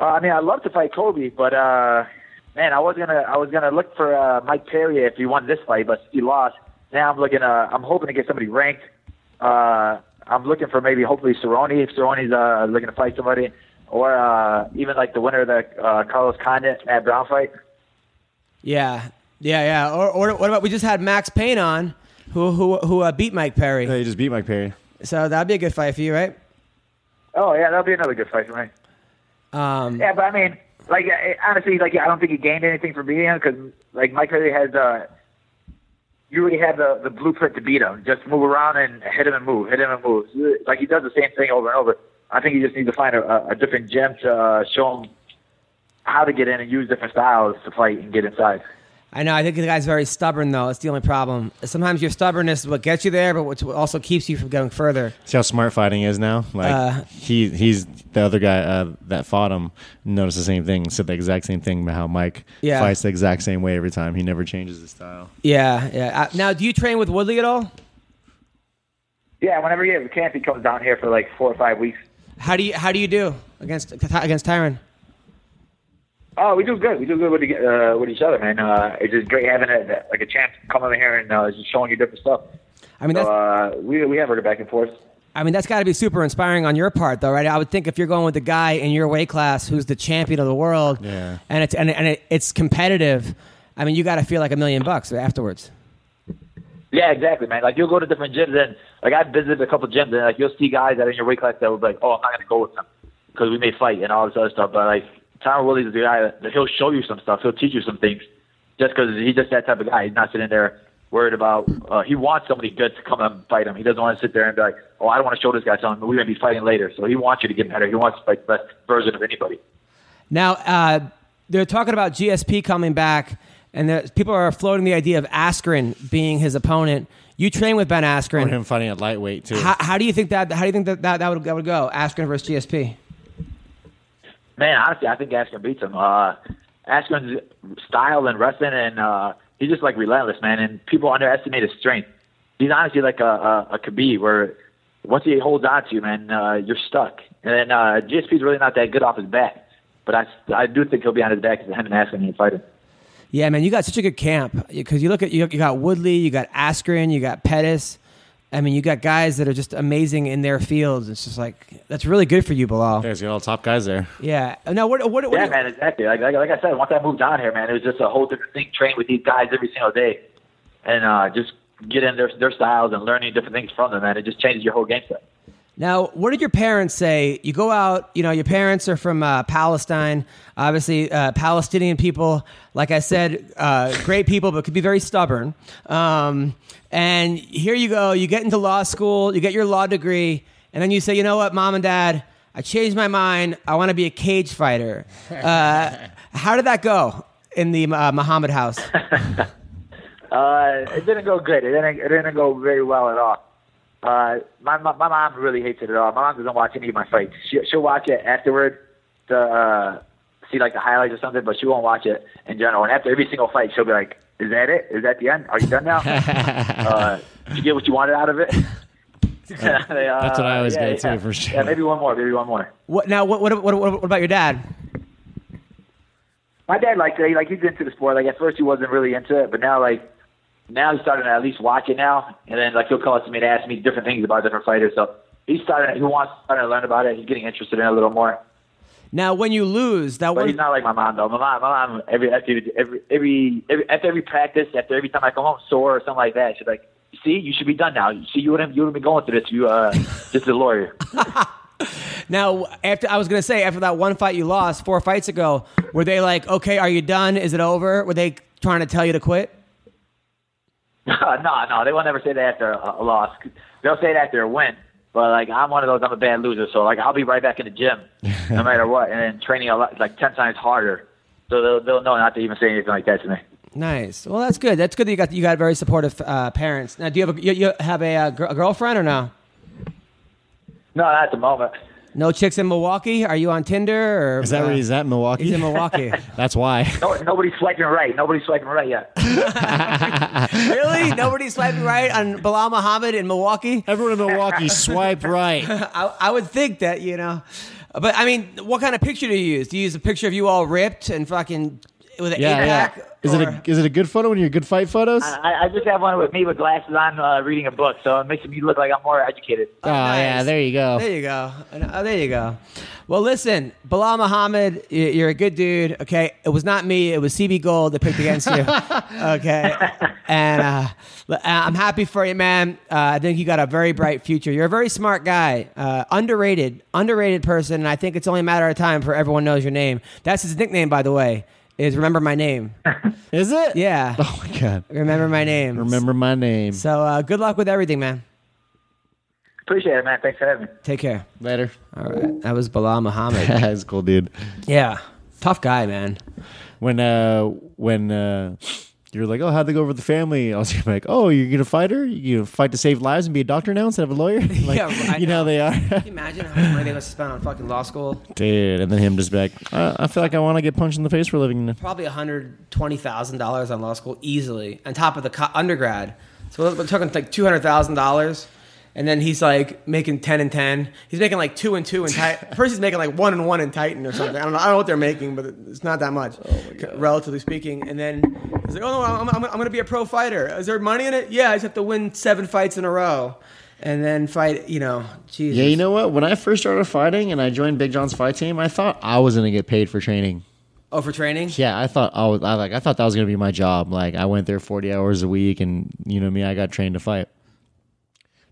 S8: Uh, I mean, I'd love to fight Kobe, but uh, man, I was gonna I was gonna look for uh, Mike Perry if he won this fight, but he lost. Now I'm looking. Uh, I'm hoping to get somebody ranked. Uh, I'm looking for maybe hopefully Cerrone if Cerrone's uh, looking to fight somebody, or uh, even like the winner of the uh, Carlos Condit Matt Brown fight.
S2: Yeah, yeah, yeah. Or, or what about we just had Max Payne on, who who who uh, beat Mike Perry.
S3: Yeah, you just beat Mike Perry.
S2: So that'd be a good fight for you, right?
S8: Oh yeah, that'll be another good fight for me.
S2: Um,
S8: Yeah, but I mean, like I- honestly, like I don't think he gained anything from beating him because like Mike Perry has uh, you already have the the blueprint to beat him. Just move around and hit him and move, hit him and move. Like he does the same thing over and over. I think he just needs to find a- a, a different gem to uh, show him how to get in and use different styles to fight and get inside.
S2: I know. I think the guy's very stubborn, though. It's the only problem. Sometimes your stubbornness is what gets you there, but what also keeps you from going further.
S3: See how smart fighting is now. Like
S2: Uh,
S3: he he's the other guy uh, that fought him noticed the same thing, said the exact same thing about how Mike
S2: Yeah.
S3: fights the exact same way every time. He never changes his style.
S2: Yeah, yeah. Uh, now, do you train with Woodley at all?
S8: Yeah, whenever he has a chance, he comes down here for like four or five weeks.
S2: How do you how do you do against against Tyron?
S8: Oh, we do good. We do good with, e- uh, with each other, man. Uh, it's just great having a, like a champ come over here and uh, just showing you different stuff.
S2: I mean, that's,
S8: So, uh, we we have heard it back and forth.
S2: I mean, that's got to be super inspiring on your part, though, right? I would think if you're going with the guy in your weight class who's the champion of the world,
S3: Yeah.
S2: and it's and, and it, it's competitive. I mean, you got to feel like a million bucks afterwards.
S8: Yeah, exactly, man. Like you'll go to different gyms, and like I've visited a couple gyms, and like you'll see guys that are in your weight class that was like, oh, I'm not gonna go with them because we may fight and all this other stuff. But like Tyron Willie's the guy that he'll show you some stuff, he'll teach you some things, just because he's just that type of guy. He's not sitting there worried about. Uh, he wants somebody good to come and fight him. He doesn't want to sit there and be like, oh, I don't want to show this guy something. We're gonna be fighting later. So he wants you to get better. He wants to fight the best version of anybody.
S2: Now, uh, they're talking about GSP coming back, and there- people are floating the idea of Askren being his opponent. You train with Ben
S3: Or
S2: Askren.
S3: him fighting at lightweight too.
S2: How, how do you think that? How do you think that that, that would that would go? Askren versus GSP.
S8: Man, honestly, I think Askren beats him. Uh, Askren's style and wrestling, and uh, he's just like relentless, man. And people underestimate his strength. He's honestly like a, a, a Khabib, where once he holds on to you, man, uh, you're stuck. And then uh, GSP's really not that good off his back, but I, I do think he'll be on his back because him and Askren need to fight him.
S2: Yeah, man, you got such a good camp because you look at you, you got Woodley, you got Askren, you got Pettis. I mean, you got guys that are just amazing in their fields. It's just like that's really good for you, Bilal.
S3: There's got all the top guys there.
S2: Yeah. Now, what? What? what
S8: Yeah, man, exactly. Like, like, like I said, once I moved down here, man, it was just a whole different thing. Train with these guys every single day, and uh, just get in their their styles and learning different things from them, man. It just changes your whole game set.
S2: Now, what did your parents say? You go out, you know, your parents are from uh, Palestine. Obviously, uh, Palestinian people, like I said, uh, great people, but could be very stubborn. Um, and here you go, you get into law school, you get your law degree, and then you say, you know what, mom and dad, I changed my mind. I want to be a cage fighter. Uh, how did that go in the uh, Muhammad house?
S8: Uh, it didn't go good. It didn't. It didn't go very well at all. Uh, my, my my mom really hates it at all. My mom doesn't watch any of my fights. She she'll watch it afterward to uh, see like the highlights or something, but she won't watch it in general. And after every single fight, she'll be like, "Is that it? Is that the end? Are you done now? uh, did you get what you wanted out of it?"
S2: that's what I always
S8: yeah,
S2: get, too,
S8: yeah.
S2: for sure.
S8: Yeah, maybe one more. Maybe one more.
S2: What now? What what what, what, what about your dad?
S8: My dad liked it. Like he's into the sport. Like at first he wasn't really into it, but now like now he's starting to at least watch it now. And then like he'll come up to me and ask me different things about different fighters. So he's starting. He wants starting to learn about it. He's getting interested in it a little more.
S2: Now, when you lose, that
S8: But
S2: one
S8: he's not like my mom though. My mom, my mom, every after every every, every after every practice, after every time I come home sore or something like that, she's like, "See, you should be done now. You See, you wouldn't you wouldn't be going through this. You uh, just a lawyer."
S2: Now, after I was gonna say after that one fight you lost four fights ago, were they like, okay, are you done? Is it over? Were they trying to tell you to quit?
S8: no, no, they will never say that after a, a loss. They'll say that after a win. But like I'm one of those, I'm a bad loser. So like I'll be right back in the gym, no matter what, and then training a lot, like ten times harder. So they'll they'll know not to even say anything like that to me.
S2: Nice. Well, that's good. That's good that you got you got very supportive uh, parents. Now, do you have a, you, you have a, uh gir- a girlfriend or no?
S8: No, not at the moment.
S2: No chicks in Milwaukee? Are you on Tinder? Or,
S3: Is that
S2: uh,
S3: where he's at, Milwaukee?
S2: He's in Milwaukee.
S3: That's why.
S8: No, nobody's swiping right. Nobody's swiping right yet.
S2: really? Nobody's swiping right on Bilal Muhammad in Milwaukee?
S3: Everyone in Milwaukee, swipe right.
S2: I, I would think that you know, but I mean, what kind of picture do you use? Do you use a picture of you all ripped and fucking with an
S3: Yeah,
S2: eight
S3: yeah.
S2: pack?
S3: Is it a is it a good photo when you're good fight photos?
S8: I, I- I just have one with me with glasses on, uh, reading a book, so it makes me look like I'm more educated.
S3: Oh yeah, there you go.
S2: There you go. Oh, there you go. Well, listen, Bilal Muhammad, y- you're a good dude. Okay, it was not me. It was CB Gold that picked against you. okay, and uh, l- I'm happy for you, man. Uh, I think you got a very bright future. You're a very smart guy, uh, underrated, underrated person, and I think it's only a matter of time for everyone knows your name. That's his nickname, by the way. Is remember my name?
S3: Is it?
S2: Yeah,
S3: Oh my god.
S2: remember my name.
S3: Remember my name.
S2: So uh, good luck with everything, man.
S8: Appreciate it, man. Thanks for having me.
S2: Take care.
S3: Later.
S2: All right, that was Bilal Muhammad.
S3: That's cool, dude.
S2: Yeah. Tough guy, man.
S3: When uh when uh you're like, oh, how'd they go over the family? I was gonna be like, oh, you're gonna fight her? You gonna fight to save lives and be a doctor now instead of a lawyer? Like,
S2: Yeah, I
S3: you know, how they are,
S2: Can you imagine how much money they must spend on fucking law school?
S3: dude. And then him just be like, I, I feel like I want to get punched in the face for a living. now."
S2: Probably hundred twenty thousand dollars on law school easily, on top of the co- undergrad. So we're talking like two hundred thousand dollars, and then he's like making ten and ten. He's making like two and two in Titan. First, he's making like one and one in Titan or something. I don't know. I don't know what they're making, but it's not that much, relatively speaking. And then he's like, "Oh no, I'm, I'm, I'm going to be a pro fighter. Is there money in it? Yeah, I just have to win seven fights in a row, and then fight. You know, Jesus.
S3: Yeah, you know what? When I first started fighting and I joined Big John's fight team, I thought I was gonna get paid for training.
S2: oh, for training.
S3: Yeah, I thought I was I, like I thought that was gonna be my job. Like I went there forty hours a week, and you know me, I got trained to fight.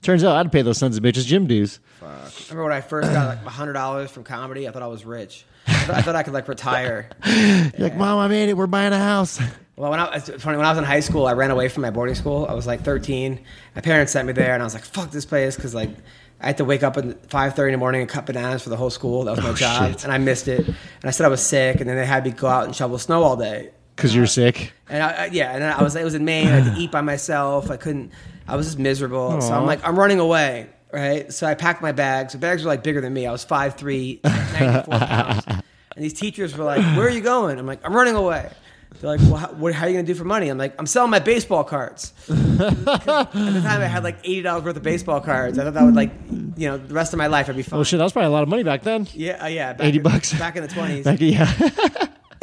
S3: Turns out I'd pay those sons of bitches gym dues.
S2: Remember when I first got like hundred dollars from comedy? I thought I was rich. I thought I, thought I could like retire.
S3: You're like, mom, I made it. We're buying a house.
S2: Well, when I, it's funny, when I was in high school, I ran away from my boarding school. I was like 13. My parents sent me there, and I was like, "Fuck this place," because like I had to wake up at 5:30 in the morning and cut bananas for the whole school. That was my job,
S3: Oh, shit.
S2: and I missed it. And I said I was sick, and then they had me go out and shovel snow all day.
S3: Cause you're sick.
S2: And I, I- yeah, and I was it was in Maine. I had to eat by myself. I couldn't. I was just miserable. So I'm like, I'm running away, right? So I packed my bags. The bags were like bigger than me. I was 5'3", 94 pounds. And these teachers were like, "Where are you going?" I'm like, "I'm running away." They're like, well, how, what, how are you going to do for money? I'm like, I'm selling my baseball cards. At the time, I had like eighty dollars worth of baseball cards. I thought that would like, you know, the rest of my life I'd be fine.
S3: Oh shit, that was probably a lot of money back then.
S2: Yeah, uh, yeah, back
S3: 80
S2: in-
S3: bucks.
S2: back in the twenties.
S3: Like, yeah.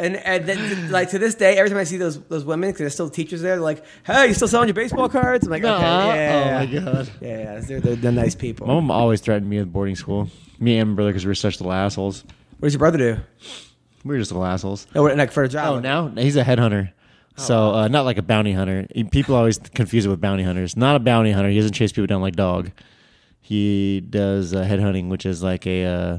S2: And, and then, like to this day, every time I see those those women, because there's still teachers there, they're like, "Hey, you still selling your baseball cards?" I'm like,
S3: Nuh-uh.
S2: "Okay, yeah,
S3: Oh my god.
S2: yeah, yeah, they're, they're, they're nice people."
S3: My mom always threatened me with boarding school. Me and my brother, because we were such little assholes.
S2: What does your brother do?
S3: We were just little assholes.
S2: No, what- like Oh, for a job?
S3: Oh, now he's a headhunter. So uh, not like a bounty hunter. People always confuse it with bounty hunters. Not a bounty hunter. He doesn't chase people down like dog. He does uh, headhunting, which is like a, uh,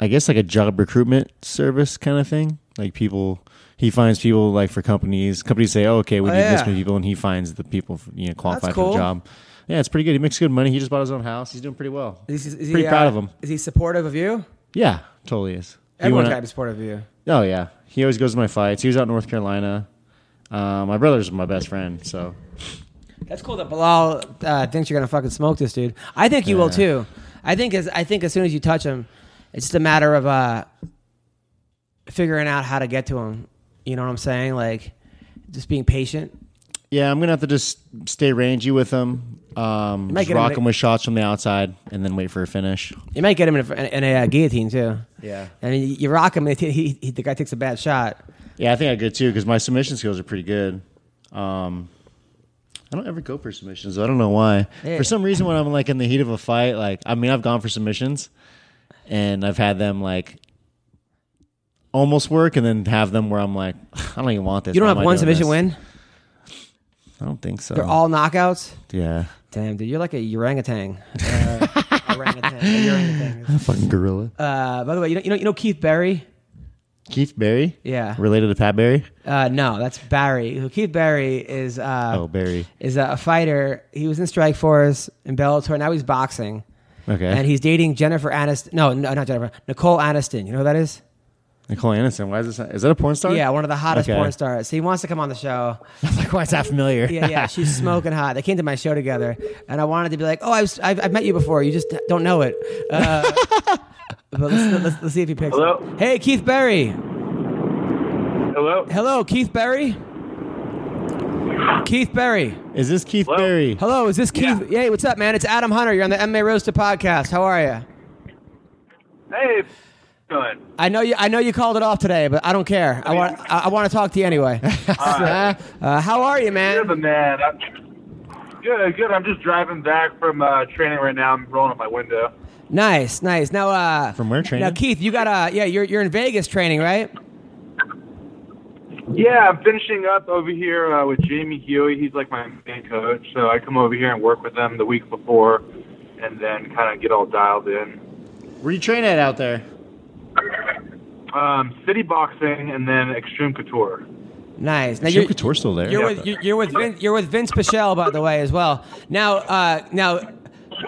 S3: I guess like a job recruitment service kind of thing. Like people, he finds people like for companies. Companies say, "Oh, okay, we
S2: Oh,
S3: need
S2: yeah.
S3: this many people," and he finds the people you know qualified for
S2: cool.
S3: the job. Yeah, it's pretty good. He makes good money. He just bought his own house. He's doing pretty well.
S2: Is he- is he,
S3: pretty
S2: uh,
S3: proud of him.
S2: Is he supportive of you?
S3: Yeah, totally is. You
S2: Everyone's
S3: wanna-
S2: got to be supportive of you.
S3: Oh yeah, he always goes to my fights. He was out in North Carolina. Uh, my brother's my best friend, so
S2: That's cool that Bilal uh, thinks you're gonna fucking smoke this dude. I think you will too. I think as I think as soon as you touch him, it's just a matter of uh, figuring out how to get to him. You know what I'm saying? Like just being patient.
S3: Yeah, I'm gonna have to just stay rangy with him. Um,
S2: might
S3: just
S2: get him
S3: rock
S2: to-
S3: him with shots from the outside, and then wait for a finish.
S2: You might get him in a, in a uh, guillotine too.
S3: Yeah.
S2: I mean, you rock him, and he, he, he, the guy takes a bad shot.
S3: Yeah, I think I could too because my submission skills are pretty good. Um, I don't ever go for submissions. I don't know why.
S2: Yeah.
S3: For some reason, when I'm like in the heat of a fight, like I mean, I've gone for submissions, and I've had them like almost work, and then have them where I'm like, I don't even want this.
S2: You don't
S3: Why
S2: have
S3: am I
S2: one
S3: doing
S2: submission
S3: this?
S2: win.
S3: I don't think so.
S2: They're all knockouts.
S3: yeah,
S2: Damn, dude, you're like a orangutan. Uh, orangutan. a orangutan.
S3: fucking gorilla.
S2: Uh, by the way, you know, you know, you know Keith Barry.
S3: Keith Barry.
S2: Yeah.
S3: related to Pat Barry.
S2: Uh, no, that's Barry. Who Keith Barry is? Uh,
S3: oh, Barry.
S2: is a, a fighter. He was in Strike Force in Bellator. Now he's boxing,
S3: Okay,
S2: and he's dating Jennifer Aniston. No, no, not Jennifer. Nicole Aniston. You know who that is?
S3: Nicole Anderson. Why is this? Is that a porn star?
S2: Yeah, one of the hottest
S3: Okay.
S2: porn stars. He wants to come on the show.
S3: like, why is that familiar?
S2: Yeah, yeah, she's smoking hot. They came to my show together, and I wanted to be like, "Oh, I've I've, I've met you before. You just don't know it." Uh, but let's, let's, let's see if he picks.
S5: Hello?
S2: up. Hey, Keith Barry.
S5: Hello?
S2: Hello, Keith Barry. Keith Barry.
S3: Is this Keith Barry?
S2: Hello, is this Keith? Hey, what's up, man? It's Adam Hunter. You're on the MMA Roaster podcast. How are you?
S5: Hey, good.
S2: I know you. I know you called it off today, but I don't care. I want. I, I want to talk to you anyway. uh, how are you,
S9: You're
S2: man?
S9: the man. I'm, good, good. I'm just driving back from uh, training right now. I'm rolling up my window.
S2: Nice, nice. Now, uh,
S3: From where training?
S2: now, Keith, you got uh, yeah, you're you're in Vegas training, right?
S9: Yeah, I'm finishing up over here uh, with Jamie Huey. He's like my main coach, so I come over here and work with them the week before, and then kind of get all dialed in.
S3: Where you train at out there?
S2: Uh,
S9: Um, city boxing and then extreme couture.
S2: Nice. Now
S3: Is
S2: you're
S3: your couture still there?
S2: you're with you're, you're with Vin, you're with Vince Pichel, by the way, as well. Now, uh, now,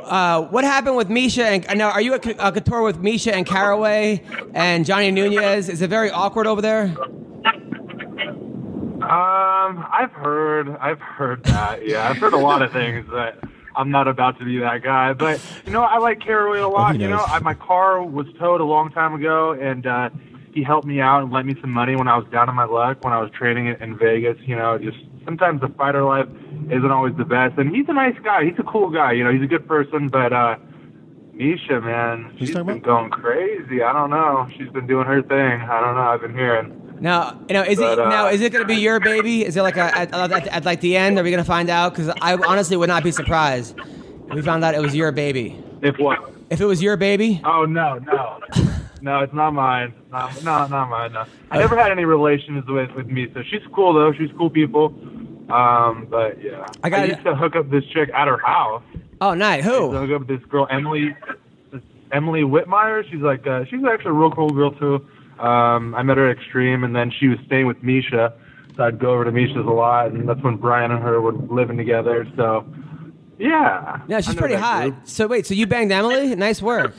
S2: uh, what happened with Misha and now are you at a couture with Misha and Caraway and Johnny Nunez? Is it very awkward over there?
S9: Um, I've heard, I've heard that. Yeah, I've heard a lot of things that I'm not about to be that guy. But you know, I like Caraway a lot.
S3: he
S9: you know,
S3: knows.
S9: I, my car was towed a long time ago, and uh, he helped me out and lent me some money when I was down on my luck when I was training in- in Vegas. You know, just sometimes the fighter life isn't always the best. And he's a nice guy. He's a cool guy. You know, he's a good person, but. uh Misha, man, she's
S3: talking
S9: been going
S3: about?
S9: crazy. I don't know. She's been doing her thing. I don't know. I've been hearing.
S2: Now, now is it
S9: But, uh,
S2: now is it going to be your baby? Is it like a, at, at, at like the end? Are we going to find out? Because I honestly would not be surprised if we found out it was your baby.
S9: If what?
S2: If it was your baby,
S9: Oh no, no, no! It's not mine. No, no, not mine. No. I never had any relations with with me, so she's cool though. She's cool people. Um, but yeah,
S2: I got it.
S9: used to hook up this chick at her house.
S2: oh, night
S9: I used
S2: who?
S9: to hook up this girl Emily, this Emily Whitmire. She's like uh, she's actually a real cool girl too. Um, I met her at Extreme, and then she was staying with Misha, so I'd go over to Misha's a lot, and that's when Brian and her were living together. So yeah,
S2: No, she's
S9: I know
S2: pretty
S9: that
S2: hot.
S9: group.
S2: So wait, so you banged Emily? Nice work.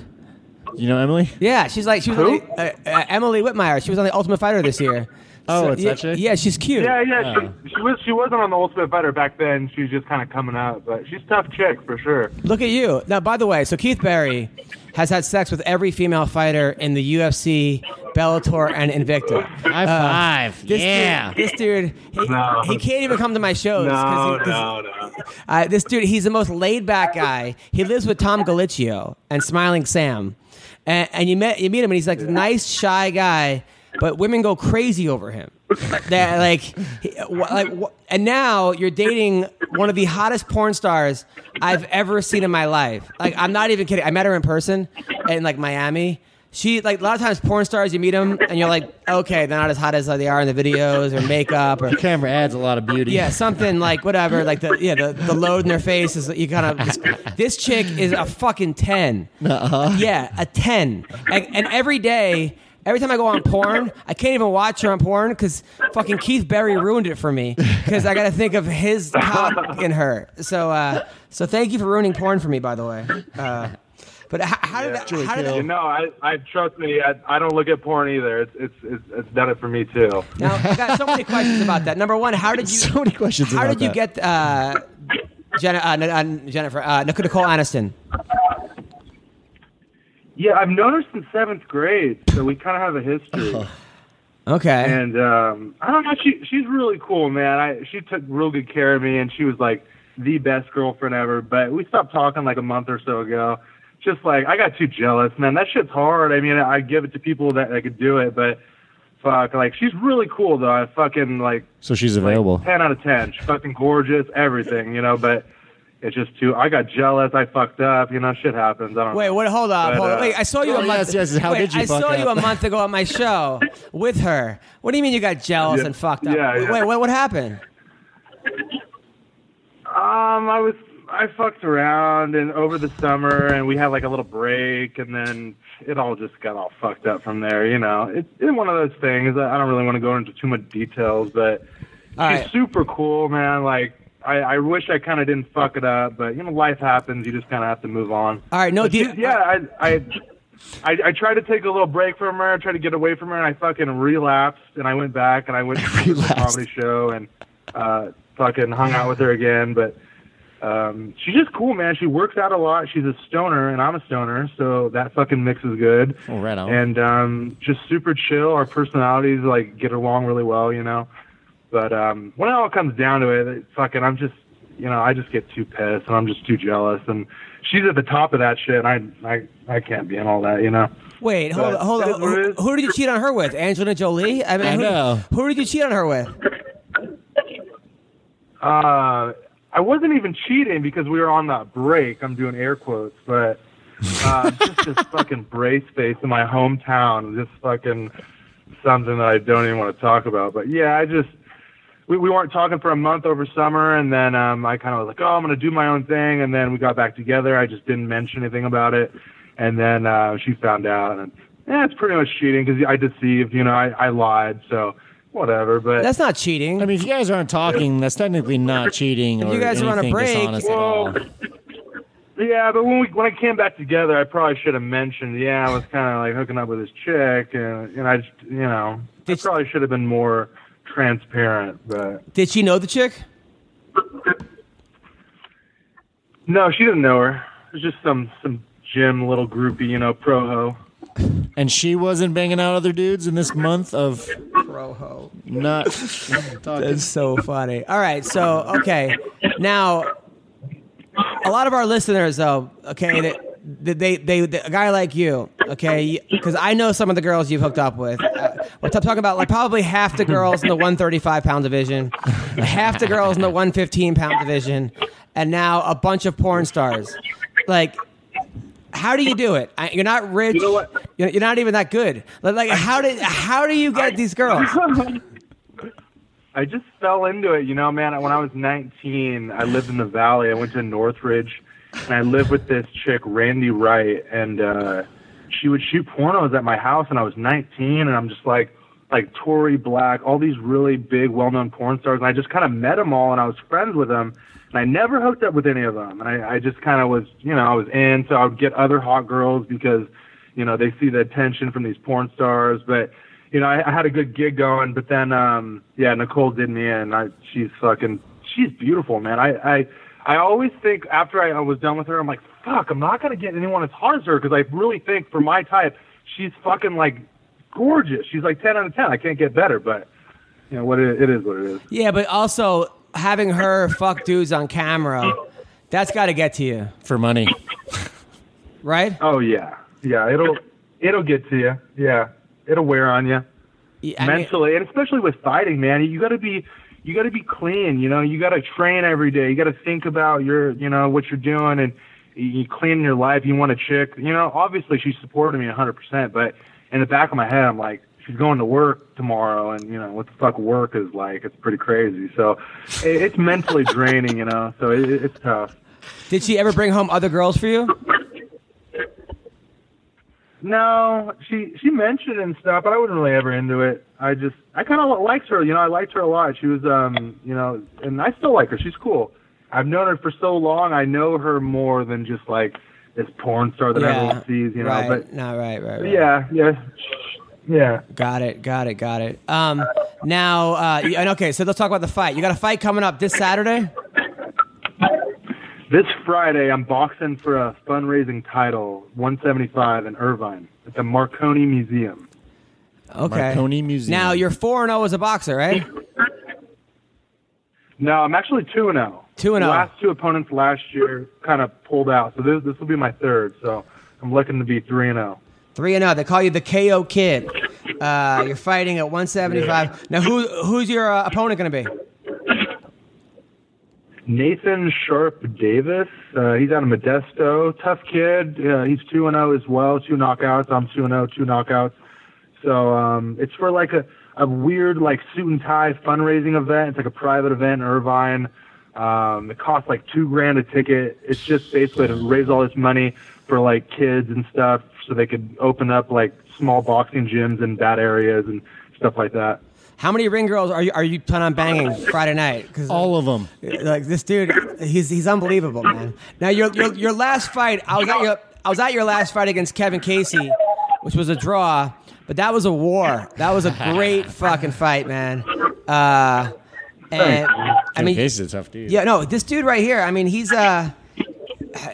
S3: You know Emily?
S2: Yeah, she's like she was
S9: Who?
S2: on the, uh, uh, Emily Whitmire. She was on the Ultimate Fighter this year.
S3: Oh,
S2: So-
S3: it's
S2: yeah,
S3: that chick?
S2: Yeah, she's cute.
S9: Yeah, yeah. She, she was she wasn't on the Ultimate Fighter back then. She was just kind of coming out, but she's a tough chick for sure.
S2: Look at you. Now, by the way, so Keith Barry has had sex with every female fighter in the UFC, Bellator, and Invicta.
S3: High five.
S2: Uh, This dude, this dude, he,
S9: No.
S2: he can't even come to my shows. 'cause
S9: No,
S2: he- 'cause-
S9: no, no.
S2: Uh, this dude, he's the most laid back guy. He lives with Tom Galicchio and Smiling Sam, and, and you met you meet him, and he's like a nice, shy guy, but women go crazy over him. that like, he- wh- like, wh- and now you're dating one of the hottest porn stars I've ever seen in my life. Like, I'm not even kidding. I met her in person in like Miami. She like a lot of times porn stars you meet them and you're like okay they're not as hot as they are in the videos or makeup or
S3: The camera adds a lot of beauty.
S2: yeah, something like whatever, like the yeah, the, the load in their face is you kind of this chick is a fucking 10 Yeah, a ten. And, and every day, every time I go on porn, I can't even watch her on porn because fucking Keith Berry ruined it for me because I got to think of his cock in her. So uh, so thank you for ruining porn for me, by the way. Uh, but how, how did that? How did
S9: You
S2: that
S9: know, I, I trust me. I, I don't look at porn either. It's, it's it's it's done it for me too.
S2: now, I got so many questions about that. Number one, how did you?
S3: So many questions
S2: How
S3: about
S2: did you
S3: that.
S2: get uh, Jenna, uh, N- uh, Jennifer, uh, Nic- Nicole Aniston.
S9: Yeah, I've known her since seventh grade, so we kind of have a history.
S2: Okay.
S9: And um, I don't know, she she's really cool, man. I she took real good care of me, and she was like the best girlfriend ever. But we stopped talking like a month or so ago. Just like I got too jealous, man. That shit's hard. I mean, I give it to people that, that could do it, but fuck, like she's really cool though. I fucking like
S3: So she's available.
S9: ten out of ten. She's fucking gorgeous, everything, you know. But it's just too. I got jealous. I fucked up. You know, shit happens. I don't.
S2: Wait, what? Hold on,
S9: But,
S2: hold on.
S9: uh,
S2: Wait, I saw you
S9: Oh,
S2: a month.
S9: yes, yes, how
S2: wait,
S9: did you
S2: I
S9: fuck
S2: saw you a
S9: up?
S2: month ago on my show with her. What do you mean you got jealous
S9: Yeah.
S2: and fucked up?
S9: Yeah, yeah.
S2: Wait, what? What happened?
S9: Um, I was I fucked around and over the summer, and we had like a little break, and then it all just got all fucked up from there. You know, it's, it's one of those things. I I don't really want to go into too much details, but
S2: All
S9: she's
S2: right.
S9: super cool, man. Like. I, I wish I kind of didn't fuck it up, but you know, life happens. You just kind of have to move on.
S2: All right, no,
S9: But she- yeah, I, I, I, I tried to take a little break from her, I tried to get away from her, and I fucking relapsed. And I went back and I went to the comedy show and uh, fucking hung out with her again. But um, she's just cool, man. She works out a lot. She's a stoner, and I'm a stoner, so that fucking mix is good.
S3: Oh, right on.
S9: And um, just super chill. Our personalities like get along really well, you know. But um, when it all comes down to it, it, fucking, I'm just, you know, I just get too pissed and I'm just too jealous. And she's at the top of that shit. And I, I, I can't be in all that, you know.
S2: Wait, hold
S9: But
S2: on, hold
S9: it
S2: on.
S9: is what it
S2: Who,
S9: is.
S2: who did you cheat on her with? Angelina Jolie? I mean,
S9: I
S2: who,
S9: know.
S2: who did you cheat on her with?
S9: Uh, I wasn't even cheating because we were on that break. I'm doing air quotes, but uh, just this fucking brace face in my hometown. This fucking something that I don't even want to talk about. But yeah, I just we, we weren't talking for a month over summer, and then um, I kind of was like, oh, I'm gonna do my own thing, and then we got back together. I just didn't mention anything about it, and then uh, she found out, and yeah, it's pretty much cheating because I deceived. You know, I, I lied, so whatever. But
S2: That's not cheating.
S3: I mean, if you guys aren't talking, that's technically not cheating.
S9: If
S3: or
S9: you guys are on a
S3: anything
S9: break-
S3: dishonest at
S9: Well,
S3: all.
S9: Oh, Yeah, but when we when I came back together, I probably should have mentioned. Yeah, I was kind of like hooking up with this chick, and and I, just, you know, I probably should have been more transparent. But
S2: Did she know the chick?
S9: no, she didn't know her. It was just some some gym little groupie, you know, pro ho.
S3: And she wasn't banging out other dudes in this month of
S2: Proho.
S3: not.
S2: That's so funny. All right, so okay, now a lot of our listeners, though, okay, that. They, they, they, a guy like you, okay? Because I know some of the girls you've hooked up with. Uh, we're t- talking about like probably half the girls in the 135 pound division, half the girls in the 115 pound division, and now a bunch of porn stars. Like, how do you do it? I, you're not rich. You know what? You're, you're not even that good. Like, like, how did how do you get these girls?
S9: I just fell into it, you know, man. When I was 19, I lived in the valley. I went to Northridge, and I lived with this chick, Randy Wright, and uh, she would shoot pornos at my house. And I was 19, and I'm just like, like Tory Black, all these really big, well-known porn stars. And I just kind of met them all, and I was friends with them. And I never hooked up with any of them. And I, I just kind of was, you know, I was in. So I would get other hot girls because, you know, they see the attention from these porn stars, but you know, I, I had a good gig going, but then, um, yeah, Nicole did me in. I, she's fucking, she's beautiful, man. I, I, I always think after I, I was done with her, I'm like, fuck, I'm not gonna get anyone as hard as her because I really think for my type, she's fucking like gorgeous. She's like 10 out of 10. I can't get better, but you know what? It, it is what it is.
S2: Yeah, but also having her fuck dudes on camera, that's got to get to you,
S3: for money.
S2: right?
S9: Oh yeah, yeah. It'll, it'll get to you. Yeah, it'll wear on you.
S2: Yeah, I mean-
S9: mentally and especially with fighting man you got to be you got to be clean you know you got to train every day you got to think about your you know what you're doing and you- you clean your life you want a chick you know obviously she supported me 100% but in the back of my head i'm like she's going to work tomorrow and you know what the fuck work is like it's pretty crazy so it, it's mentally draining you know so it, it- it's tough
S2: Did she ever bring home other girls for you?
S9: No, she she mentioned it and stuff, but I wasn't really ever into it. I just I kind of liked her, you know. I liked her a lot. She was, um, you know, and I still like her. She's cool. I've known her for so long. I know her more than just like this porn star that
S2: Yeah,
S9: everyone sees, you know.
S2: right.
S9: But
S2: no, right, right, right.
S9: yeah, yeah, yeah.
S2: Got it, got it, got it. Um, now, uh, you- and okay, so let's talk about the fight. You got a fight coming up this Saturday.
S9: This Friday, I'm boxing for a fundraising title, 175 in Irvine at the Marconi Museum.
S2: Okay. Now you're four and zero as a boxer, right?
S9: No, I'm actually two and oh. zero.
S2: 2-0.
S9: Last two opponents last year kind of pulled out, so this this will be my third. So I'm looking to be three and oh. zero.
S2: Three and zero. They call you the KO Kid. Uh, you're fighting at 175. Now who who's your uh, opponent going to be?
S9: Nathan Sharp Davis, uh, he's out of Modesto. Tough kid. Uh, he's two and zero as well. Two knockouts. I'm two and zero. Two knockouts. So um, it's for like a, a weird like suit and tie fundraising event. It's like a private event in Irvine. Um, it costs like two grand a ticket. It's just basically to raise all this money for like kids and stuff, so they could open up like small boxing gyms in bad areas and stuff like that.
S2: How many ring girls are you are you planning on banging Friday night? all
S3: of them.
S2: Like this dude, he's he's unbelievable, man. Now your your your last fight, I was at your I was at your last fight against Kevin Casey, which was a draw, but that was a war. That was a great fucking fight, man. Uh, and I
S3: Jim
S2: mean,
S3: Casey's a tough dude.
S2: yeah, no, this dude right here. I mean, he's uh,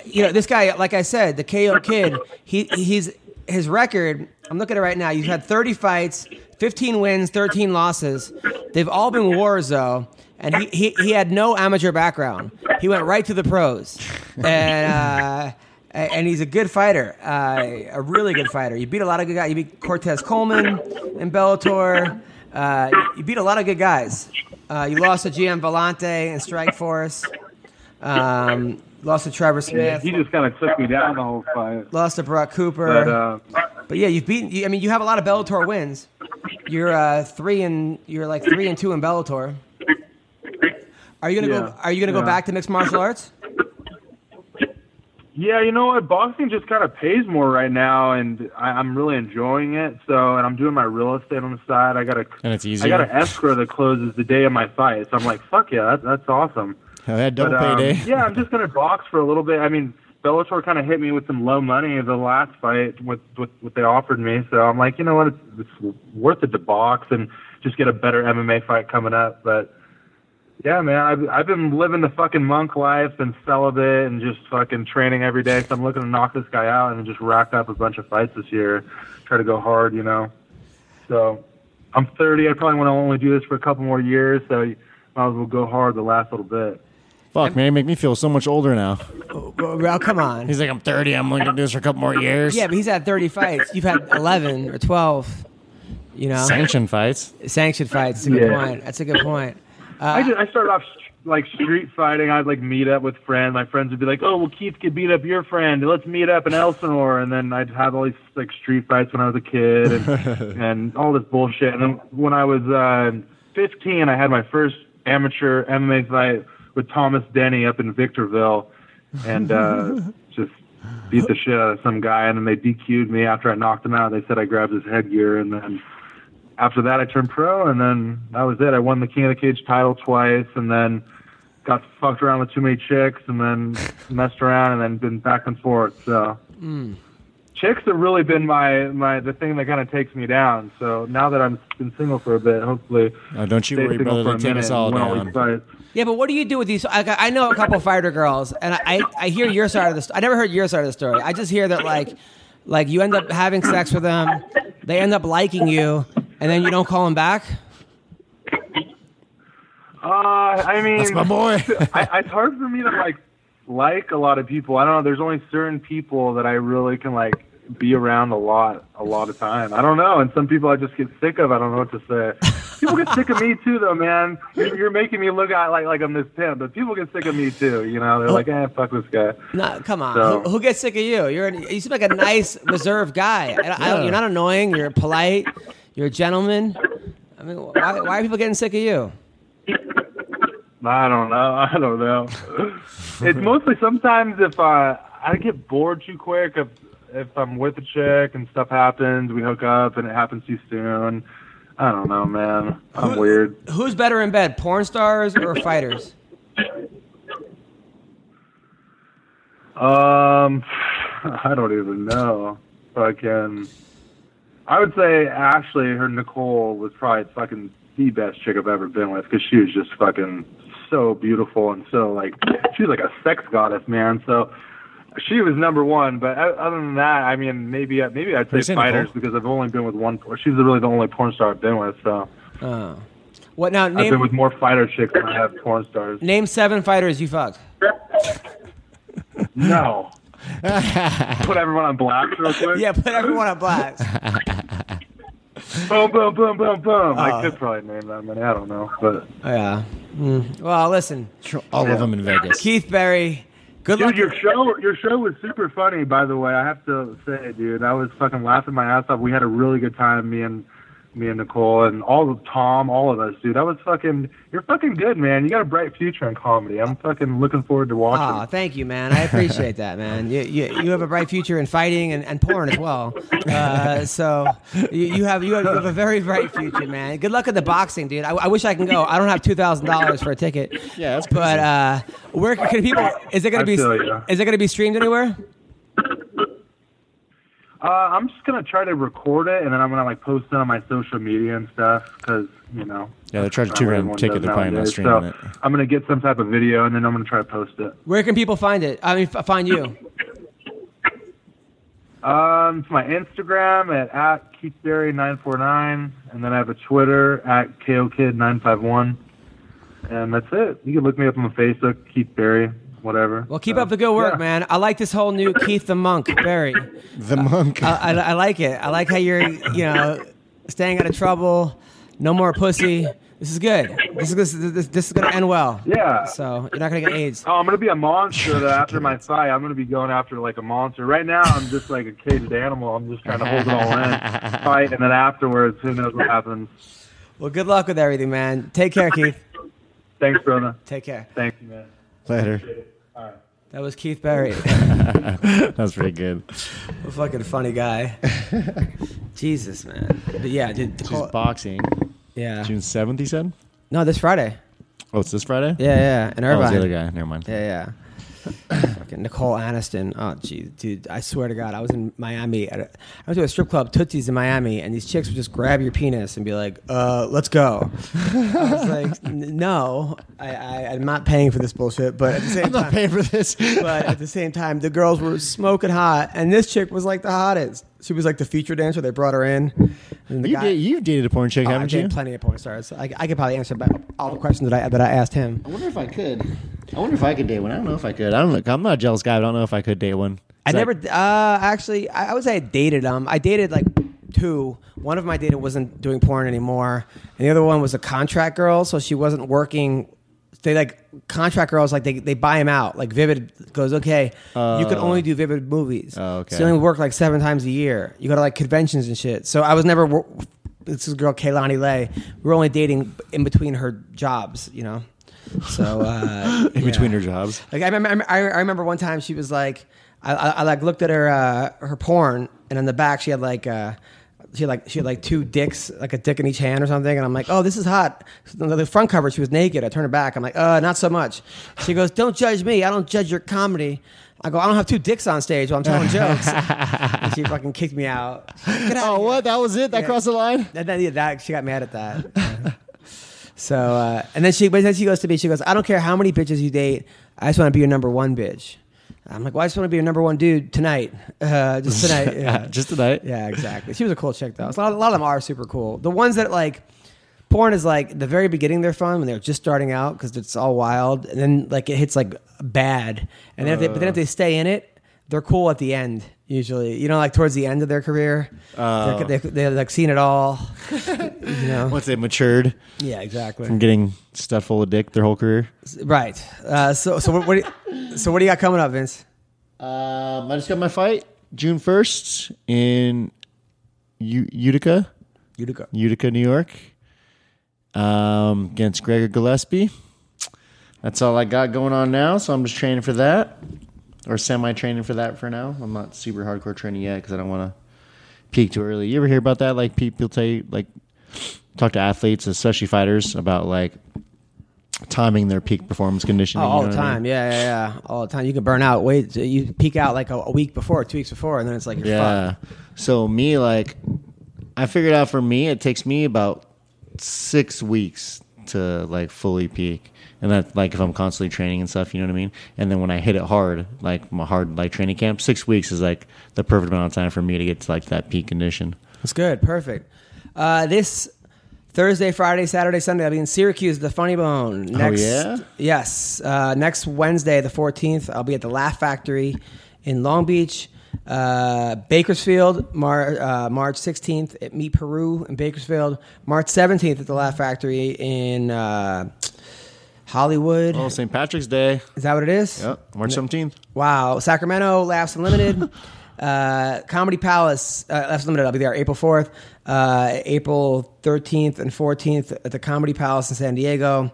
S2: you know, this guy, like I said, the KO kid. He he's his record. I'm looking at it right now. He's had 30 fights, 15 wins, 13 losses. They've all been wars though, and he he, he had no amateur background. He went right to the pros, and. Uh, a- and he's a good fighter, uh, a really good fighter. You beat a lot of good guys. You beat Cortez Coleman in Bellator. Uh, you beat a lot of good guys. Uh, you lost to GM Vellante in Strike Force. Um, lost to Trevor
S9: Yeah,
S2: Smith.
S9: he just kind of took me down the whole fight.
S2: Lost to Brock
S9: But
S2: Cooper.
S9: uh,
S2: But, yeah, you've beaten. You, I mean, you have a lot of Bellator wins. You're uh, three and you're like three and two in Bellator. Are you gonna go?
S9: Yeah,
S2: Are you gonna
S9: yeah.
S2: go back to mixed martial arts?
S9: Yeah, you know what? Boxing just kind of pays more right now, and I, I'm really enjoying it. So, and I'm doing my real estate on the side. I got a,
S3: And it's
S9: I
S3: easier.
S9: got an escrow that closes the day of my fight. So I'm like, fuck yeah, that, that's awesome.
S3: Hell, that double
S9: But, um,
S3: payday.
S9: yeah, I'm just gonna box for a little bit. I mean, Bellator kind of hit me with some low money in the last fight with with what they offered me. So I'm like, you know what? It's, it's worth it to box and just get a better MMA fight coming up. But yeah, man, I've I've been living the fucking monk life and celibate and just fucking training every day. So I'm looking to knock this guy out and just rack up a bunch of fights this year. Try to go hard, you know. So I'm 30. I probably want to only do this for a couple more years. So might as well go hard the last little bit.
S3: Fuck, man, you make me feel so much older now.
S2: Well, come on.
S3: He's like, I'm 30. I'm only gonna do this for a couple more years.
S2: Yeah, but he's had 30 fights. You've had 11 or 12. You
S9: uh,
S2: know,
S3: Sanction fights.
S2: sanctioned fights. That's a good
S9: Yeah.
S2: point. That's a good point.
S9: I, just, I started off st- like street fighting. I'd like meet up with friends. My friends would be like, "Oh, well, Keith could beat up your friend. Let's meet up in Elsinore." And then I'd have all these like street fights when I was a kid and, and all this bullshit. And then when I was uh, 15, I had my first amateur MMA fight with Thomas Denny up in Victorville, and uh, just beat the shit out of some guy. And then they DQ'd me after I knocked him out. They said I grabbed his headgear, and then after that, I turned pro, and then that was it. I won the King of the Cage title twice, and then got fucked around with too many chicks, and then messed around, and then been back and forth. So
S3: Hmm.
S9: chicks have really been my my the thing that kind of takes me down. So now that I'm been single for a bit, hopefully
S3: Oh, don't you
S9: stay
S3: worry,
S9: single for
S3: brother. They
S9: a
S3: take
S9: minute
S3: us all
S9: and win all
S3: down.
S9: these fights.
S2: Yeah, but what do you do with these? I, I know a couple fighter girls, and I, I, I hear your side of the. St- I never heard your side of the story. I just hear that like, like you end up having sex with them, they end up liking you, and then you don't call them back.
S9: Uh, I mean,
S3: That's my boy.
S9: I, it's hard for me to like like a lot of people. I don't know. There's only certain people that I really can like be around a lot, a lot of time. I don't know. And some people I just get sick of. I don't know what to say. People get sick of me too, though, man. You're you're making me look at like like I'm this pimp, but people get sick of me too. You know, they're like, eh, fuck this guy.
S2: No, come on.
S9: No.
S2: Who, who gets sick of you? You're an, you seem like a nice, reserved guy. I, don't- I don't, you're not annoying. You're polite. You're a gentleman. I mean, why, why are people getting sick of you?
S9: I don't know. I don't know. it's mostly sometimes if I I get bored too quick if if I'm with a chick and stuff happens, we hook up and it happens too soon. I don't know, man. I'm weird.
S2: Who's better in bed, porn stars or fighters?
S9: Um, I don't even know. Fucking. I would say Ashley, her Nicole, was probably fucking the best chick I've ever been with because she was just fucking so beautiful and so like she was like a sex goddess, man. So she was number one. But o- other than that, I mean, maybe maybe I'd say
S2: Who's in it,
S9: fighters
S2: Cole?
S9: because I've only been with one. por- She's really the only porn star I've been with. So
S2: Oh. What now?
S9: I've been
S2: Name
S9: with more fighter chicks than I have porn stars.
S2: name seven fighters you fucked.
S9: No. put everyone on blast real quick.
S2: Yeah, put everyone on blast.
S9: boom, boom, boom, boom, boom.
S2: Oh.
S3: Uh.
S9: I could probably name that many. I don't know, but
S2: yeah. Mm. Well, listen.
S9: All of them in Vegas.
S2: Keith Berry. Good
S9: dude,
S2: luck.
S9: your show, your show was super funny. By the way, I have to say, dude, I was fucking laughing my ass off. We had a really good time, me and me and Nicole and all of Tom, all of us, dude. I was fucking, you're fucking good, man. You got a bright future in comedy. I'm fucking looking forward to watching.
S3: Ah.
S2: Oh, thank you, man. I appreciate that, man. You, you, you have a bright future in fighting and, and porn as well. Uh, so you, you have you have a very bright future, man. Good luck at the boxing, dude. I, I wish I can go. I don't have two thousand dollars for a ticket. Yeah, that's but uh, where can people? Is it gonna
S9: I
S2: be?
S9: feel ya.
S2: Is it gonna be streamed anywhere?
S9: Uh, I'm just gonna try to record it and then I'm gonna like post it on my social media and stuff because you know.
S3: Yeah, they charge a
S9: that's
S3: two
S9: what
S3: grand
S9: everyone
S3: ticket.
S9: does
S3: They're probably not
S9: nowadays.
S3: streaming
S9: so
S3: it.
S9: I'm gonna get some type of video and then I'm gonna try to post it.
S2: Where can people find it? I mean, f- find you.
S9: Um, it's my Instagram at, at KeithBerry949, and then I have a Twitter at KOKid951. And that's it. You can look me up on Facebook, Keith Berry, whatever.
S2: Well, keep up the good work, man. I like this whole new Keith the Monk Barry.
S3: The monk.
S2: I, I, I like it. I like how you're, you know, staying out of trouble. No more pussy. This is good. This is this, this, this is gonna end well.
S9: Yeah.
S2: So you're not gonna get AIDS.
S9: Oh, I'm gonna be a monster though. After my fight, I'm gonna be going after like a monster. Right now, I'm just like a caged animal. I'm just trying to hold it all in, fight, and then afterwards, who knows what happens.
S2: Well, good luck with everything, man. Take care, Keith.
S9: Thanks, brother.
S2: Take care.
S9: Thank you, man.
S3: Later.
S2: That was Keith Barry.
S3: That's pretty good.
S2: a fucking funny guy. Jesus, man. But yeah, dude. the
S3: She's
S2: call-
S3: boxing.
S2: Yeah.
S3: June seventh, he said.
S2: no, this Friday.
S3: Oh, it's this Friday.
S2: Yeah, yeah. In
S3: Oh,
S2: Irvine.
S3: it's the other guy. Never mind.
S2: Yeah, yeah. Fucking Nicole Aniston. Oh, geez, dude. I swear to God, I was in Miami. At a, I went to a strip club, Tootsie's in Miami, and these chicks would just grab your penis and be like, uh, let's go. I was like, "N- no, I, I, I'm not paying for this bullshit, but at the same
S3: I'm not
S2: time,
S3: paying for this.
S2: but at the same time, the girls were smoking hot, and this chick was like the hottest. She was like the feature dancer. They brought her in. And the
S3: you
S2: guy-
S3: did. You dated a porn chick,
S2: Oh, I
S3: haven't you?
S2: dated plenty of porn stars. I, I could probably answer about all the questions that I that I asked him.
S3: I wonder if I could. I wonder if I could date one. I don't know if I could. I don't. Look, I'm not a jealous guy. But I don't know if I could date one.
S2: I
S3: It's
S2: never
S3: like-
S2: uh, actually. I, I would say I dated um. I dated like two. One of my dated wasn't doing porn anymore, and the other one was a contract girl, so she wasn't working. They like contract girls like they they buy them out. Like Vivid goes, okay, you can
S3: Oh.
S2: only do Vivid movies.
S3: Oh, okay.
S2: So you only work like seven times a year. You go to like conventions and shit. So I was never. wor- This is girl Kaylani Lay. We were only dating in between her jobs, you know. So uh,
S3: in between
S2: yeah.
S3: her jobs.
S2: Like I remember, I I remember one time she was like, I, I, I like looked at her uh, her porn, and in the back she had like. Uh, she had like she had like two dicks, like a dick in each hand or something, and I'm like, oh, this is hot. So the- the front cover, she was naked. I turn her back. I'm like, uh, not so much. She goes, don't judge me. I don't judge your comedy. I go, I don't have two dicks on stage while I'm telling jokes. and she fucking kicked me out. She's like, "Get out of
S3: Oh,
S2: here."
S3: what? That was it. That
S2: Yeah.
S3: crossed the line.
S2: And then yeah, that she got mad at that. so uh, and then she but then she goes to me. She goes, I don't care how many bitches you date. I just want to be your number one bitch. I'm like, well, I just want to be your number one dude tonight. Uh, just tonight. Yeah.
S3: Just tonight.
S2: Yeah, exactly. She was a cool chick though. So a, lot, a lot of them are super cool. The ones that like porn is like the very beginning they're fun when they're just starting out because it's all wild, and then like it hits like bad, and then if they, but then if they stay in it, they're cool at the end. Usually, you know, like towards the end of their career,
S3: Oh.
S2: they, they, they're like seen it all. you know,
S3: Once they matured
S2: yeah, exactly.
S3: from getting stuffed full of dick their whole career.
S2: Right. Uh, so, so what, what do you, so what do you got coming up, Vince?
S3: Um, I just got my fight June first in U- Utica,
S2: You to go.
S3: Utica, New York, um, against Gregor Gillespie. That's all I got going on now, so I'm just training for that, or semi-training for that for now. I'm not super hardcore training yet because I don't want to peak too early. You ever hear about that? Like people tell you, like talk to athletes, especially fighters, about like timing their peak performance conditioning.
S2: Oh, all
S3: you know
S2: the
S3: what I mean?
S2: time. Yeah, yeah, yeah. All the time. You can burn out. Wait, you peak out like a, a week before, two weeks before, and then it's like you're fucked.
S3: Yeah. So me like I figured out for me it takes me about 6 weeks to like fully peak. and that like if I'm constantly training and stuff, you know what I mean. And then when I hit it hard, like my hard like training camp, six weeks is like the perfect amount of time for me to get to like that peak condition.
S2: That's good. Perfect. Uh, this Thursday, Friday, Saturday, Sunday, I'll be in Syracuse, the Funny Bone.
S3: Oh,
S2: Next,
S3: yeah?
S2: Yes. Uh, next Wednesday, the 14th, I'll be at the Laugh Factory in Long Beach. Uh, Bakersfield, Mar- uh, March 16th at Meet Peru in Bakersfield. March 17th at the Laugh Factory in uh, Hollywood.
S3: Oh, St. Patrick's Day.
S2: Is that what it is?
S3: Yep, March seventeenth.
S2: Wow, Sacramento Laughs Unlimited, uh, Comedy Palace uh, Laughs Unlimited. I'll be there April fourth, uh, April thirteenth and fourteenth at the Comedy Palace in San Diego,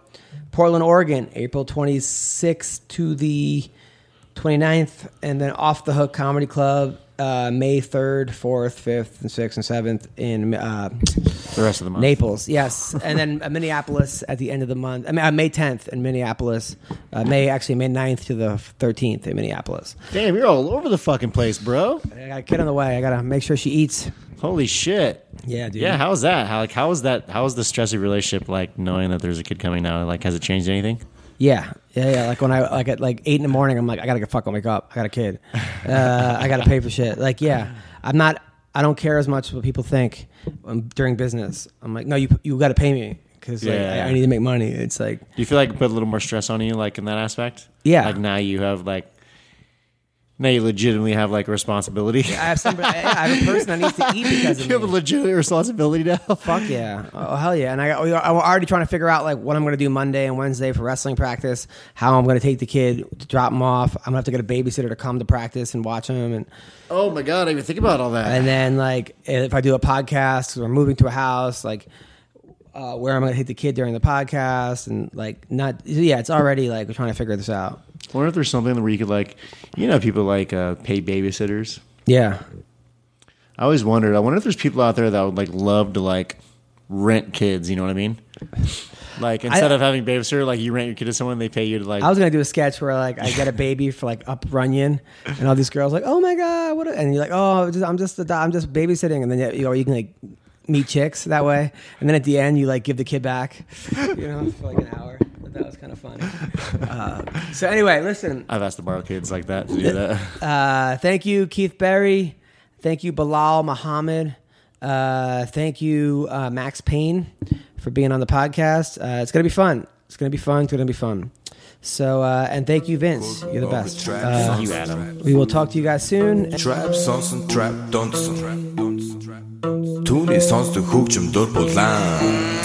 S2: Portland, Oregon, April twenty sixth to the 29th, and then Off the Hook Comedy Club. Uh, May 3rd, 4th, 5th, and 6th, and 7th in uh,
S3: The rest of the month.
S2: Naples, yes, and then uh, Minneapolis at the end of the month. I mean, uh, May 10th in Minneapolis. Uh, May actually May 9th to the 13th in Minneapolis.
S3: Damn, you're all over the fucking place, bro.
S2: I got a kid on the way. I gotta make sure she eats.
S3: Holy shit.
S2: Yeah, dude.
S3: Yeah, how's that? How like how is that? How is the stressy relationship like knowing that there's a kid coming now? Like, has it changed anything?
S2: Yeah, yeah, yeah. Like when I like at like eight in the morning, I'm like, I gotta go fucking wake up. I got a kid. Uh, I gotta pay for shit. Like, yeah, I'm not. I don't care as much what people think um, during business. I'm like, no, you you gotta pay me because like,
S3: Yeah.
S2: I, I need to make money. It's like,
S3: Do you feel like it put a little more stress on you, like in that aspect?
S2: Yeah.
S3: Like now you have like now you legitimately have like a responsibility.
S2: I have somebody, I have a person that needs to eat because of
S3: you have a
S2: me.
S3: legitimate responsibility now.
S2: Fuck yeah! Oh hell yeah! And I, I'm already trying to figure out like what I'm going to do Monday and Wednesday for wrestling practice. How I'm going to take the kid to drop him off. I'm gonna have to get a babysitter to come to practice and watch him. And
S3: Oh my god, I didn't even think about all that.
S2: and then like if I do a podcast, 'cause we're moving to a house, like uh, where I'm going to take the kid during the podcast, and like not yeah, it's already like we're trying to figure this out.
S3: I wonder if there's something where you could like you know people like uh, pay babysitters.
S2: Yeah,
S3: I always wondered. I wonder if there's people out there that would like love to like rent kids. You know what I mean? Like instead of having babysitter, like you rent your kid to someone, they pay you to like.
S2: I was gonna do a sketch where like I get a baby for like up Runyon, and all these girls like, oh my god, what? A, and you're like, oh, I'm just- I'm just a do- I'm just babysitting, and then you- you know you can like meet chicks that way, and then at the end you like give the kid back, you know, for like an hour. But that was kind of funny. Uh, so anyway, listen.
S3: I've asked to borrow kids like that to do that.
S2: Uh, thank you, Keith Berry. Thank you, Bilal Muhammad. Uh, thank you, uh, Max Payne, for being on the podcast. Uh, it's gonna be fun. It's gonna be fun. It's gonna be fun. So, uh, and thank you, Vince. You're the best. Uh,
S3: you, Adam.
S2: we will talk to you guys soon.
S1: Trap sons and trap dunson Түүний сонсдог хөгжим дур булан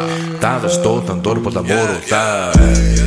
S1: Та нар дуудан дур булан мууруулаа